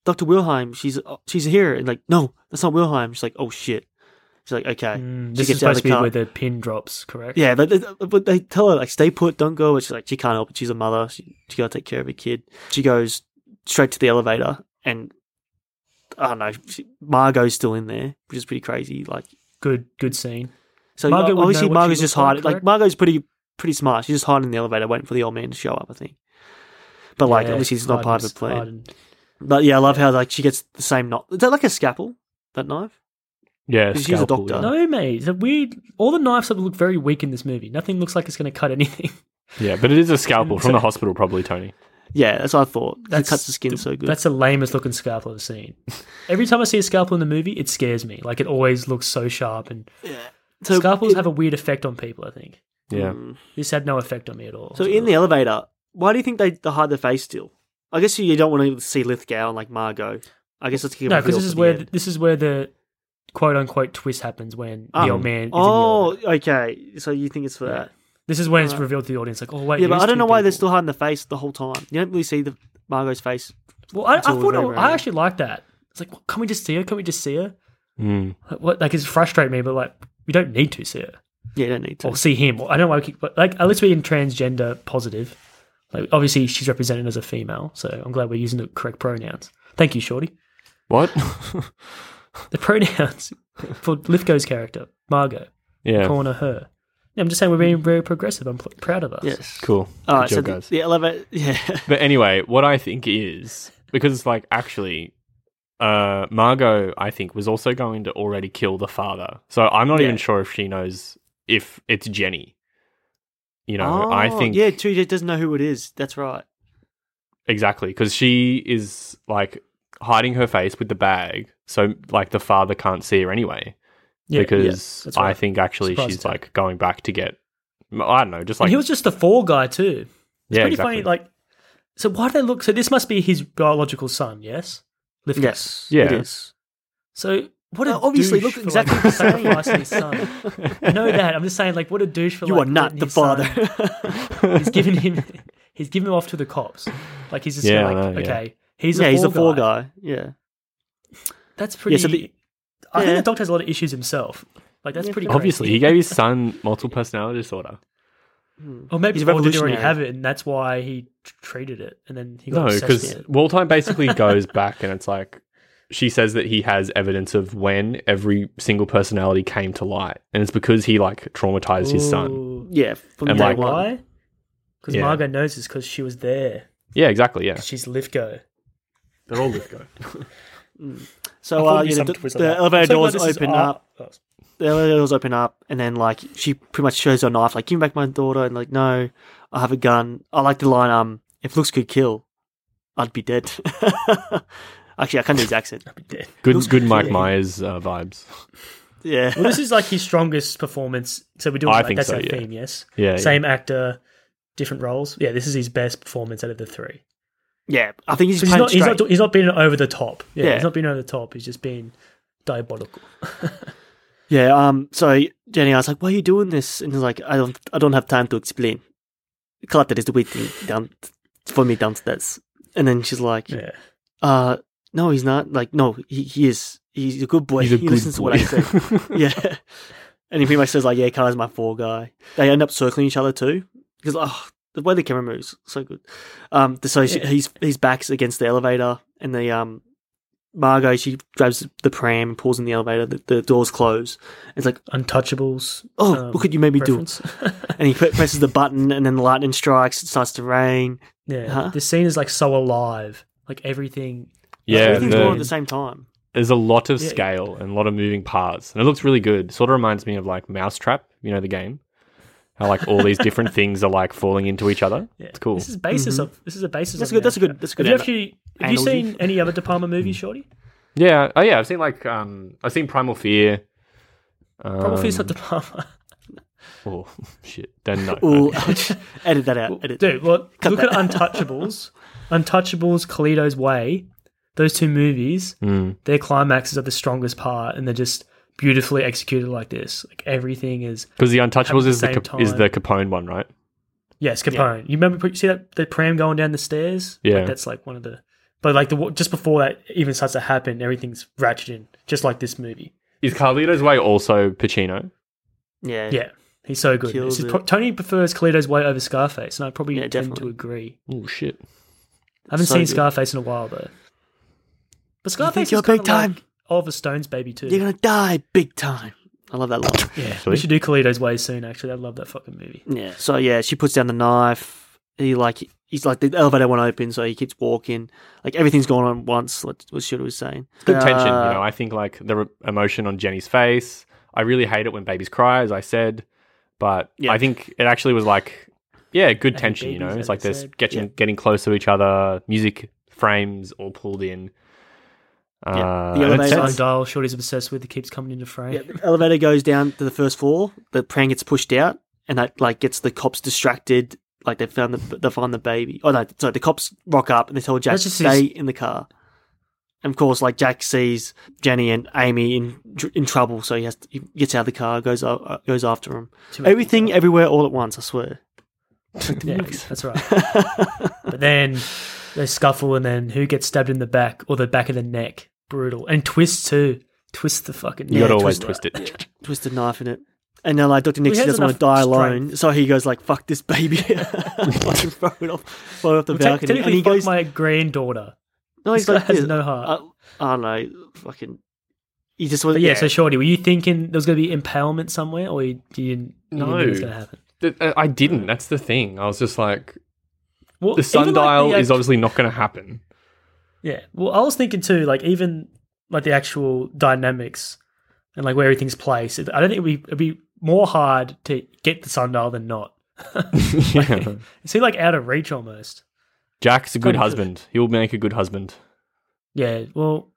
S3: Dr. Wilhelm, she's uh, she's here and like, no, that's not Wilhelm. She's like, oh shit. She's like, okay. she
S2: Mm, this is
S3: out
S2: supposed
S3: of
S2: to
S3: the
S2: be
S3: car.
S2: where the pin drops, correct?
S3: Yeah, but they, but they tell her like stay put, don't go. And she's like, she can't help it. She's a mother. She, she gotta take care of her kid. She goes straight to the elevator, and I don't know. She, Margot's still in there, which is pretty crazy. Like,
S2: Good, good scene.
S3: so
S2: Margot would know
S3: obviously
S2: what she
S3: Margot's
S2: looks
S3: just
S2: like,
S3: hiding. Like,
S2: correct?
S3: Margot's pretty pretty smart. She's just hiding in the elevator, waiting for the old man to show up. I think. But like,
S2: Yeah,
S3: obviously, it's not part of
S2: Harden's-
S3: the plan.
S2: Harden.
S3: But yeah, I love how like she gets the same knot. Is that like a scalpel? That knife?
S4: Yeah,
S3: She's a
S4: scalpel,
S3: doctor.
S2: No, mate. It's a weird. All the knives have look very weak in this movie. Nothing looks like it's going to cut *laughs* anything.
S4: Yeah. Yeah, but it is a scalpel from the hospital, probably Tony.
S3: Yeah, that's what I thought. That
S2: That's-
S3: cuts the skin so good.
S2: That's the lamest looking scalpel I've
S3: *laughs*
S2: seen. Every time I see a scalpel in the movie, it scares me. Like it always looks so sharp, and
S3: so
S2: scalpels
S3: it-
S2: have a weird effect on people. I think
S4: Yeah,
S2: this had no effect on me at all.
S3: So in the elevator, why do you think they, they hide their face still? I guess you, you don't want to see Lithgow and like Margot. I guess that's
S2: no, because this is where this is where the quote unquote twist happens when
S3: Oh.
S2: the old man. Is oh,
S3: Oh, okay. So you think it's for that?
S2: this is when it's
S3: Alright.
S2: revealed to the audience. Like, oh wait,
S3: uh, yeah,
S2: it
S3: but
S2: is
S3: I don't
S2: two
S3: know why they're
S2: people.
S3: still hiding the face the whole time. You don't really see the Margot's face.
S2: Well, I, I
S3: until
S2: thought
S3: very,
S2: I,
S3: very
S2: I
S3: end.
S2: actually liked that. It's like, well, can we just see her? Can we just see her?
S4: Mm.
S2: Like, what? Like, it's frustrating me, but like, we don't need to see her.
S3: Yeah, you don't need to.
S2: or see him. I don't know why we keep, but like at least we're in transgender positive. Like obviously she's represented as a female, so I'm glad we're using the correct pronouns. Thank you, Shorty.
S4: what?
S2: the *laughs* pronouns for Lithgow's character, Margot,
S4: *laughs* Yeah.
S2: calling her her. Yeah, I'm just saying we're being very progressive. I'm pl- proud of us.
S3: Yes.
S4: Cool.
S3: All
S4: Good
S3: right. So
S4: job,
S3: the,
S4: guys.
S3: the elevator. Yeah.
S4: But anyway, what I think is because like actually uh Margot I think was also going to already kill the father. So I'm not even sure if she knows if it's Jenny. You know, I
S3: Oh,
S4: think
S3: Yeah, true. He doesn't know who it is. That's right.
S4: exactly cuz she is like hiding her face with the bag so like the father can't see her anyway
S2: Yeah,
S4: because
S2: that's right.
S4: I think actually
S2: Surprise
S4: she's
S2: attack.
S4: like going back to get I don't know, just like
S2: and he was just the fall guy too. It's
S4: yeah,
S2: pretty
S4: exactly.
S2: funny. Like, so why do they look? So this must be his biological son, yes? Lithgow.
S3: Yes.
S4: Yeah.
S3: It is.
S2: So what? A
S3: Well, obviously,
S2: douche
S3: look
S2: for,
S3: exactly
S2: like,
S3: the same.
S2: sacrificing his son. I know that. I'm just saying, like, what a douche for
S3: You
S2: like,
S3: are not
S2: letting
S3: the
S2: his son-
S4: *laughs*
S3: father.
S2: he's given him. *laughs* He's given him off to the cops. Like he's just
S4: Yeah,
S2: like,
S4: I know, yeah.
S2: okay, he's
S3: yeah,
S2: a
S3: he's
S2: fall
S3: the four
S2: guy.
S3: guy. Yeah.
S2: That's pretty.
S3: Yeah, so the-
S2: I
S3: yeah.
S2: think the doctor has a lot of issues himself. Like that's pretty.
S4: Obviously, he
S2: crazy.
S4: gave his son multiple personality disorder.
S2: or maybe he's
S3: he's a
S2: did already
S3: revolutionary.
S2: have it, and that's why he t- treated it, and then he got
S4: No,
S2: obsessed with
S4: because
S2: it.
S4: Waldheim basically goes back and it's like she says that he has evidence of when every single personality came to light, and it's because he like traumatized his son.
S2: Ooh.
S3: Yeah. From
S4: And
S3: day
S4: like-
S3: one.
S2: Why? Because
S4: Yeah.
S2: Margot knows this because she was there.
S4: Yeah, exactly. Yeah,
S2: She's
S3: Oh,
S2: Lithgow.
S4: they're all Lithgow.
S3: So
S2: I
S3: uh,
S2: thought
S3: yeah,
S2: some
S3: the,
S2: twist
S3: the
S2: on that.
S3: elevator
S2: So, like,
S3: doors
S2: this is Oh,
S3: open
S2: our-
S3: up. The elevator doors open up, and then like she pretty much shows her knife, like give me back my daughter, and like no, I have a gun. I like the line, um, if looks could kill, I'd be dead. *laughs* Actually, I can't do his accent.
S4: Good, good Mike Myers uh, vibes.
S3: *laughs* Yeah,
S2: Well, this is like his strongest performance. So we're doing
S4: I
S2: like,
S4: think
S2: that's
S4: so,
S2: our
S4: yeah.
S2: theme, yes.
S4: Yeah,
S2: Same actor, different roles. Yeah, this is his best performance out of the three.
S3: yeah. I think he's
S2: So he's
S3: playing
S2: not, he's
S3: straight.
S2: not do- he's not being over the top. Yeah,
S3: Yeah.
S2: he's not being over the top. He's just being diabolical.
S3: Yeah. Um. So Jenny, I was like, "Why are you doing this?" And he's like, "I don't. I don't have time to explain. Clutter is waiting down for me downstairs." And then she's like,
S2: Yeah,
S3: "Uh, no, he's not. Like, no, he, he is. He's a good boy.
S4: He's a
S3: he
S4: good
S3: listens to what I
S4: boy."
S2: *laughs*
S3: say." *laughs* yeah. And he pretty much says like, "Yeah, Kai's my fall guy." They end up circling each other too because oh, the way the camera moves so good. Um. So she,
S2: Yeah.
S3: he's he's backs against the elevator, and the um. Margot, she grabs the pram and pulls in the elevator. The, the doors close. It's like,
S2: Untouchables.
S3: oh,
S2: um,
S3: what could you maybe
S2: reference. *laughs*
S3: do? And he pre- presses the button, and then the lightning strikes. It starts to rain.
S2: yeah,
S3: Huh?
S2: this scene is like so alive. Like everything.
S4: *laughs* yeah.
S3: everything's
S2: the-
S3: going
S4: no.
S3: on at the same time.
S4: there's a lot of
S2: Yeah.
S4: scale and a lot of moving parts, and it looks really good. Sort of reminds me of like Mousetrap, you know, the game. How like all these different things are like falling into each other.
S2: Yeah.
S4: It's cool.
S2: This is basis of this is a basis.
S3: Mm-hmm. That's
S2: of
S3: good. That's a
S2: Manchester.
S3: good. That's
S2: Have
S3: a good.
S2: you
S3: analogy.
S2: actually have you
S3: analogy. Mm.
S2: seen any other De Palma movies, Shorty?
S4: Yeah. Oh, yeah. I've seen like um, I've seen Primal Fear. Um,
S2: Probably not De Palma.
S4: Oh shit. Then no.
S3: Ooh, *laughs*
S4: Okay.
S3: ouch. edit that out. Edit.
S2: Dude,
S3: *laughs*
S2: well, look at Untouchables, Untouchables, Kalito's Way. Those two movies,
S3: Hmm.
S4: Mm.
S2: their climaxes are the strongest part, and they're just beautifully executed like this. Like everything is.
S4: Because the Untouchables
S2: At the
S4: is the,
S2: same
S4: Cap- is
S2: time.
S4: the Capone one, right?
S2: Yes, Capone. You remember? You see that the pram going down the stairs? Like,
S4: Yeah.
S2: that's like one of the. But like the wa- just before that even starts to happen, everything's ratcheted in, just like this movie.
S4: Is Carlito's Way also Pacino?
S3: Yeah.
S2: Yeah, he's so good.
S3: Kills
S2: This is
S3: it.
S2: pro- Tony prefers Kalito's Way over Scarface, and I probably
S3: Yeah,
S2: tend
S3: definitely.
S2: to agree.
S4: Oh shit.
S2: I haven't
S3: So
S2: seen
S3: good.
S2: Scarface in a while though. But Scarface
S3: you're
S2: is kind of
S3: big time?
S2: like Oliver Stone's baby too.
S3: You're gonna die big time. I love that line.
S2: yeah,
S4: Sweet.
S2: we should do Kalito's Way soon. Actually, I love that fucking movie.
S3: Yeah. So yeah, she puts down the knife. He like he's like the elevator won't open, so he keeps walking. Like everything's going on at once. Like what Shooter was saying.
S4: It's good tension,
S3: Uh,
S4: you know. I think like the re- emotion on Jenny's face. I really hate it when babies cry, as I said, but
S3: Yeah.
S4: I think it actually was like, yeah, good
S2: hate
S4: tension, you know.
S2: babies,
S4: It's
S2: as
S4: like
S2: I
S4: they're
S2: said.
S4: getting getting close to each other. Music frames all pulled in. Uh,
S3: Yeah.
S4: and it's
S3: The elevator-
S4: tense.
S2: Simon Dial, Shorty's obsessed with. It keeps coming into frame.
S3: Yeah, the elevator goes down to the first floor. The pram gets pushed out, and that like gets the cops distracted. Like they found the they find the baby. Oh no! So the cops rock up and they tell Jack
S2: That's
S3: to
S2: just
S3: stay in the car. And of course, like Jack sees Jenny and Amy in tr- in trouble, so he has to, he gets out of the car, goes a- uh, goes after them.
S2: Too many
S3: Everything, everywhere, all at once. I swear.
S2: Yeah, that's
S3: *laughs*
S2: right. but then they scuffle, and then who gets stabbed in the back or the back of the neck? Brutal. And twist too. Twist the fucking.
S4: You
S2: neck.
S4: gotta always
S2: Twist
S4: twist it.
S3: twisted knife in it. And they're like, Dr. Nixie
S2: has
S3: doesn't want to
S2: enough
S3: die
S2: strength.
S3: alone. So he goes like, fuck this baby. *laughs* Fucking throw it off, throw it off the
S2: Well, te-
S3: balcony. And
S2: technically,
S3: he
S2: fuck
S3: goes,
S2: my granddaughter.
S3: no,
S2: This
S3: he's uh,
S2: guy
S3: like,
S2: has
S3: this.
S2: no heart.
S3: I, I don't know. Fucking. You just was
S2: But yeah, so Shorty, were you thinking there was going to be impalement somewhere, or you, do you, you didn't
S4: No.
S2: think it was going to happen?
S4: Th- uh, I I didn't. That's the thing. I was just like,
S2: Well,
S4: the
S2: even like
S4: sundial
S2: the, uh,
S4: is obviously not going to happen.
S2: Yeah. Well, I was thinking too, like even like the actual dynamics and like where everything's placed. I don't think it'd be, it'd be more hard to get the sundial than not.
S4: *laughs* Yeah.
S2: It seemed like out of reach almost.
S4: Jack's a
S2: Kind
S4: good
S2: of.
S4: husband. He'll make a good husband.
S2: Yeah. Well,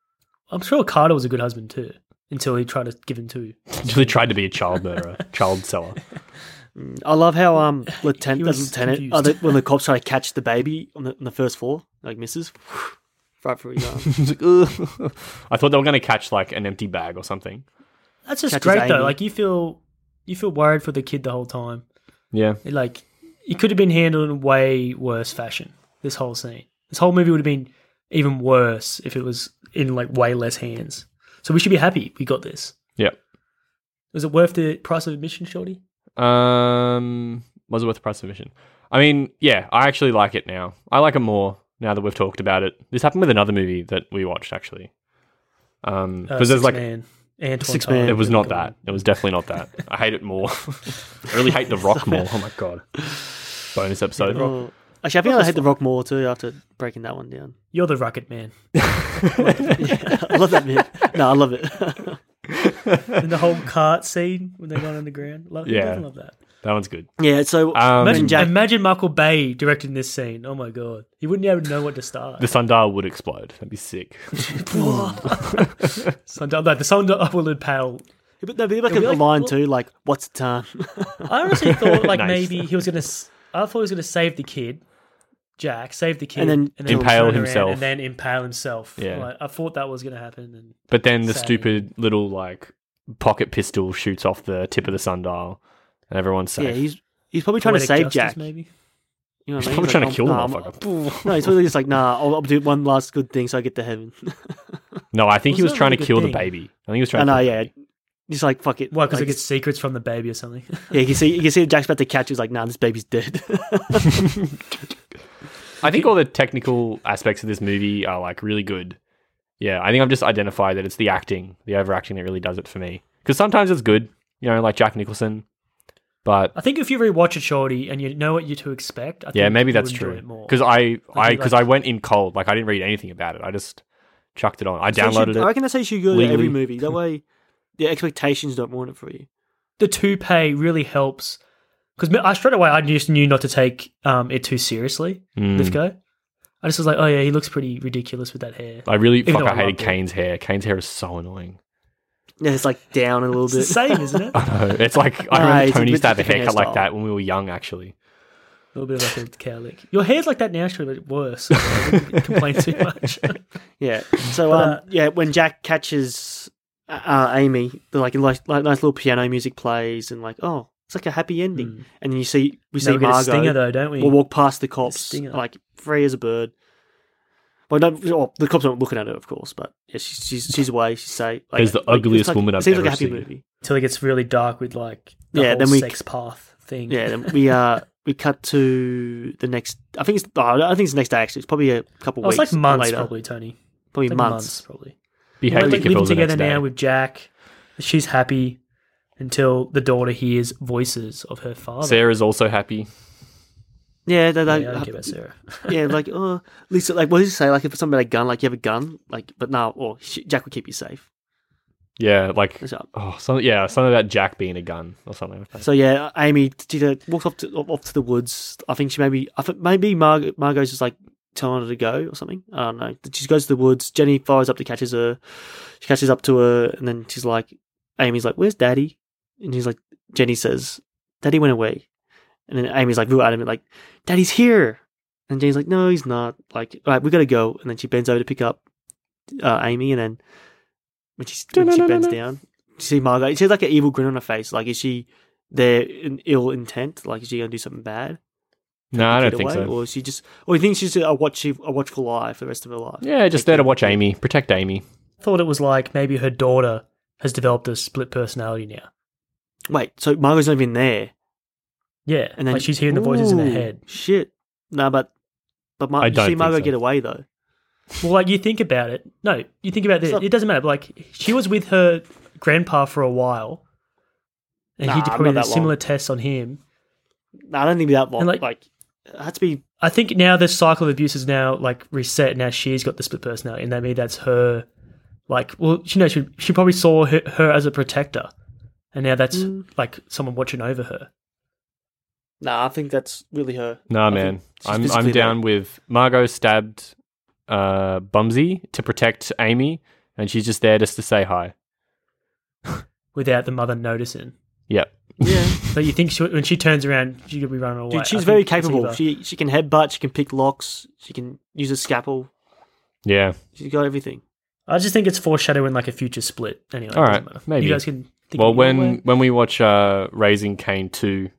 S2: I'm sure Carter was a good husband too until he tried to give him two.
S4: He tried to be a child *laughs* murderer, child seller.
S3: I love how um
S2: *laughs*
S3: lieutenant,
S2: He
S3: the
S2: was
S3: lieutenant
S2: confused.
S3: oh, the, when the cops try to catch the baby on the, on the first floor,
S2: *laughs*
S3: like misses right through his arm.
S4: I was like, "Ugh." I thought they were going to catch like an empty bag or something.
S2: That's just
S3: Catches
S2: great
S3: Amy.
S2: though. Like you feel you feel worried for the kid the whole time.
S4: Yeah.
S2: It, like it could have been handled in way worse fashion. This whole scene, this whole movie would have been even worse if it was in like way less hands. So we should be happy we got this.
S4: Yeah.
S2: Was it worth the price of admission, Shorty?
S4: Um, was it worth the price of admission? I mean, yeah, I actually like it now. I like it more now that we've talked about it. This happened with another movie that we watched actually. Um,
S2: Uh,
S4: because there's like
S2: Six man, Antoine
S3: Six
S2: Tyler.
S3: Man.
S4: it was not that.
S2: God.
S4: It was definitely not that. I hate it more. *laughs* I really hate The Rock more. Oh my god. Bonus
S3: *laughs*
S4: episode.
S3: Oh. Actually, I think I hate the rock more too after breaking that one down. *laughs*
S2: You're the rugged
S4: *laughs*
S2: man.
S3: I love that bit. No, I love it. *laughs*
S2: And the whole cart scene when they're going underground. Love,
S4: Yeah.
S2: yeah, love that.
S4: That one's good.
S3: yeah, so
S4: Um,
S3: when
S2: Imagine,
S3: Jack,
S2: imagine Michael Bay directing this scene. Oh my god, he wouldn't even know what to start.
S4: The sundial would explode. That'd be sick.
S2: *laughs* sundial, no, the sundial will impale
S3: but that'd be like a
S2: it'd be like-
S3: line too, like what's the time?
S4: *laughs*
S2: I honestly thought like
S4: Nice.
S2: maybe he was gonna. s- I thought he was gonna save the kid, Jack, save the kid,
S3: And then
S4: Impale
S2: turn around
S4: himself.
S2: and then impale himself.
S4: Yeah.
S2: Like, I thought that was gonna happen, and
S4: But then the
S2: Same.
S4: stupid little like pocket pistol shoots off the tip of the sundial, and everyone's safe.
S3: yeah, he's he's probably trying to
S2: poetic
S3: save
S2: justice,
S3: Jack.
S2: Maybe
S3: You know
S4: He's probably
S3: what I mean?
S4: trying
S3: He's
S4: to kill the
S3: like, "Nah, I'm-
S4: motherfucker.
S3: No, he's probably just like, nah, I'll, I'll do one last good thing so I get to heaven.
S4: No, I think he
S2: Wasn't
S4: was
S2: that
S4: trying
S2: like
S4: to
S2: a
S4: kill the
S2: thing?
S4: baby. I think he was
S3: I
S4: trying.
S3: know,
S4: to kill
S3: yeah. He's like, fuck it.
S2: well, because
S3: like,
S2: it gets secrets from the baby or something. *laughs*
S3: Yeah, you can see, you can see Jack's about to catch. He's like, nah, this baby's dead. *laughs*
S4: I think all the technical aspects of this movie are like really good. Yeah, I think I've just identified that it's the acting, the overacting that really does it for me. Because sometimes it's good, you know, like Jack Nicholson. But
S2: I think if you rewatch it, Shorty, and you know what you to expect, I think
S4: yeah, maybe
S2: you
S4: that's
S2: would enjoy
S4: true.
S2: it more.
S4: Because I, I,
S2: think,
S4: because
S2: like-
S4: I went in cold. Like I didn't read anything about it. I just chucked it on. I
S3: So you should-
S4: downloaded
S3: I
S4: it.
S3: reckon that's how you should go to
S4: legally.
S3: every movie. That way, the expectations don't ruin it for you.
S2: the toupee really helps. Because I straight away I just knew not to take um, it too seriously.
S4: Mm.
S2: This guy, I just was like, oh yeah, he looks pretty ridiculous with that hair.
S4: I really
S2: Even
S4: fuck.
S2: though
S4: I
S2: I
S4: hated
S2: loved it.
S4: Kane's hair. Kane's hair is so annoying. *laughs*
S3: Yeah, it's like down a little
S2: It's the
S3: bit.
S2: same, isn't it?
S4: I know. It's like I
S3: *laughs* Nah,
S4: remember
S3: it's a
S4: Tony used to
S3: bit
S4: have a
S3: different
S4: haircut
S3: hairstyle.
S4: like that when we were young. Actually,
S2: A little bit of like a cowlick. Your hair's like that now, actually, but worse. I wouldn't complain
S4: *laughs*
S2: too much.
S3: Yeah. So,
S2: But,
S3: um,
S2: uh,
S3: yeah, when Jack catches uh, uh, Amy, the like, like, like nice little piano music plays, and like, oh, it's like a happy ending. And then you see, we
S2: Now
S3: see
S2: we get a stinger
S3: Margot.
S2: though, don't we?
S3: We'll walk past the cops,
S2: stinger.
S3: like free as a bird. Well, no, well, the cops aren't looking at her, of course, but yeah,
S2: *laughs*
S3: she's she's, she's away. She's safe. Like,
S4: She's the
S3: like, it's
S4: ugliest
S3: like-
S4: woman
S3: it
S4: I've
S3: seems like
S4: ever
S3: a happy
S4: seen.
S3: movie.
S2: Until it gets really dark with like the
S3: Yeah,
S2: whole
S3: then we-
S2: sex path thing. *laughs*
S3: Yeah, then we uh we cut to the next. I think it's. Oh, I think it's the next day. Actually, it's probably a couple
S2: oh,
S3: weeks.
S2: it's like months
S3: later.
S2: probably, Tony.
S3: Probably
S2: It's like
S3: months.
S2: probably.
S4: be
S2: We're like
S4: hectic if it
S2: living
S4: was the next
S2: together
S4: day.
S2: now with Jack. She's happy until the daughter hears voices of her father.
S4: Sarah's also happy.
S3: Yeah, they, they,
S2: Yeah, I don't care about Sarah.
S3: *laughs* yeah, like oh, Lisa, like what did you say? Like if it's something like a gun, like you have a gun, like but no, or sh- Jack will keep you safe.
S4: Yeah, like
S3: That's up.
S4: oh, something. Yeah, something about Jack being a gun or something. Like that.
S3: So yeah, Amy she uh, walks off to off to the woods. I think she maybe I think maybe Mar- Margot's just like telling her to go or something. I don't know. She goes to the woods. Jenny fires up to catches her. She catches up to her, and then she's like, Amy's like, "Where's Daddy?" And he's like, Jenny says, "Daddy went away." And then Amy's like real adamant, like, "Daddy's here." And Jenny's like, "No, he's not." Like, all right, we gotta go. And then she bends over to pick up uh, Amy, and then when she when she bends down, you see Margot. She has like an evil grin on her face. Like, is she there in ill intent? Like, is she gonna do something bad?
S4: No, I
S3: Take
S4: don't
S3: it
S4: think
S3: away?
S4: so.
S3: Or is she just, or you think she's a watch, a watchful eye for the rest of her life?
S4: Yeah, just
S3: Take
S4: there to
S3: it-
S4: watch Amy, protect Amy.
S2: thought it was like maybe her daughter has developed a split personality now.
S3: Wait, so Margot's not even there,
S2: Yeah,
S3: and then
S2: like she's hearing the voices in her
S3: Ooh,
S2: head.
S3: Shit, no, but but Mar-
S4: I
S3: you
S4: don't
S3: see
S4: think
S3: Margot
S4: so.
S3: get away though.
S2: Well, like you think about it. No, you think about this.
S3: not-
S2: it doesn't matter. but, Like she was with her grandpa for a while, and he
S3: Nah,
S2: did
S3: not
S2: probably
S3: that
S2: did
S3: long.
S2: similar tests on him.
S3: No, I don't think it'd be that long.
S2: And, like-
S3: Like, it had to be.
S2: I think now the cycle of abuse is now like reset. Now she's got the split personality, and that maybe that's her. Like, well, she knows she, she probably saw her, her as a protector, and now that's
S3: Mm.
S2: like someone watching over her.
S3: Nah, I think that's really her.
S4: Nah,
S3: I think
S4: man.
S3: she's
S4: I'm I'm
S3: physically
S4: down with Margot stabbed uh, Bumsy to protect Amy, and she's just there just to say hi.
S2: Without the mother noticing,
S4: Yep.
S3: *laughs* Yeah,
S2: so you think she, when she turns around, she could be running away.
S3: dude,
S2: I
S3: she's
S2: think
S3: very
S2: it's
S3: capable.
S2: either-
S3: She she can headbutt. She can pick locks. She can use a scalpel.
S4: Yeah.
S3: She's got everything.
S2: I just think it's foreshadowing like a future split. Anyway, it
S4: All
S2: doesn't
S4: right,
S2: matter.
S4: maybe.
S2: you guys can. Think
S4: Well,
S2: of your
S4: when
S2: way.
S4: when we watch uh, Raising Kane two,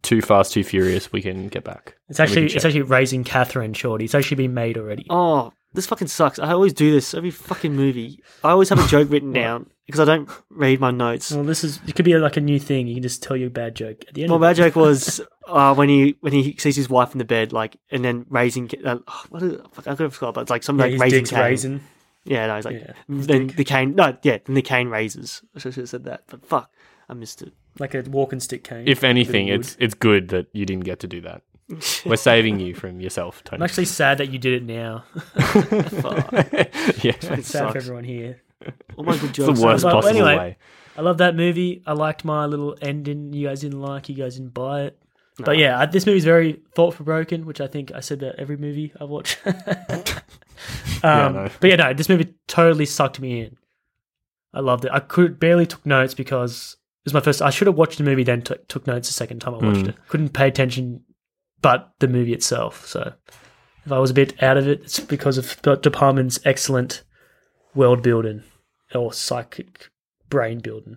S4: Too Fast, Too Furious, we can get back.
S2: it's
S4: and we can
S2: actually
S4: check.
S2: it's actually raising Catherine Shorty. It's actually been made already.
S3: Oh, this fucking sucks. I always do this every fucking movie. I always have a
S2: *laughs*
S3: joke written down because I don't read my notes.
S2: Well, this is it could be like a new thing. You can just tell your bad joke at the end.
S3: My
S2: of
S3: bad
S2: it.
S3: joke was uh, when he when he sees his wife in the bed, like, and then raising. Uh, what is, fuck, I could have forgot, but it's
S2: *laughs*
S3: like
S2: Yeah,
S3: something
S2: his
S3: like raising
S2: dick's
S3: cane.
S2: raisin.
S3: Yeah, no, it's like
S2: Yeah,
S3: then the cane. No, yeah, then the cane raises. I should have said that, but fuck, I missed it.
S2: like a walking stick cane.
S4: If anything,
S2: Wood.
S4: it's it's good that you didn't get to do that.
S2: *laughs*
S4: We're saving you from yourself,
S2: I'm
S4: Tony.
S2: actually sad that you did it now.
S4: *laughs* yeah.
S2: It's sad
S3: sucks.
S2: for everyone here.
S3: All my good
S4: It's
S3: jokes.
S4: the worst
S2: Well,
S4: possible
S2: anyway.
S4: way.
S2: I love that movie. I liked my little ending. You guys didn't like. You guys didn't buy it. But yeah, I, this movie's very thought provoking, which I think I said that every movie I watch. *laughs* um,
S4: no.
S2: But yeah, no, this movie totally sucked me in. I loved it. I could barely took notes because it was my first. I should have watched the movie then took took notes the second time I watched
S4: Mm.
S2: it. Couldn't pay attention, but the movie itself. So if I was a bit out of it, it's because of De Palma's excellent world building or psychic brain building.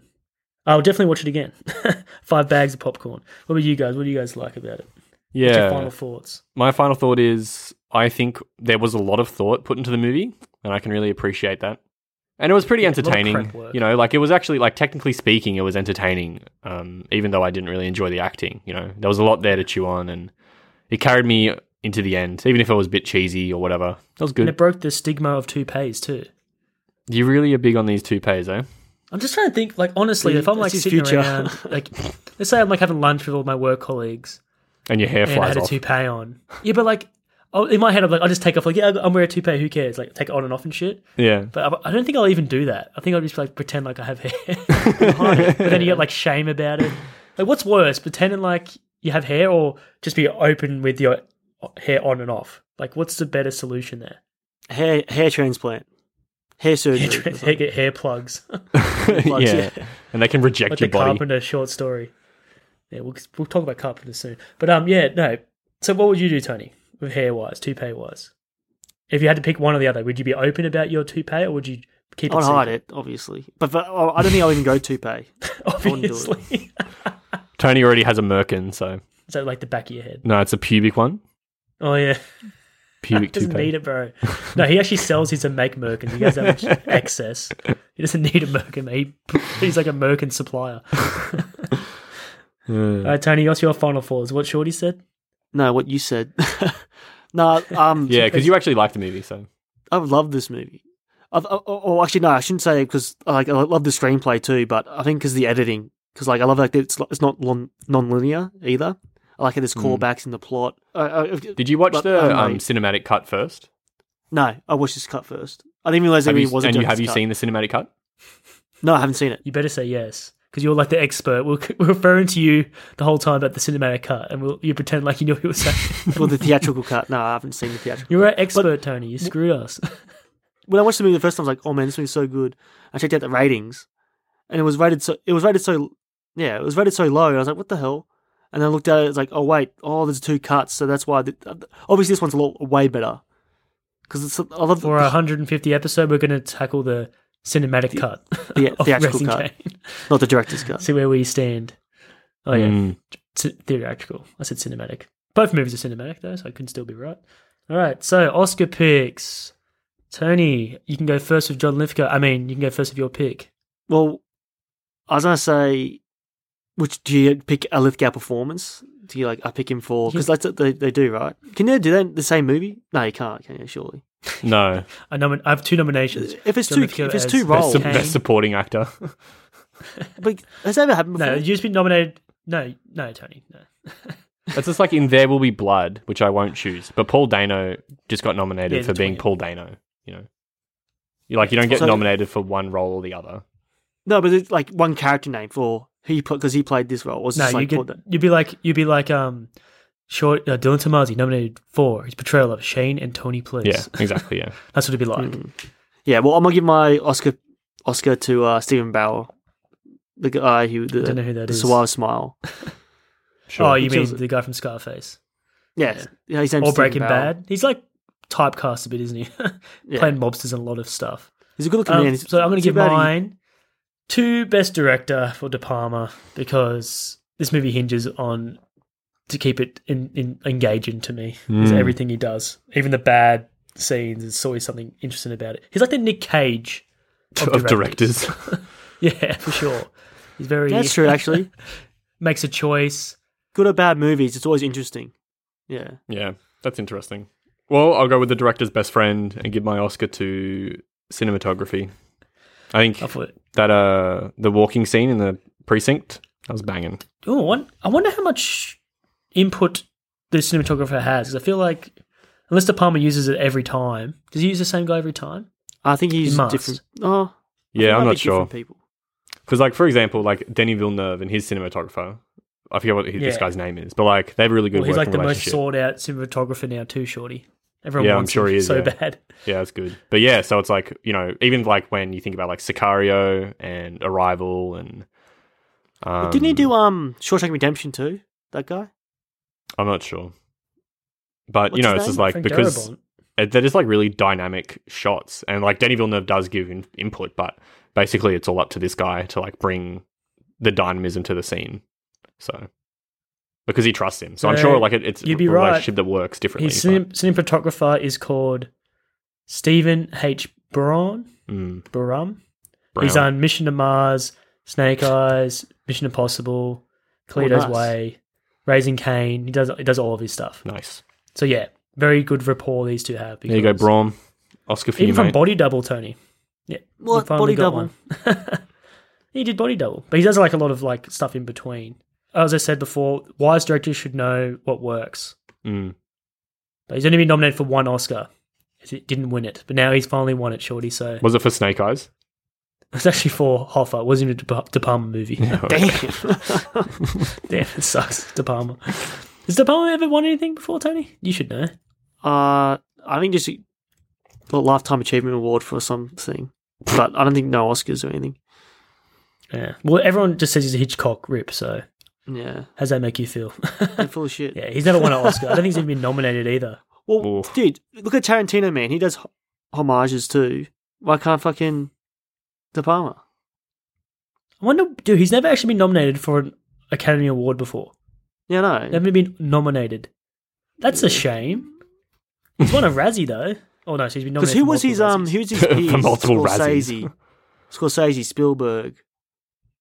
S2: I'll definitely watch it again. *laughs* Five bags of popcorn. What about you guys? What do you guys like about it? What's your
S4: Yeah.
S2: final thoughts?
S4: my final thought is I think there was a lot of thought put into the movie, and I can really appreciate that. And it was pretty
S2: Yeah, a lot of
S4: entertaining.
S2: prep work.
S4: You know, like it was actually like technically speaking, it was entertaining. Um, even though I didn't really enjoy the acting, you know, there was a lot there to chew on, and it carried me into the end, even if it was a bit cheesy or whatever. That was
S2: And it
S4: good.
S2: broke the stigma of toupees too.
S4: You really are big on these toupees, eh?
S2: I'm just trying to think, like honestly, if I'm
S3: That's
S2: like
S3: his
S2: sitting
S3: future.
S2: around, like let's say I'm like having lunch with all my work colleagues,
S4: And your hair
S2: and I
S4: flies
S2: had a
S4: off.
S2: toupee on. Yeah, but like oh, in my head, I'm like, I just take off. Like, yeah, I'm wearing a toupee. Who cares? Like, take it on and off and shit.
S4: yeah.
S2: But I- I don't think I'll even do that. I think I'll just like pretend like I have hair. *laughs* but then you get like shame about it. Like, what's worse, pretending like you have hair, or just be open with your hair on and off? Like, what's the better solution there?
S3: hair hair transplant, hair surgery.
S2: Hair, hair, hair
S3: *laughs*
S2: plugs,
S4: *laughs* yeah. And they can reject
S2: like
S4: your
S2: the
S4: body.
S2: Carpenter short story. Yeah, we'll we'll talk about Carpenter soon. But um, yeah, no. So, what would you do, Tony, with hair wise, toupee wise? If you had to pick one or the other, would you be open about your toupee, or would you keep it?
S3: I'd hide
S2: secret?
S3: it, obviously, but, but oh, I don't think I'll even go toupee. wouldn't do it.
S2: Obviously, *laughs*
S4: Tony already has a merkin, so
S2: is that like the back of your head?
S4: no, it's a pubic one.
S2: Oh yeah.
S4: Pubic
S2: doesn't
S4: toupee.
S2: need it, bro. *laughs* No, he actually sells his to make merkin. He has that
S3: *laughs*
S2: much excess. He doesn't need a merkin. mate. He, *laughs* he's like a merkin
S3: *laughs*
S2: supplier. All right, Tony, what's your final fours? What Shorty said?
S3: No, what you said. *laughs* no, um,
S4: Yeah, because you actually like the movie, so
S3: I love this movie. I've, oh, oh, actually, no, I shouldn't say because like I love the screenplay too, but I think because the editing, because like I love like it's it's not lon- non-linear either. I like how there's callbacks in the plot. Uh, uh,
S4: Hmm. Did you watch
S3: But,
S4: the
S3: um,
S4: um,
S3: like-
S4: cinematic cut first?
S3: no, I watched this cut first. I didn't realize
S4: Have
S3: it
S4: you,
S3: was.
S4: and
S3: a
S4: you, have
S3: director's
S4: you
S3: cut.
S4: seen the cinematic cut?
S3: No, I haven't seen it.
S2: You better say yes, because you're like the expert. We're, we're referring to you the whole time about the cinematic cut, and we'll, you pretend like you knew what you were
S3: *laughs*
S2: saying.
S3: Well, the theatrical cut. No, I haven't seen the theatrical.
S2: You're an expert, Tony. You screwed us.
S3: When I watched the movie the first time, I was like, "Oh man, this movie's so good." I checked out the ratings, and it was rated so. It was rated so. Yeah, it was rated so low. And I was like, "What the hell?" And then I looked at it. It's like, "Oh wait, oh there's two cuts, so that's why." The, obviously, this one's a lot way better because it's. I love
S2: For our 150 episode, we're going to tackle the cinematic cut.
S3: the
S2: *laughs* of
S3: theatrical
S2: Raising
S3: cut.
S2: Cane.
S3: *laughs* not the
S2: *laughs*
S3: director's cut.
S2: See where we stand. Oh yeah.
S4: Mm.
S2: C- theatrical. I said cinematic. Both movies are cinematic though, so I can still be right. All right, so Oscar picks. Tony, you can go first with John Lithgow. I mean, you can go first with your pick.
S3: Well, I was gonna say, which do you pick a Lithgow performance? Do you like I pick him for because that's what they, they do, right? Can they do that in the same movie? No, you can't. Can you? Surely
S4: No,
S2: I, nomin- I have two nominations.
S3: If it's
S2: John
S3: two,
S2: McKeown
S3: if it's
S2: as
S3: two
S4: best,
S3: roles,
S2: Kane.
S4: best supporting actor.
S3: but has that ever happened before?
S2: No, you've just been nominated. No, no, Tony. No.
S4: That's just like in There Will Be Blood, which I won't choose. But Paul Dano just got nominated
S2: Yeah,
S4: for
S2: that's
S4: being
S2: weird.
S4: Paul Dano. You know, you like you don't get
S3: So-
S4: nominated for one role or the other.
S3: No, but it's like one character name for who you because he played this role. Or it's
S2: No,
S3: just
S2: you
S3: like
S2: get,
S3: Gordon.
S2: you'd be like you'd be like um, short uh, Dylan Tomasi nominated for his portrayal of Shane and Tony Place.
S4: Yeah, exactly. Yeah,
S2: that's what it'd be like.
S3: Hmm, Yeah, well, I'm gonna give my Oscar Oscar to uh, Stephen Bauer, the guy who the,
S2: Don't know who that
S3: the
S2: is. *laughs*
S3: suave smile.
S4: sure.
S2: Oh, you
S3: Who
S2: mean
S3: kills it?
S2: the guy from Scarface
S3: Yes, yeah, his name's
S2: or
S3: Stephen
S2: Breaking
S3: Bauer.
S2: Bad? He's like typecast a bit, isn't he? *laughs*
S3: Yeah.
S2: Playing mobsters in a lot of stuff.
S3: He's a good looking
S2: Um,
S3: man. He's-
S2: so I'm going to
S3: too
S2: give
S3: bad he-
S2: mine to best director for De Palma because this movie hinges on to keep it in, in engaging to me. Is
S3: Hmm.
S4: Mm.
S2: everything he does, even the bad scenes, is always something interesting about it. He's like the Nick
S3: *laughs*
S2: Cage of,
S4: of directors.
S2: *laughs* yeah, for sure. He's very
S3: *laughs* That's true, actually.
S2: *laughs* makes a choice.
S3: good or bad movies, it's always interesting. Yeah,
S4: yeah, that's interesting. Well, I'll go with the director's best friend and give my Oscar to cinematography. I
S2: I
S4: think
S2: thought,
S4: that uh the walking scene in the precinct that was banging.
S2: oh, one- I wonder how much input the cinematographer has 'cause I feel like unless De Palma uses it every time, does he use the same guy every time?
S3: I think he's
S2: must.
S3: different. Oh,
S4: Yeah, I'm
S3: might be
S4: not sure.
S3: different People.
S4: Because, like, for example, like Denny Villeneuve and his cinematographer, I forget what he, this
S2: Yeah.
S4: guy's name is, but like they have a really good
S2: Well, he's like
S4: working
S2: the most
S4: relationship.
S2: sought out cinematographer now, too, Shorty. Everyone
S4: Yeah, I'm
S2: wants
S4: sure
S2: him
S4: he is,
S2: so
S4: yeah.
S2: bad.
S4: yeah, that's good. But yeah, so it's like you know, even like when you think about like Sicario and Arrival and um,
S3: Didn't he
S2: uh,
S3: do um Shawshank Redemption too? That guy.
S4: I'm not sure, but
S3: What's
S4: you know, *laughs* it's
S3: his
S4: just
S3: name?
S4: like
S2: Frank
S4: because
S2: Darabont.
S4: it, they're just like really dynamic shots, and like Denny Villeneuve does give in- input, but basically it's all up to this guy to like bring the dynamism to the scene. So because he trusts him, so I'm
S2: So,
S4: sure like it, it's
S2: Uh, you'd be
S4: a
S2: right.
S4: relationship that works differently.
S2: His
S4: but-
S2: cinem- cinematographer is called Stephen H. Braun.
S4: Mm,
S2: Barum.
S4: Brown.
S2: He's on Mission to Mars, Snake Eyes, Mission Impossible, Cleo's
S4: Oh,
S3: nice.
S2: Way, Raising Cain. He does he does all of his stuff.
S4: Nice.
S2: So yeah, very good rapport these two have.
S4: There you go,
S2: because-
S4: Brom. Oscar for
S2: Even
S4: you,
S2: from
S4: mate.
S2: Body Double, Tony. Yeah, you
S3: What?
S2: finally
S3: Body
S2: got
S3: Double?
S2: one. *laughs* he did Body Double, but he does like a lot of like stuff in between. As I said before, wise directors should know what works.
S4: Mm.
S2: But he's only been nominated for one Oscar. He didn't win it, but now he's finally won it, Shorty. So
S4: Was it for Snake Eyes?
S2: *laughs* it's actually for Hoffa. It wasn't even a De, De Palma movie.
S4: Oh,
S3: Damn.
S2: *laughs* Damn, it sucks. De Palma. Has De Palma ever won anything before, Tony? You should know.
S3: Uh, I think just a lifetime achievement award for something, but I don't think no Oscars or anything.
S2: Yeah. Well, everyone just says he's a Hitchcock rip. So *laughs*
S3: Yeah,
S2: how's that make you feel?
S3: they're full of shit.
S2: yeah, he's never won an Oscar. I don't think he's even been nominated either.
S3: Well,
S4: Oof.
S3: dude, look at Tarantino, man. He does ho- homages too. Why can't fucking De Palma?
S2: I wonder, dude. He's never actually been nominated for an Academy Award before.
S3: Yeah, no.
S2: Never been nominated. That's a shame. He's won a Razzie though. Oh no, so he's been
S3: Because
S2: nominated.
S3: who
S2: *laughs* for
S3: was his
S2: multiple
S4: For multiple
S2: Razzies.
S3: um? Who was his peers?
S4: Razzies.
S3: Scorsese, Scorsese, Spielberg.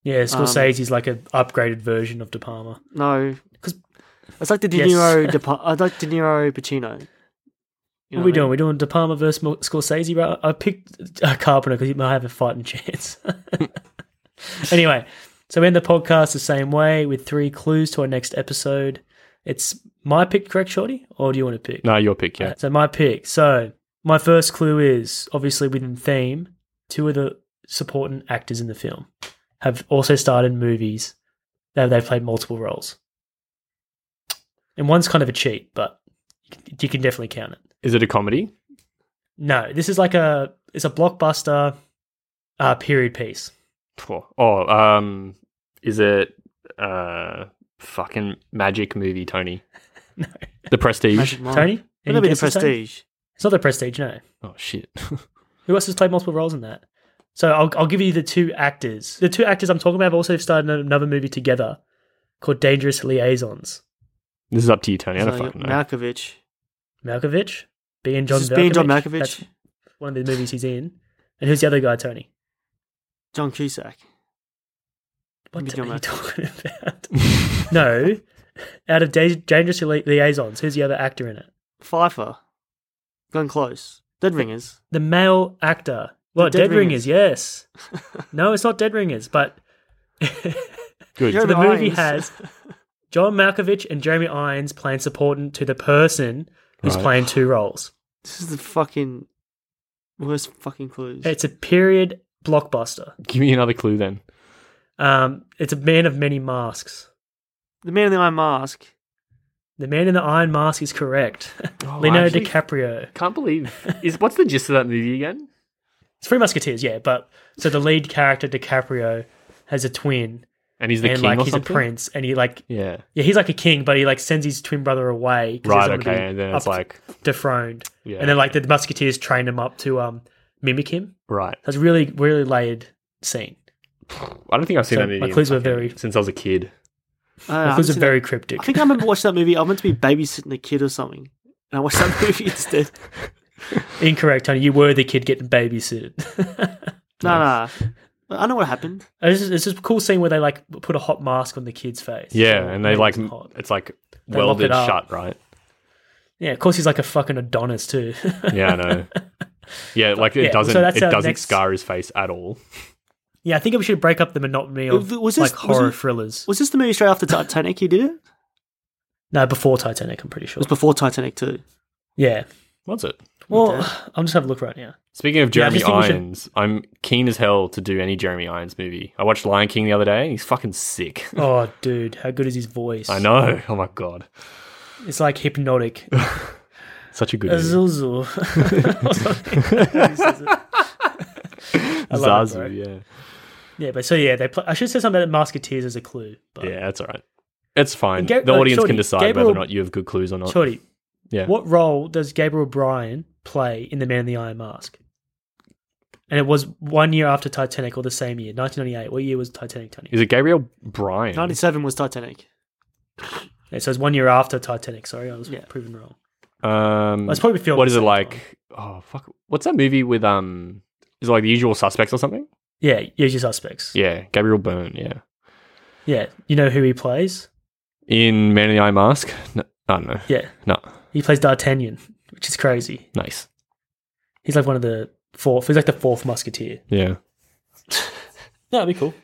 S2: Yeah,
S3: um,
S2: Scorsese's like an upgraded version of De Palma.
S3: No,
S2: 'Cause-
S3: it's like the De
S2: Yes. *laughs*
S3: Niro. De Pa- I like De Niro Pacino. You
S2: what are
S3: know
S2: we
S3: I mean?
S2: doing? We're doing De Palma versus Mo- Scorsese, right? I picked uh, Carpenter because he might have a fighting chance. *laughs* anyway, so we end the podcast the same way with three clues to our next episode. It's my pick, correct, Shorty? Or do you want to pick?
S4: No, your pick, yeah.
S2: Alright, Uh, so my pick. So my first clue is obviously within theme. Two of the supporting actors in the film have also starred in movies that they've played multiple roles, and one's kind of a cheat, but you can- you can definitely count it.
S4: Is it a comedy?
S2: No, this is like a it's a blockbuster uh, period piece.
S4: Phew. Oh, um, is it uh, fucking magic movie, Tony?
S2: *laughs* No.
S4: The Prestige.
S3: Magic Mike.
S2: Tony,
S3: Oh. Wouldn't
S2: Any
S3: it be the
S2: guesses, Tony?
S3: Prestige.
S2: It's not the prestige. No,
S4: Oh shit. *laughs*
S2: who else has played multiple roles in that? So I'll I'll give you the two actors. The two actors I'm talking about have also started in another movie together called Dangerous Liaisons.
S4: this is up to you, Tony. I don't
S3: So,
S4: fucking know.
S3: Malkovich.
S2: Malkovich, B and John.
S3: Just being John
S2: Malkovich.
S3: Malkovich.
S2: That's one of the movies he's in. And who's the other guy, Tony?
S3: John Cusack.
S2: What
S3: Maybe
S2: are
S3: John
S2: you
S3: Malkovich.
S2: talking about?
S3: *laughs*
S2: no, out of Da- Dangerous Li- Liaisons, who's the other actor in it?
S3: Pfeiffer. Gone close.
S2: *laughs*
S3: Dead Ringers.
S2: The male actor. Well,
S3: Dead
S2: Dead, Ringers.
S3: *laughs*
S2: yes. no, it's not Dead Ringers, but
S4: Good.
S3: You're
S2: the movie
S3: Irons.
S2: *laughs* has John Malkovich and Jeremy Irons playing supportant to the person who's
S4: Right.
S2: playing two roles.
S3: This is the fucking worst fucking clues.
S2: It's a period blockbuster.
S4: Give me another clue then.
S2: Um, it's a man of many masks.
S3: the Man in the Iron Mask.
S2: The man in the iron mask is correct. *laughs*
S4: Oh,
S2: Leonardo
S4: actually-
S2: DiCaprio.
S4: Can't believe. Is what's the gist of that movie again?
S2: It's Three Musketeers, yeah, but so the lead character DiCaprio has a twin
S4: And he's the
S2: and
S4: king
S2: like
S4: or
S2: he's
S4: something.
S2: a prince and he like
S4: Yeah.
S2: yeah, he's like a king, but he like sends his twin brother away. 'cause he's
S4: Right.
S2: already
S4: Okay. And then it's
S2: up-
S4: like.
S2: dethroned.
S4: Yeah.
S2: And then like the musketeers trained him up to um mimic him.
S4: Right.
S2: That's a really really layered scene.
S4: I don't think I've seen
S2: So
S4: that movie.
S2: my
S4: in
S2: clues were
S4: fucking-
S2: very-
S4: since I was a kid.
S3: I don't know, I
S2: It was
S3: haven't seen
S2: very
S3: that-
S2: cryptic.
S3: Uh, I think I remember watching that movie. I meant to be babysitting a kid or something, and I watched that *laughs*
S2: *laughs*
S3: movie instead.
S2: Incorrect, honey. You were the kid getting
S3: *laughs*
S2: babysitted.
S3: No, no. I know what happened.
S2: it's, just, it's just a cool scene where they like put a hot mask on the kid's face.
S4: Yeah,
S2: So
S4: and they
S2: maybe
S4: like
S2: it's hot.
S4: it's like
S2: They lock
S4: welded
S2: it up.
S4: shut, right?
S2: yeah. Of course, he's like a fucking Adonis too. *laughs*
S4: Yeah, I know. Yeah, like it
S2: yeah, so
S4: doesn't
S2: that's
S4: it
S2: our
S4: doesn't
S2: next-
S4: scar his face at all.
S2: yeah, I think we should break up the monotony of
S3: Was this-
S2: like horror
S3: was it-
S2: thrillers.
S3: Was this the movie straight after Titanic? He did it. It
S2: no, before Titanic, I'm pretty sure.
S3: was before Titanic too.
S2: Yeah.
S4: What's it?
S2: Well, I'm just having a look right now.
S4: Speaking of
S2: Yeah, I
S4: Jeremy
S2: just think we should-
S4: Irons, I'm keen as hell to do any Jeremy Irons movie. I watched Lion King the other day and he's fucking sick. *laughs*
S2: Oh, dude, how good is his voice?
S4: I know. Oh my god.
S2: It's like hypnotic.
S4: *laughs* Such a good movie. *laughs*
S2: Azuzu. *laughs* Or something. He says it. I love it, bro.
S4: Zazu, yeah.
S2: Yeah, but so yeah, they. Play, I should say something about Musketeers as a clue. But
S4: Yeah, that's all right. It's fine.
S2: Ga-
S4: the
S2: uh,
S4: audience
S2: Shorty,
S4: can decide
S2: Gabriel-
S4: whether or not you have good clues or not.
S2: Shorty,
S4: Yeah.
S2: what role does Gabriel Bryan play in The Man in the Iron Mask? And it was one year after Titanic, or the same year, 1998. What year was Titanic, Tony?
S4: Is it Gabriel Bryan?
S3: Ninety-seven was Titanic.
S2: *laughs* Yeah, so it's one year after Titanic. Sorry, I was
S3: Yeah.
S2: proven wrong.
S4: Um,
S2: Well, it's probably filmed.
S4: what
S2: at
S4: is
S2: the
S4: it
S2: same time.
S4: like? Oh fuck! What's that movie with um? Is it like The Usual Suspects or something?
S2: Yeah, Usual Suspects. Yeah.
S4: Yeah, Gabriel Byrne. Yeah,
S2: you know who he plays?
S4: in Man in the Iron Mask. No, I don't know.
S2: Yeah,
S4: No,
S2: he plays D'Artagnan, which is crazy.
S4: nice.
S2: He's like one of the fourth. He's like the fourth Musketeer.
S4: Yeah,
S2: That'd be cool.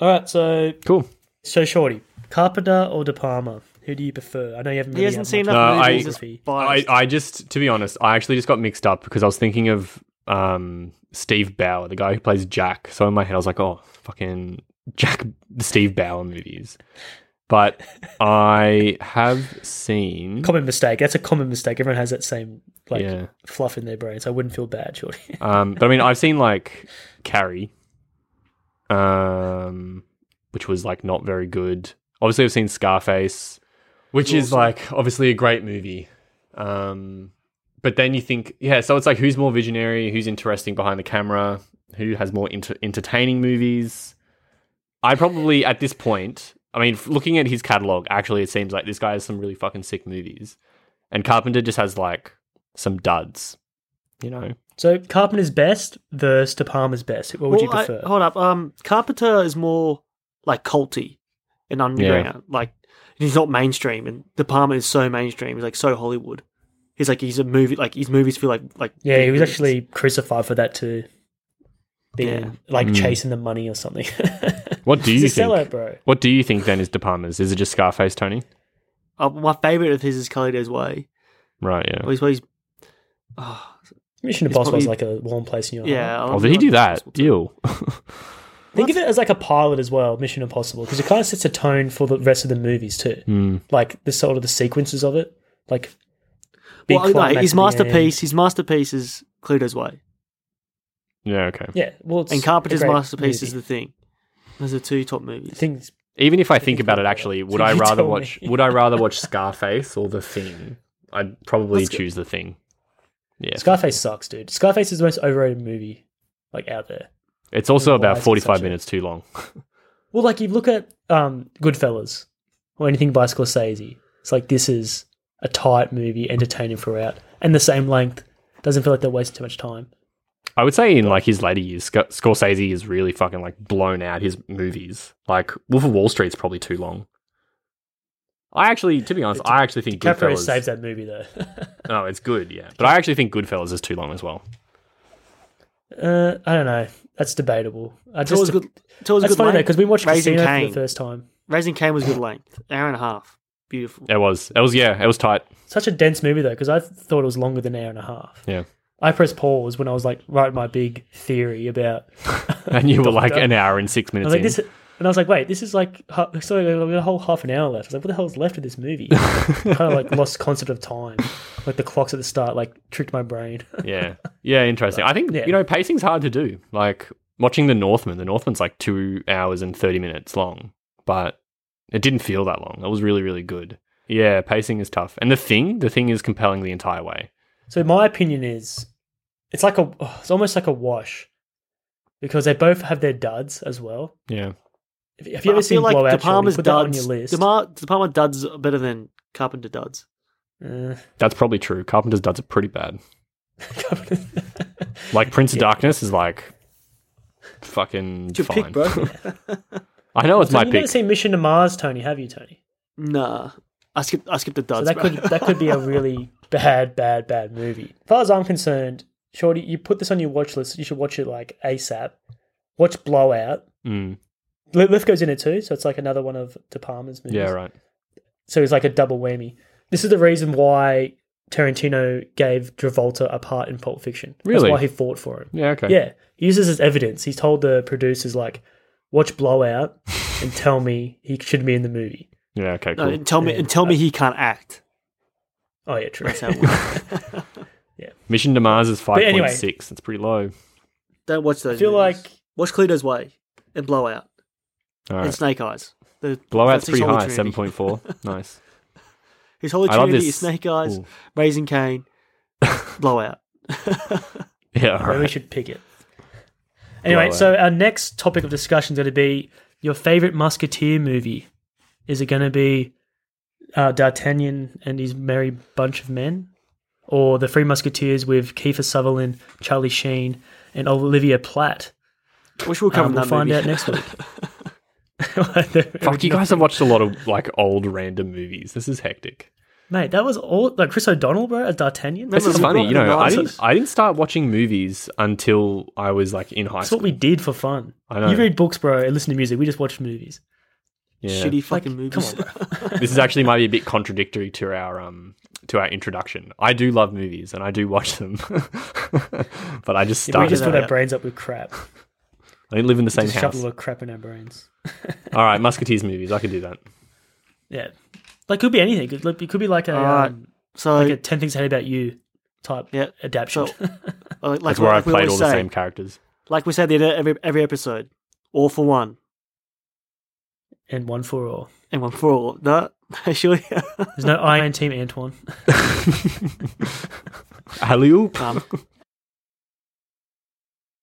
S2: All right, so
S4: cool.
S2: So shorty, Carpenter or De Palma? Who do you prefer? I know you haven't.
S3: He
S2: Really
S3: hasn't seen
S2: that.
S4: much
S3: enough
S4: No, I-
S3: movies. I,
S4: I, I just, to be honest, I actually just got mixed up because I was thinking of um Steve Bauer, the guy who plays Jack. So in my head, I was like, oh, fucking Jack, Steve Bauer movies. But I have seen.
S2: Common mistake. That's a common mistake. Everyone has that same like
S4: Yeah.
S2: fluff in their brain. So I wouldn't feel bad, shorty. *laughs*
S4: Um, but I mean, I've seen like Carrie, um, which was like not very good. Obviously, I've seen Scarface, which is like obviously a great movie. Um, but then you think, yeah, so it's like who's more visionary, who's interesting behind the camera, who has more inter- entertaining movies. I probably at this point, I mean, f- looking at his catalog, actually, it seems like this guy has some really fucking sick movies, and Carpenter just has like some duds, you know.
S2: so Carpenter's best versus De Palma's best. What would you prefer?
S3: hold up. Um, Carpenter is more like culty and underground. Like he's not mainstream, and De Palma is so mainstream. He's like so Hollywood. He's like he's a movie. Like his movies feel like like
S2: yeah,
S3: big
S2: he was
S3: movies.
S2: actually crucified for that too. Being
S3: Yeah.
S2: like
S4: Mm.
S2: chasing the money or something. *laughs*
S4: What do you
S2: He's a
S4: think?
S2: sellout, bro.
S4: What do you think then is De Palma's? Is it just Scarface Tony?
S3: Uh, my favorite of his is Calido's Way.
S4: Right, yeah.
S3: Well, he's, well, he's,
S2: Uh-huh.
S3: oh,
S2: Mission
S3: He's
S2: Impossible is like
S3: probably-
S2: a warm place in your heart.
S3: yeah. I
S4: Oh,
S3: love
S4: did he do
S3: Mission
S4: that?
S3: Impossible too.
S4: Deal.
S2: Think of it as like a pilot as well, Mission Impossible, because it kind of sets a tone for the rest of the movies too.
S4: Hmm.
S2: Like the sort of the sequences of it, like big
S3: Well, no,
S2: climax
S3: his
S2: at the
S3: masterpiece. His masterpiece is Calido's Way,
S4: Yeah, okay.
S2: end. Yeah, well, it's
S3: and Carpenter's
S2: a great
S3: masterpiece
S2: movie.
S3: is the thing. Those are two top movies.
S2: things.
S4: Even if I think
S2: you
S4: about it
S2: told me.
S4: actually, would
S2: *laughs* You
S4: I rather
S2: told
S4: watch
S2: me.
S4: would I rather
S2: *laughs*
S4: watch Scarface or The Thing? I'd probably
S3: Let's go-
S4: choose The Thing. Yeah.
S2: Scarface sucks, dude. Scarface is the most overrated movie like out there.
S4: it's also
S2: Why
S4: about
S2: is it
S4: 45
S2: such a-
S4: minutes too long.
S2: Well, like you look at um, Goodfellas or anything by Scorsese, it's like this is a tight movie, entertaining throughout, and the same length. Doesn't feel like they're wasting too much time.
S4: I would say in like his later years, Sc- Scorsese is really fucking like blown out his movies. Like Wolf of Wall Street's probably too long. I actually, to be honest, I actually think
S2: DiCaprio
S4: Goodfellas.
S2: saves that movie though. *laughs*
S4: No, it's good, yeah. But I actually think Goodfellas is too long as well.
S2: uh, I don't know. That's debatable. I
S3: It
S2: just
S3: was good. It was
S2: That's funny
S3: good
S2: though
S3: length.
S2: because we watched
S3: Raising
S2: Casino
S3: Cain.
S2: for the first time.
S3: Raising Cain was good length, hour and a half. Beautiful.
S4: It was, it was, yeah, it was tight.
S2: Such a dense movie though because I thought it was longer than an hour and a half.
S4: Yeah.
S2: I pressed pause when I was like writing my big theory
S3: *laughs*
S2: about.
S4: And you were like an hour and six
S2: I
S4: minutes
S2: was like
S4: in.
S2: this, and I was like, wait, this is like ha- sorry, we got a whole half an hour left. I was like, what the hell's left of this movie? *laughs* kind of
S3: *laughs*
S2: like lost concept of time. Like the clocks at the start like tricked my brain.
S4: *laughs*
S2: *laughs*
S4: yeah, yeah, interesting. I think
S2: Yeah.
S4: you know pacing's hard to do. Like watching The Northman, The Northman's like two hours and thirty minutes long, but it didn't feel that long. It was really, really good. Yeah, pacing is tough. And the thing, the thing is compelling the entire way.
S2: So my opinion is, it's like a, oh, it's almost like a wash, because they both have their duds as well.
S4: Yeah,
S2: Have have you ever
S3: I
S2: seen
S3: feel like
S2: Blowout?
S3: De
S2: Shorty?
S3: Palma's
S2: Put that on
S3: duds.
S2: your list.
S3: De, Mar- De Palma duds are better than Carpenter duds.
S2: *laughs* Uh,
S4: that's probably true. Carpenter's duds are pretty bad. Like Prince of Darkness is like fucking
S3: It's your
S4: fine.
S3: pick, bro.
S2: *laughs*
S4: I know it's
S2: so
S4: my
S2: you've never
S4: pick.
S2: seen Mission to Mars, Tony? Have you, Tony?
S3: nah, I skipped. I skipped the
S2: So
S3: duds.
S2: that
S3: bro.
S2: could that could be
S4: *laughs*
S2: a really bad, bad, bad movie. As far as I'm concerned, Shorty, you put this on your watch list. You should watch it like ASAP. Watch Blowout.
S4: Mm,
S2: Li- Lithgow's in it too, so it's like another one of De Palma's movies.
S4: yeah, right.
S2: So it's like a double whammy. This is the reason why Tarantino gave Travolta a part in Pulp Fiction.
S4: Really?
S2: That's why he fought for him.
S4: Yeah, okay.
S2: Yeah. He uses his evidence. He told the producers, like,
S4: *laughs*
S2: watch Blowout and tell me he shouldn't be in the movie.
S4: Yeah, okay,
S3: *laughs* No,
S4: cool.
S3: and tell me, and tell me he can't act.
S2: Oh, yeah, true. *laughs*
S3: That's how it works.
S4: Mission to Mars is five
S2: But
S4: point six.
S2: anyway-
S4: It's pretty low.
S3: Don't watch those.
S2: I feel
S3: movies.
S2: like
S3: watch Cleto's Way and Blowout
S4: All
S3: and
S4: right.
S3: Snake Eyes. The,
S4: Blowout's
S3: that's
S4: pretty
S3: his Holy
S4: high,
S3: Trinity.
S4: seven point
S3: *laughs*
S4: four. Nice.
S3: His Holy
S4: I love
S3: Trinity is
S4: this.
S3: Snake Eyes,
S4: Ooh. *laughs*
S3: Raising Cain, Blowout.
S4: Yeah, all
S2: Maybe we
S4: right.
S2: should pick it. Anyway,
S4: Blowout.
S2: so our next topic of discussion is going to be your favorite Musketeer movie. Is it going to be uh, D'Artagnan and his merry bunch of men, or the Three Musketeers with Kiefer Sutherland, Charlie Sheen, and Olivia Platt?
S3: Which we'll
S2: Um,
S3: cover in
S2: we'll
S3: that
S2: find
S3: movie.
S2: out next week. *laughs* The
S4: *laughs* Fuck, you
S2: original-
S4: guys have watched a lot of like old random movies. This is hectic.
S2: mate. That was all like Chris O'Donnell, bro, as D'Artagnan.
S4: This is
S3: we
S4: funny.
S3: brought
S4: You know,
S3: the
S4: I
S3: Nazis.
S4: didn't, I didn't start watching movies until I was like in high
S2: That's what
S4: school.
S2: we did for fun.
S4: I know.
S2: You read books, bro, and listen to music. We just watched movies.
S4: Yeah.
S3: Shitty fucking
S2: Like,
S3: movies.
S2: come
S4: This is actually might be a bit contradictory to our um to our introduction. I do love movies and I do watch them, *laughs* but I just
S2: we
S4: started.
S2: just put
S3: out.
S2: our brains up with crap.
S4: I didn't live in the same
S2: Just shove a
S4: house.
S2: little crap in our brains.
S4: All right, Musketeers movies. I could do that.
S2: Yeah, like could be anything. It could, it could be like a
S3: Alright.
S2: um,
S3: so
S2: like a ten things I hate about you type
S3: Yeah.
S2: adaptation. *laughs*
S3: So- uh, like,
S4: That's where
S3: like
S4: I
S3: we
S4: played
S3: always
S4: all the
S3: say,
S4: same characters.
S3: Like we said at the end of every every episode, all for one
S2: and one for all.
S3: and one for all. No, *laughs* sure.
S2: There's no Iron Team Antoine.
S4: *laughs* Alley oop.
S3: Um,